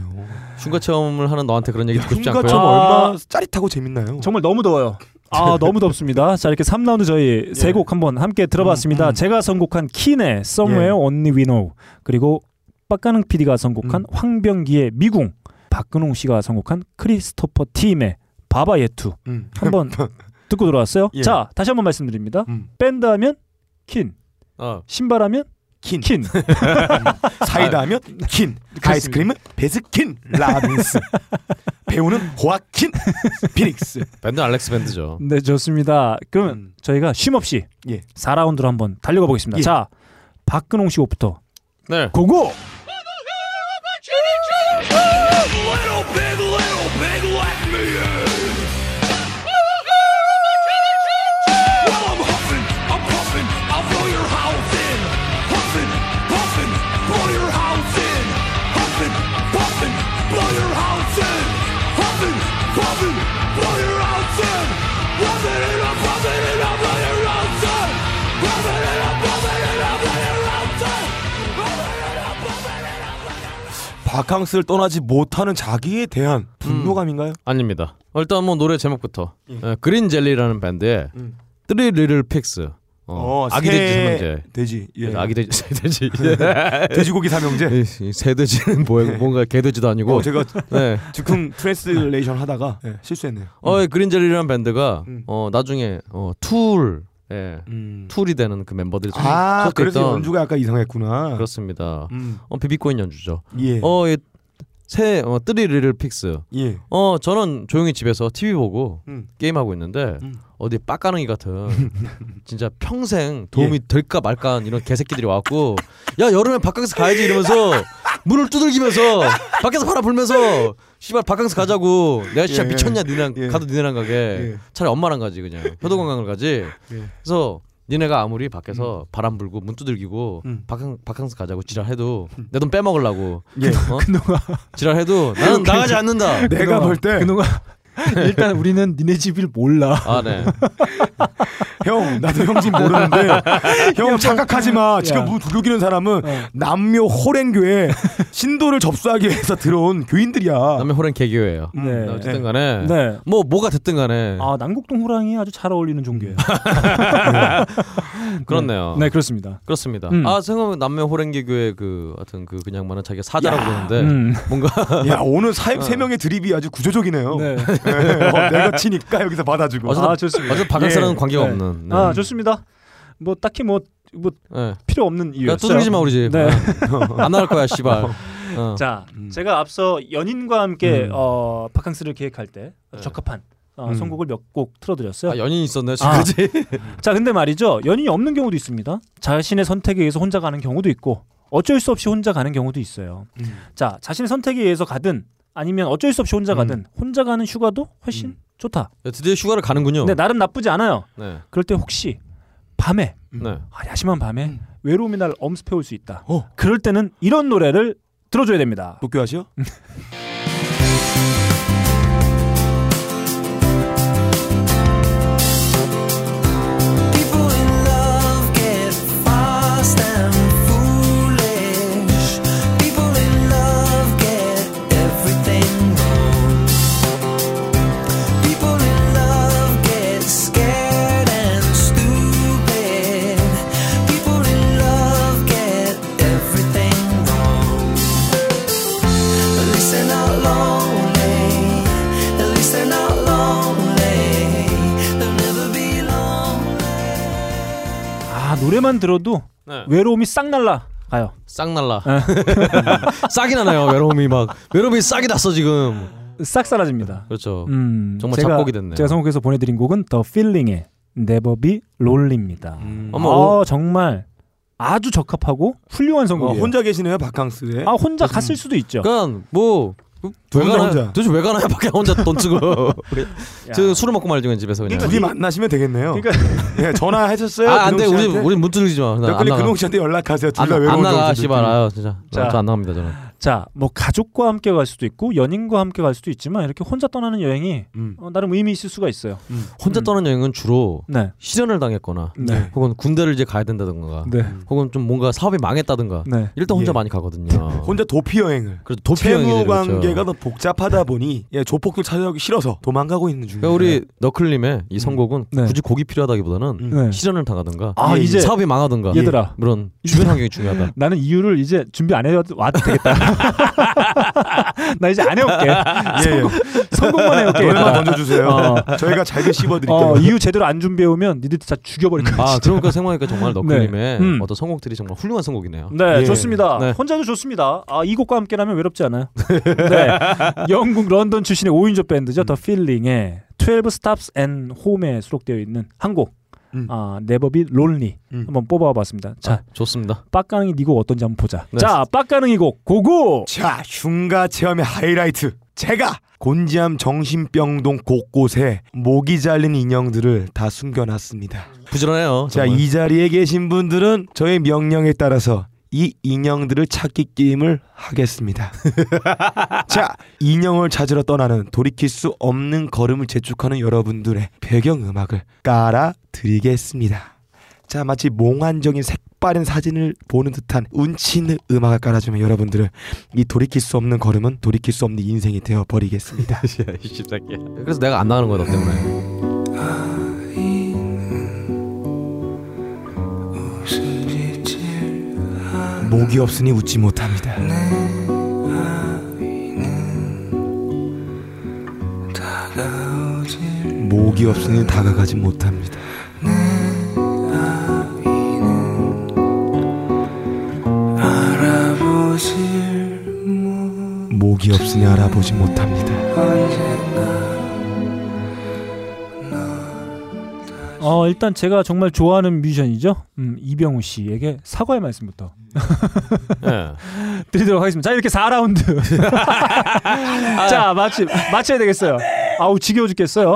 C: 흉가 네. 체험을 하는 너한테 그런 얘기 듣고 싶지 않고요. 아.
B: 흉가처럼
A: 않고요.
B: 얼마나 짜릿하고 재밌나요 예.
A: 정말 너무 더워요. 아 너무 덥습니다. 자 이렇게 3라운드 저희 세 곡 한번 함께 들어봤습니다. 제가 선곡한 킨의 Somewhere
B: 음, 예.
A: Only We Know 그리고 빡가능 PD가 선곡한
B: 음.
A: 황병기의 미궁 박근홍 씨가 선곡한 크리스토퍼 팀의 바바 예투
B: 음.
A: 한번 듣고 돌아왔어요.
B: 예.
A: 자 다시 한번 말씀드립니다.
B: 음.
A: 밴드 하면 킨
C: 어,
A: 신발하면
B: 킨.
A: 킨.
B: 사이다면 킨 아이스크림은 베스킨 라빈스 배우는 호아킨 피닉스
C: 밴드 알렉스 밴드죠.
A: 네 좋습니다. 그러면
B: 음.
A: 저희가 쉼 없이
B: 예.
A: 4라운드로 한번 달려가 보겠습니다.
B: 예.
A: 자 박근홍 씨 옷부터
C: 네.
A: 고고.
B: 바캉스를 떠나지 못하는 자기에 대한 분노감인가요?
C: 아닙니다. 어, 일단 뭐 노래 제목부터
A: 음.
C: 어, 그린 젤리라는 밴드의 Three Little Pigs 어, 아기 돼지 삼형제.
B: 돼지 예.
C: 아기 돼지 새 돼지 네.
A: 네.
B: 돼지고기 삼형제
C: 이- 이새 돼지는 뭐예요? 뭔가 개 돼지도 아니고
B: 예. 어, 제가
C: 네.
B: 즉흥 트랜스레이션 하다가 예, 실수했네요
C: 어, 이 그린 젤리라는 밴드가
B: 음.
C: 어, 나중에 어, 툴 예.
B: 음.
C: 툴이 되는 그 멤버들이 속-
B: 아 그래서
C: 속했던-
B: 연주가 약간 이상했구나
C: 그렇습니다.
B: 음.
C: 어, 비비코인 연주죠.
B: 예.
C: 어, 이, 새 어, Three Little Pigs
B: 예.
C: 어 저는 조용히 집에서 TV 보고
B: 음.
C: 게임하고 있는데
B: 음.
C: 어디 빡가능이 같은 진짜 평생 도움이
B: 예.
C: 될까 말까 하는 이런 개새끼들이 와갖고 야 여름에 바캉스 가야지 이러면서 문을 두들기면서 밖에서 바람 불면서 씨발 바캉스 가자고 내가 진짜
B: 예.
C: 미쳤냐 니네랑
B: 예.
C: 가도 니네랑 가게
B: 예.
C: 차라리 엄마랑 가지 그냥 효도관광을 가지 그래서 니네가 아무리 밖에서 바람 불고 문 두들기고
B: 음.
C: 바캉, 바캉스 가자고 지랄해도 내 돈 빼먹으려고
B: 예.
C: 어? 지랄해도 나는 나가지 않는다
B: 내가 볼 때 형
A: 그놈아 일단 우리는 니네 집을 몰라.
C: 아, 네.
B: 나도 형 집 모르는데 형 착각하지 마
A: 야.
B: 지금 문 두들기는 사람은
C: 어.
B: 남묘 호랭교에 신도를 접수하기 위해서 들어온 교인들이야
C: 남의 호랭 개교예요.
A: 네.
C: 음, 어쨌든 간에
A: 네.
C: 뭐 뭐가 됐든 간에
A: 아 난곡동 호랑이 아주 잘 어울리는 종교예요.
C: 그렇네요.
A: 네 그렇습니다.
C: 그렇습니다.
A: 음.
C: 아 생각하면 남매 호랭 개교의 그 하여튼 그 그냥 말은 자기가 사자라고 그러는데
A: 음.
C: 뭔가
B: 야 오늘
C: 어.
B: 사, 세 명의 드립이 아주 구조적이네요
A: 네.
B: 예, 어, 내가 치니까 여기서 받아주고
C: 어쨌든
A: 아 좋습니다.
C: 어쨌든 바캉스랑은 관계가
A: 네.
C: 없는. 네.
A: 아 좋습니다. 뭐 딱히 뭐, 뭐
C: 네.
A: 필요 없는
C: 야
A: 이유였어요.
C: 두들기지 마 우리 집. 아,
A: 네.
C: 안 나갈 거야 씨발. 어.
A: 자, 제가 앞서 연인과 함께
C: 음. 네.
A: 어, 바캉스를 계획할 때 적합한 어,
B: 음.
A: 선곡을 몇 곡 틀어드렸어요.
C: 아, 연인 있었네
A: 아.
C: 지금까지.
A: 자, 근데 말이죠. 연인이 없는 경우도 있습니다. 자신의 선택에 의해서 혼자 가는 경우도 있고 어쩔 수 없이 혼자 가는 경우도 있어요. 자, 자신의 선택에 의해서 가든 아니면 어쩔 수 없이 혼자 가든 혼자 가는 휴가도 훨씬 좋다.
C: 야, 드디어 휴가를 가는군요.
A: 근데
C: 네.
A: 나름 나쁘지 않아요.
C: 네.
A: 그럴 때 혹시 밤에
C: 네.
A: 아, 야심한 밤에
B: 음.
A: 외로움이 날 엄습해 올 수 있다.
B: 어. 뭐.
A: 그럴 때는 이런 노래를 들어줘야 됩니다.
B: 도쿄하시오?
I: People in love get fast and foolish. People in love get everything wrong. People in love get scared and stupid. People in love get everything wrong. At least they're not lonely. At least they're not lonely. They'll never be lonely.
A: 아, 노래만 들어도
C: 네.
A: 외로움이 싹 날라 가요.
C: 싹 날라.
A: 아.
C: 싹이 나나요 외로움이 막 외로움이 싹이 났어 지금.
A: 싹 사라집니다.
C: 그렇죠.
A: 음,
C: 정말
A: 제가,
C: 작곡이 됐네요.
A: 제가 선곡해서 보내드린 곡은 The Feeling의 Never Be Lonely입니다.
C: 음. 어머
A: 어, 정말 아주 적합하고 훌륭한
B: 어,
A: 선곡이에요.
B: 혼자 계시네요 바캉스에
C: 그,
A: 아 혼자 갔을 수도 있죠.
C: 그러니까 뭐
B: 둘
C: 왜
B: 다
C: 가나요?
B: 혼자.
C: 도대체 왜 가나요? 밖에 혼자 돈 쓰고. 우리- 저 술을 먹고 말죠 그냥 집에서 그냥.
B: 둘이 만나시면 되겠네요.
A: 그러니까
B: 예, 전화하셨어요?
C: 아, 안 돼.
B: 근홍
C: 우리
B: 씨한테?
C: 우리 문 두드리지 마. 나안
B: 근데
C: 나가.
B: 근홍 씨한테 연락하세요. 둘
C: 안,
B: 다
C: 안
B: 외로운
C: 나가
B: 정신들.
C: 씨발 아유 진짜
A: 자.
C: 저안 나갑니다 저는
A: 자, 뭐 가족과 함께 갈 수도 있고 연인과 함께 갈 수도 있지만 이렇게 혼자 떠나는 여행이
B: 음.
A: 어, 나름 의미 있을 수가 있어요.
C: 혼자 떠난 여행은 주로
A: 네.
C: 실현을 당했거나
A: 네.
C: 혹은 군대를 이제 가야 된다든가
A: 네.
C: 혹은 좀 뭔가 사업이 망했다든가
A: 네.
C: 이럴 때 혼자
B: 예.
C: 많이 가거든요
B: 혼자 도피 여행을.
C: 그래서 도피
B: 채무
C: 여행이
B: 관계가
C: 그렇죠
B: 더 복잡하다 보니 예, 조폭들 찾아오기 싫어서 도망가고 있는 중이에요.
C: 그러니까 우리 너클님의 이 선곡은
A: 네.
C: 굳이 곡이 필요하다기보다는
B: 음.
A: 네.
C: 실현을 당하든가
A: 아,
C: 예,
A: 이제
C: 사업이 망하든가
A: 얘들아.
C: 그런 주변 환경이 중요하다
A: 나는 이유를 이제 준비 안 해와도 와도 되겠다. 나 이제 안 해올게.
B: 예, 예.
A: 성공만 해올게.
B: 노래만
A: 얘들아.
B: 던져주세요.
A: 어.
B: 저희가 잘게 씹어드릴게요.
A: 어, 이유 제대로 안 준비해오면 니들 다 죽여버릴 거야.
C: 아 그러니까 생각하니까 정말 너클님의
A: 네. 음.
C: 어떤 선곡들이 정말 훌륭한 선곡이네요
A: 네,
B: 예.
A: 좋습니다.
C: 네.
A: 혼자도 좋습니다. 아, 이 곡과 함께라면 외롭지 않아요. 네. 영국 런던 출신의 5인조 밴드죠. 더 필링의 12 Stops and Home에 수록되어 있는 한 곡.
B: 음.
A: 아, 네버비 롤리
B: 음.
A: 한번 뽑아 봤습니다. 자,
C: 좋습니다
A: 빡가능이 니 곡 어떤지 한번 보자.
C: 네.
A: 자, 빡가능이 곡 고고.
B: 자, 흉가 체험의 하이라이트. 제가 곤지암 정신병동 곳곳에 목이 잘린 인형들을 다 숨겨놨습니다.
C: 부지런해요
B: 자,
C: 정말.
B: 이 자리에 계신 분들은 저의 명령에 따라서 이 인형들을 찾기 게임을 하겠습니다. 자, 인형을 찾으러 떠나는 돌이킬 수 없는 걸음을 재촉하는 여러분들의 배경 음악을 깔아 드리겠습니다. 자, 마치 몽환적인 색바른 사진을 보는 듯한 운치 있는 음악을 깔아주면 여러분들은 이 돌이킬 수 없는 걸음은 돌이킬 수 없는 인생이 되어 버리겠습니다.
C: 그래서 내가 안 나가는 거야 너 때문에
B: 목이 없으니 웃지 못합니다. 목이 없으니 다가가지 못합니다. 목이 없으니 알아보지 못합니다.
A: 어, 일단 제가 정말 좋아하는 뮤지션이죠. 음, 이병우 씨에게 사과의 말씀부터
C: 예.
A: 드리도록 하겠습니다. 자, 이렇게 4라운드. 자, 마치 맞춰야 되겠어요. 아우, 지겨워 죽겠어요.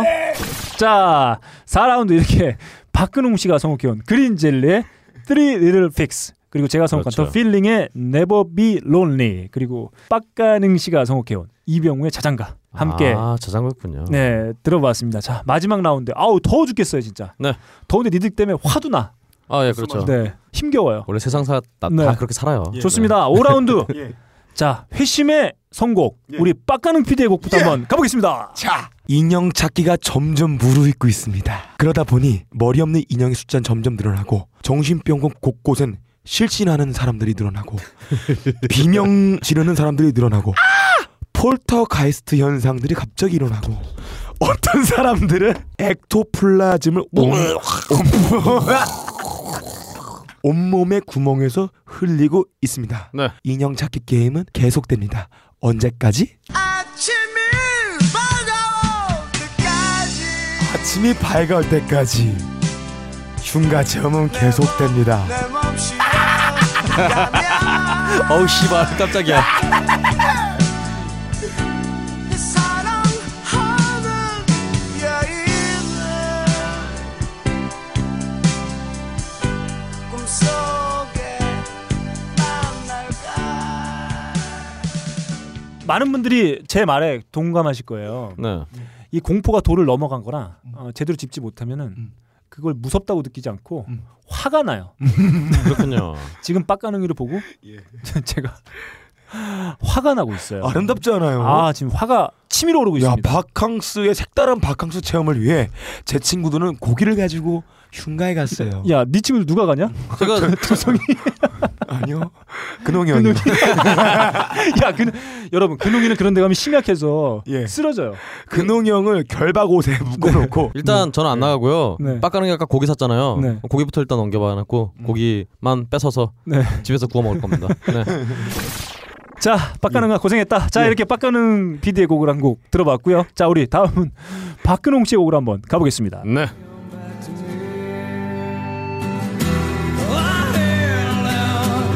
A: 자, 4라운드 이렇게 박근홍 씨가 선곡해온 그린 젤리의 Three Little Fix 그리고 제가 선곡한
C: 그렇죠.
A: 더 필링의 Never Be Lonely 그리고 빡가능 씨가 선곡해온 이병우의 자장가 함께
C: 아 저장거였군요
A: 네 들어봤습니다. 자 마지막 라운드 아우 더워 죽겠어요 진짜.
C: 네.
A: 더운데 니들 때문에 화도 나.
C: 아예 그렇죠
A: 네 힘겨워요.
C: 원래 세상 사, 다,
A: 네.
C: 다 그렇게 살아요.
A: 좋습니다. 5라운드.
B: 예.
A: 자, 회심의 선곡. 우리 빡가능 PD의 곡부터
B: 예.
A: 한번 가보겠습니다.
B: 자, 인형 찾기가 점점 무르익고 있습니다. 그러다 보니 머리 없는 인형의 숫자는 점점 늘어나고 정신병원 곳곳엔 실신하는 사람들이 늘어나고 비명 지르는 사람들이 늘어나고 폴터가이스트 현상들이 갑자기 일어나고 어떤 사람들은 엑토플라즘을 온- 온몸의 구멍에서 흘리고 있습니다.
C: 네.
B: 인형 찾기 게임은 계속됩니다. 언제까지? 아침이 밝아올 때까지 흉가 체험은 계속됩니다.
C: 어우 씨발 깜짝이야.
A: 많은 분들이 제 말에 동감하실 거예요.
C: 네.
A: 이 공포가 도를 넘어간 거나
B: 음.
A: 어, 제대로 짚지 못하면은 그걸 무섭다고 느끼지 않고
B: 음.
A: 화가 나요.
C: 그렇군요.
A: 지금 빡가능이를 보고 제가 화가 나고 있어요.
B: 예. 아름답잖아요.
A: 아, 지금 화가 치밀어 오르고
B: 야,
A: 있습니다.
B: 바캉스의 색다른 바캉스 체험을 위해 제 친구들은 고기를 가지고 흉가에 갔어요.
A: 야, 네 친구들 누가 가냐?
C: 제가
B: 아니요. 근홍이 형님.
A: 야, 그, 여러분, 근홍이는 그런 데 가면 심약해서
B: 예.
A: 쓰러져요.
B: 근홍이 형을 결박 옷에 묶어놓고
C: 일단 저는 안 나가고요.
A: 네.
C: 빡가는 게 아까 고기 샀잖아요.
A: 네. 음.
C: 고기부터 일단 넘겨봐놨고 고기만 뺏어서
A: 네.
C: 집에서 구워 먹을 겁니다. 네.
A: 자, 빡가능아 고생했다. 자, 이렇게 빡가능 PD의 곡을 한 곡 들어봤고요. 자, 우리 다음은 박근홍 씨의 곡을 한번 가보겠습니다.
C: 네.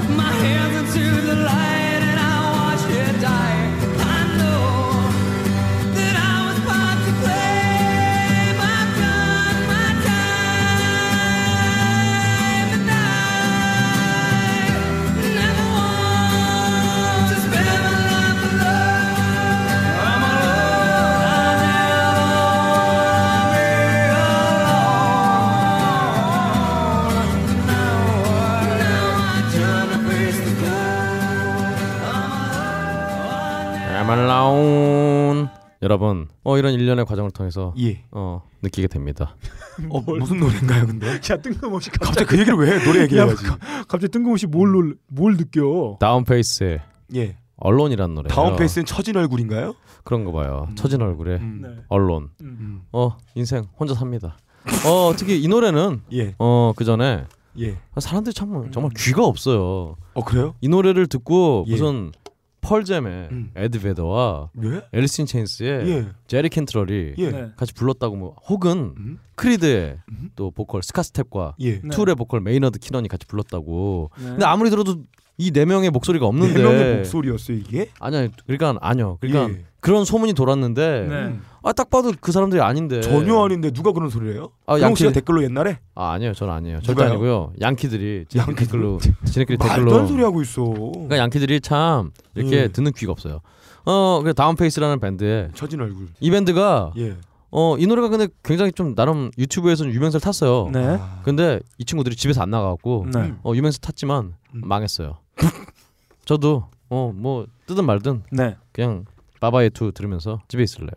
I: My hands into the light and I watch it die. I know
C: I'm alone. 여러분, 어 이런 일련의 과정을 통해서
B: 예.
C: 어 느끼게 됩니다.
B: 어, 무슨 노래인가요, 근데?
A: 야 뜬금없이 갑자기
B: 갑자기 그 얘기를 왜 해? 노래 얘기해야지. 그
A: 갑자기 뜬금없이 뭘, 놀- 뭘 느껴?
C: 다운페이스의
B: 예.
C: 언론이란 노래.
B: 다운 페이스는 처진 얼굴인가요?
C: 그런 거 봐요. 처진 얼굴에
B: 음.
A: 네.
C: 언론.
B: 음.
C: 어 인생 혼자 삽니다. 어 특히 이 노래는
B: 예.
C: 어그 전에
B: 예.
C: 사람들이 참 정말 귀가 없어요.
B: 어 그래요?
C: 이 노래를 듣고
B: 예.
C: 무슨 펄잼의
B: 음.
C: 에드베더와
B: 왜?
C: 앨리슨 체인스의
B: 예.
C: 제리 캔트럴이
B: 예.
A: 네.
C: 같이 불렀다고 뭐 혹은
B: 음?
C: 크리드의 또 보컬 스카스텝과
B: 예.
A: 네.
C: 툴의 보컬 메이너드 키넌이 같이 불렀다고.
A: 네.
C: 근데 아무리 들어도 이 네 명의 목소리가
B: 네
C: 없는데
B: 명의 목소리였어요 이게.
C: 아니야 그러니까 아니요 그러니까
B: 예.
C: 그런 소문이 돌았는데
A: 네.
C: 아 딱 봐도 그 사람들이 아닌데
B: 전혀 아닌데 누가 그런 소리를 해요?
C: 아,
B: 영 씨가
C: 양키-
B: 댓글로 옛날에
C: 아 아니에요 저는 아니에요 절대
B: 누가요?
C: 아니고요 양키들이 지네끼리
B: 양키들?
C: 댓글로
A: 그
C: 지네끼리
B: 말도 안 소리
C: 댓글로
B: 하고 있어.
C: 그러니까 양키들이 참 이렇게
B: 예.
C: 듣는 귀가 없어요 어 그래 다운페이스라는 밴드에
B: 처진 얼굴.
C: 이
A: 아.
C: 밴드가
B: 예.
C: 어 이 노래가 근데 굉장히 좀 나름 유튜브에서는 유명세를 탔어요
A: 네.
B: 아.
C: 근데 이 친구들이 집에서 안 나가갖고
A: 네.
C: 어 유명세 탔지만
B: 음.
C: 망했어요 저도 어 뭐 뜨든 말든
A: 네.
C: 그냥 바바예투 들으면서 집에 있을래요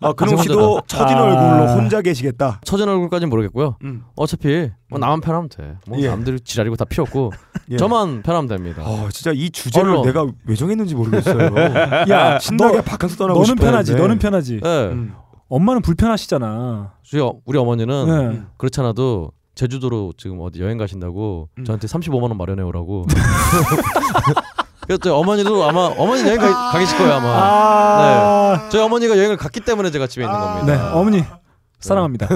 B: 아 근홍
C: 아,
B: 씨도 처진
A: 아.
B: 얼굴로 혼자 계시겠다.
C: 처진 얼굴까지는 모르겠고요
B: 음.
C: 어차피 뭐 나만 편하면 돼뭐
B: 예.
C: 남들 지랄이고 다 필요 없고
B: 예.
C: 저만 편하면 됩니다
B: 아 진짜 이 주제를
C: 얼른.
B: 내가 왜 정했는지 모르겠어요.
A: 야,
B: 신나게
A: 너-
B: 바깥으로 떠나고 네.
A: 너는
B: 싶었는데.
A: 편하지. 너는 편하지.
C: 예.
B: 음.
A: 엄마는 불편하시잖아.
C: 저희 어- 우리 어머니는
A: 네.
C: 그렇잖아도 제주도로 지금 어디 여행 가신다고
B: 음.
C: 저한테 35만 원 마련해 오라고. 그래서 저희 어머니도 아마 어머니 여행 가, 가실 거예요 아마.
B: 아.
C: 저희 어머니가 여행을 갔기 때문에 제가 집에 있는 겁니다.
A: 네. 어머니 사랑합니다.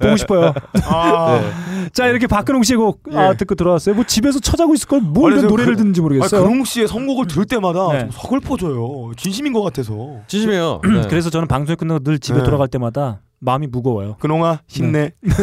A: 보고 싶어요.
B: 아.
C: 네.
A: 자, 이렇게 박근홍 씨의 곡 아,
B: 예.
A: 듣고 들어왔어요. 뭐 집에서 쳐자고 있을 걸뭘
B: 아니, 저
A: 노래를
B: 그-
A: 듣는지 모르겠어요.
B: 아, 근홍 씨의 선곡을 들을 때마다
A: 네.
B: 좀 서글퍼져요. 진심인 것 같아서.
C: 진심이에요. 네.
A: 음. 그래서 저는 방송이 끝나고 늘 집에
B: 네.
A: 돌아갈 때마다 마음이 무거워요.
B: 근홍아 힘내.
A: 네.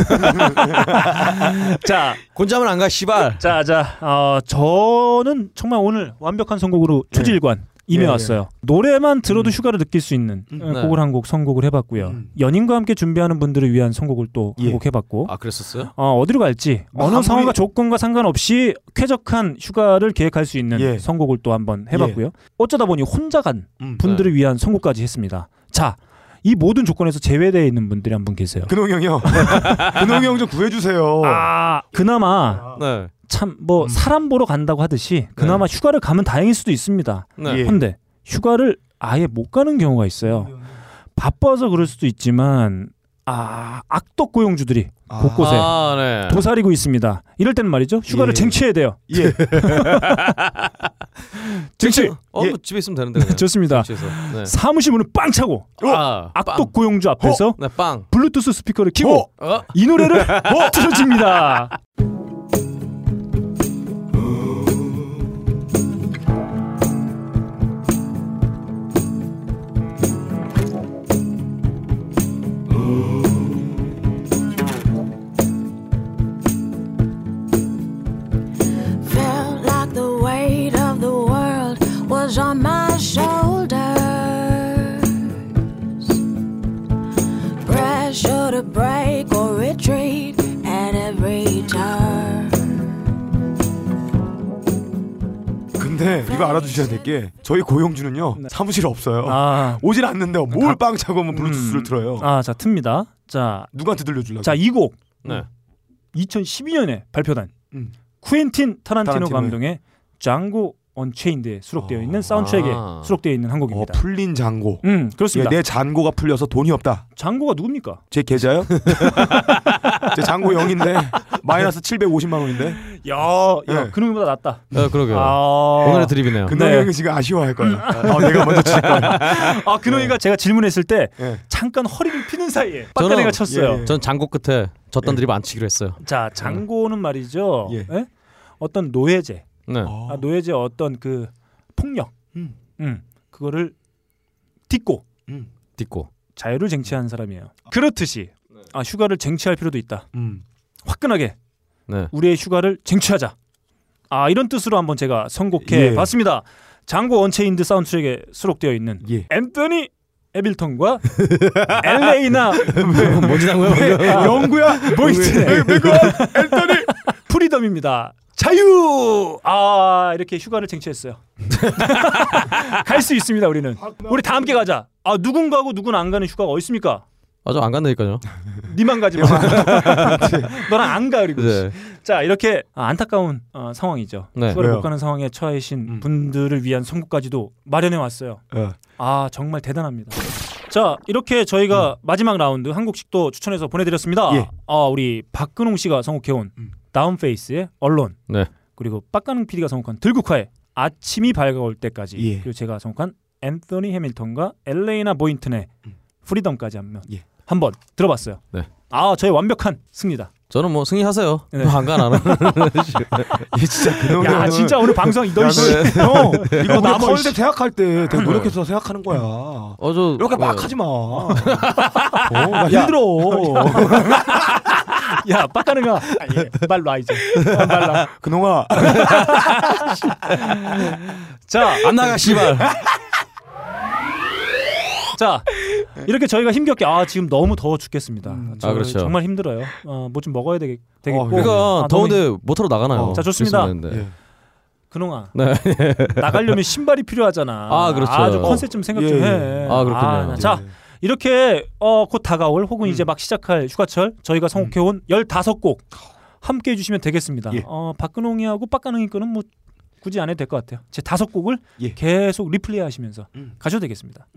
A: 자,
C: 곤자면 안 가, 씨발.
A: 자, 자, 어, 저는 정말 오늘 완벽한 선곡으로
B: 네.
A: 초질관 임해왔어요. 노래만 들어도 휴가를 느낄 수 있는
B: 예, 음,
A: 어,
C: 네.
A: 곡을 한 곡 선곡을 해봤고요.
B: 음.
A: 연인과 함께 준비하는 분들을 위한 선곡을 또 한
B: 예. 뭐
A: 곡 해봤고.
C: 아 그랬었어요?
A: 어, 어디로 갈지 어느
B: 아무리-
A: 상황과 조건과 상관없이 쾌적한 휴가를 계획할 수 있는
B: 예.
A: 선곡을 또 한번 해봤고요. 어쩌다 보니 혼자 간
B: 음.
A: 분들을 위한 선곡까지 했습니다. 자, 이 모든 조건에서 제외되어 있는 분들이 한 분 계세요.
B: 근홍 형이요. 근홍 형 좀 구해주세요.
A: 아, 그나마
C: 네.
A: 참 뭐
B: 음.
A: 사람 보러 간다고 하듯이 그나마
B: 네.
A: 휴가를 가면 다행일 수도 있습니다.
C: 네.
B: 예.
A: 근데 휴가를 아예 못 가는 경우가 있어요. 바빠서 그럴 수도 있지만 아, 악덕 고용주들이
B: 아.
A: 곳곳에
C: 아 네.
A: 도사리고 있습니다. 이럴 땐 말이죠. 휴가를
B: 예.
A: 쟁취해야 돼요.
B: 예.
A: 쟁취.
C: 어,
B: 예.
C: 뭐 집에 있으면 되는데. 그냥.
A: 좋습니다.
C: 집에서. 네.
A: 사무실 문을 빵 차고
C: 아,
A: 악독 고용주 앞에서
B: 어?
C: 빵. 네, 빵.
A: 블루투스 스피커를 켜고
C: 어?
A: 이 노래를 틀어줍니다.
D: Felt like the weight of the world was on my shoulders. Pressure to break or retreat at every turn.
B: 근데 이거 알아주셔야 될 게 저희 고용주는요 사무실 없어요.
A: 네. 아,
B: 오질 않는데 뭘 빵 차고 오면 블루투스를 틀어요.
A: 아, 자 틉니다. 자,
B: 누구한테 들려주려고?
A: 자 이 곡
C: 네.
A: 2012년에 발표된
B: 음.
A: 쿠엔틴 타란티노
B: 타란티노의.
A: 감독의 장고 언체인드에 수록되어 있는
B: 아.
A: 사운드트랙에 수록되어 있는 한
B: 어,
A: 곡입니다.
B: 풀린 잔고.
A: 음,
B: 예,
A: 그렇습니다.
B: 내 잔고가 풀려서 돈이 없다.
A: 장고가 누굽니까?
B: 제 계좌요? 제 잔고 0인데 마이너스 750만 원인데.
A: 야,
B: 예.
A: 야 그놈보다 낫다.
C: 네, 그러게요.
A: 아,
C: 오늘의 드립이네요.
B: 근데
A: 네.
B: 형이 지금 아쉬워할 거야. 아, 내가 먼저 칠 거야.
A: 아, 그놈이가 제가 질문했을 때
B: 예.
A: 잠깐 허리를 피는 사이에
C: 저는-
A: 빡가네가 쳤어요.
B: 예, 예.
C: 전 장고 끝에
A: 네.
C: 저딴 드립 안 치기로 했어요.
A: 자 장고는 말이죠.
B: 예.
A: 예? 어떤 노예제,
C: 네.
A: 아, 노예제 어떤 그 폭력,
B: 음.
A: 음. 그거를 딛고
B: 음.
C: 딛고.
A: 자유를 쟁취한 사람이에요. 그렇듯이 아, 휴가를 쟁취할 필요도 있다.
B: 음.
A: 화끈하게
C: 네.
A: 우리의 휴가를 쟁취하자. 아 이런 뜻으로 한번 제가 선곡해
B: 예.
A: 봤습니다. 장고 언체인드 사운드트랙에 수록되어 있는
B: 예.
A: 앤토니 에빌턴과 엘레이나 네,
C: 뭔지 당구야.
B: 영구야.
A: 보이스
B: 왜- 왜 그거?
A: 프리덤입니다. 자유! 아, 이렇게 휴가를 쟁취했어요. 갈 수 있습니다, 우리는. 우리 다 함께 가자. 아, 누군가하고 누군 안 가는 휴가가 어디 있습니까?
C: 아저 안 간다니까요.
A: 니만 가지 마. 너랑 안 가, 그리고.
C: 네.
A: 자, 이렇게 아, 안타까운 어, 상황이죠.
C: 네.
A: 휴가를
B: 왜요?
A: 못 가는 상황에 처해신
B: 음.
A: 분들을 위한 선곡까지도 마련해 왔어요.
B: 어.
A: 아, 정말 대단합니다. 자, 이렇게 저희가 마지막 라운드 한국식도 추천해서 보내드렸습니다.
B: 음. 예. 음.
A: 아, 우리 박근홍 씨가 선곡해온 다운페이스의 언론.
C: 네.
A: 그리고 빡가능 PD가 선곡한 들국화의 아침이 밝아올 때까지.
B: 예.
A: 그리고 제가 선곡한 앤서니 해밀턴과 엘레이나 보인튼의
C: 음.
A: 프리덤까지 한번
B: 예.
A: 한번 들어봤어요.
C: 네.
A: 아, 저의 완벽한 승리다.
C: 저는 뭐 승리하세요.
A: 네.
C: 안간안 하는.
B: 얘 진짜
C: 어,
B: 그놈
C: 네.
A: 야, 진짜 오늘 방송
B: 야,
A: 너이 씨.
B: 너- 형 이거 나
A: 남아,
B: 서울대
A: 씨.
B: 대학할 때 되게 노력해서 생각하는 거야.
C: 어저
B: 이렇게 막 하지 마. 어, 나 힘들어.
A: 야, 빡가능아.
C: 예.
A: 빨로 와 이제. 빨라.
B: 그놈아.
A: 자,
C: 안 나가 씨발.
A: 자 이렇게 저희가 힘겹게 아 지금 너무 더워 죽겠습니다. 저
C: 아, 그렇죠.
A: 정말 힘들어요. 어, 뭐 좀 먹어야 되겠, 되겠고.
B: 어,
C: 그러니까
A: 아, 너무 힘-
C: 더운데 못하러 나가나요? 네.
A: 어. 자, 좋습니다.
C: 있으면 되는데.
B: 예.
A: 근홍아
C: 네.
A: 나가려면 신발이 필요하잖아.
C: 아, 그렇죠.
A: 좀 컨셉 좀 생각 좀
B: 예, 예.
A: 해.
C: 아, 그렇군요.
A: 나- 자 이렇게 어, 곧 다가올 혹은
B: 음.
A: 이제 막 시작할 휴가철 저희가 선곡해온 15곡 함께 해주시면 되겠습니다.
B: 예.
A: 어, 박근홍이하고 빡가능이 거는 뭐 굳이 안 해도 될 것 같아요. 제 다섯 곡을
B: 예.
A: 계속 리플레이 하시면서
B: 음.
A: 가셔도 되겠습니다.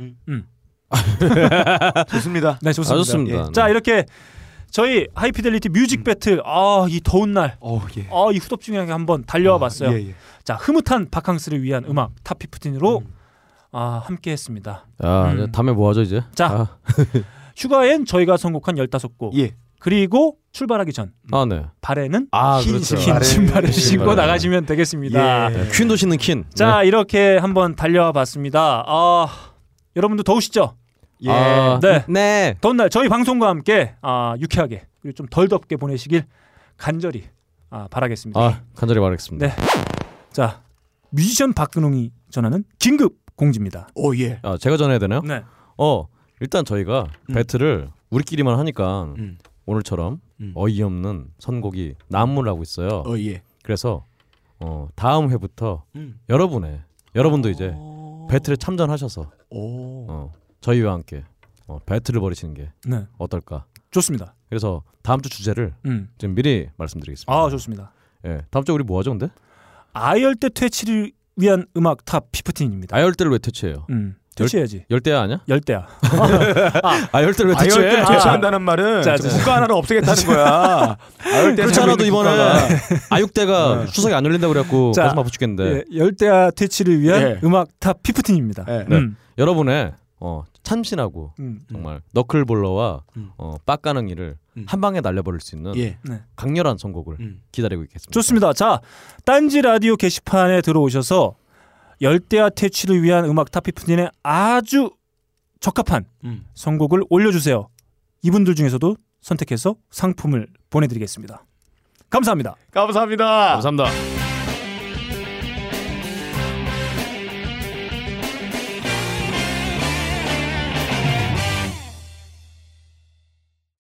B: 좋습니다.
A: 네
C: 아 좋습니다.
A: 자 이렇게 저희 하이피델리티 뮤직 배틀 아 이 더운 날
B: 어 예.
A: 아 이 후덥중하게 한번 달려와 봤어요.
B: 예, 예.
A: 자 흐뭇한 바캉스를 위한 음악 탑피프틴으로 아 함께했습니다.
C: 아
A: 음.
C: 이제 다음에 뭐 하죠 이제?
A: 자. 휴가엔 저희가 선곡한 15곡
B: 예.
A: 그리고 출발하기 전
C: 아, 아 네.
A: 발에는
C: 아
B: 흰
C: 그렇죠.
B: 흰
A: 긴 신발을
B: 예.
A: 신고
C: 신발을.
A: 나가시면 되겠습니다.
B: 예.
C: 네, 퀸도 신는 퀸.
A: 자 이렇게 한번 달려와 봤습니다. 아 여러분도 더우시죠?
C: 네. 아,
A: 네.
C: 네. 네.
A: 더운 날 저희 방송과 함께 아 유쾌하게 그리고 좀 덜 덥게 보내시길 간절히 아, 바라겠습니다.
C: 아 간절히 말하겠습니다.
A: 네. 자 뮤지션 박근홍이 전하는 긴급 공지입니다.
B: 오 예.
C: 아 제가 전해야 되나요?
A: 네.
C: 어 일단 저희가 배틀을 우리끼리만 하니까
B: 음.
C: 오늘처럼
B: 음.
C: 어이없는 선곡이 난무하고 있어요.
B: 어 예.
C: 그래서 어, 다음 어. 회부터
B: 음.
C: 여러분의 여러분도 이제 배틀에 참전하셔서
B: 오.
C: 어, 저희와 함께 어, 배틀을 벌이시는 게
A: 네.
C: 어떨까?
A: 좋습니다.
C: 그래서 다음 주 주제를
A: 음.
C: 지금 미리 말씀드리겠습니다.
A: 아 좋습니다.
C: 예, 다음 주 우리 뭐 하죠, 근데?
A: 아열대 퇴치를 위한 음악 탑 피프틴입니다.
C: 아열대를 왜 퇴치해요?
A: 음. 퇴치해야지.
C: 열대 아니야?
A: 열대야.
C: 아열대를 왜 퇴치해?
B: 그 아열대를
A: 아.
B: 퇴치한다는 말은
A: 자, 자.
B: 국가 하나를 없애겠다는 거야. 아열대
C: 그렇잖아도 이번에 네.
B: 국가가.
C: 아육대가 추석에 안 열린다 고 그래갖고
A: 자,
C: 가슴 아프 죽겠는데
A: 예, 열대야 퇴치를 위한
B: 네. 예.
A: 음악 탑 피프틴입니다.
B: 예.
A: 음.
C: 여러분의 어, 참신하고
A: 음.
C: 정말 너클볼러와
B: 음.
C: 어, 빡가능이를
B: 음.
C: 한 방에 날려버릴 수 있는
B: 예.
C: 강렬한 선곡을
B: 음.
C: 기다리고 있겠습니다.
A: 좋습니다. 자 딴지 라디오 게시판에 들어오셔서 열대야 퇴치를 위한 음악 탑 피프틴에 아주 적합한
B: 음.
A: 선곡을 올려주세요. 이분들 중에서도 선택해서 상품을 보내드리겠습니다. 감사합니다.
B: 감사합니다.
C: 감사합니다.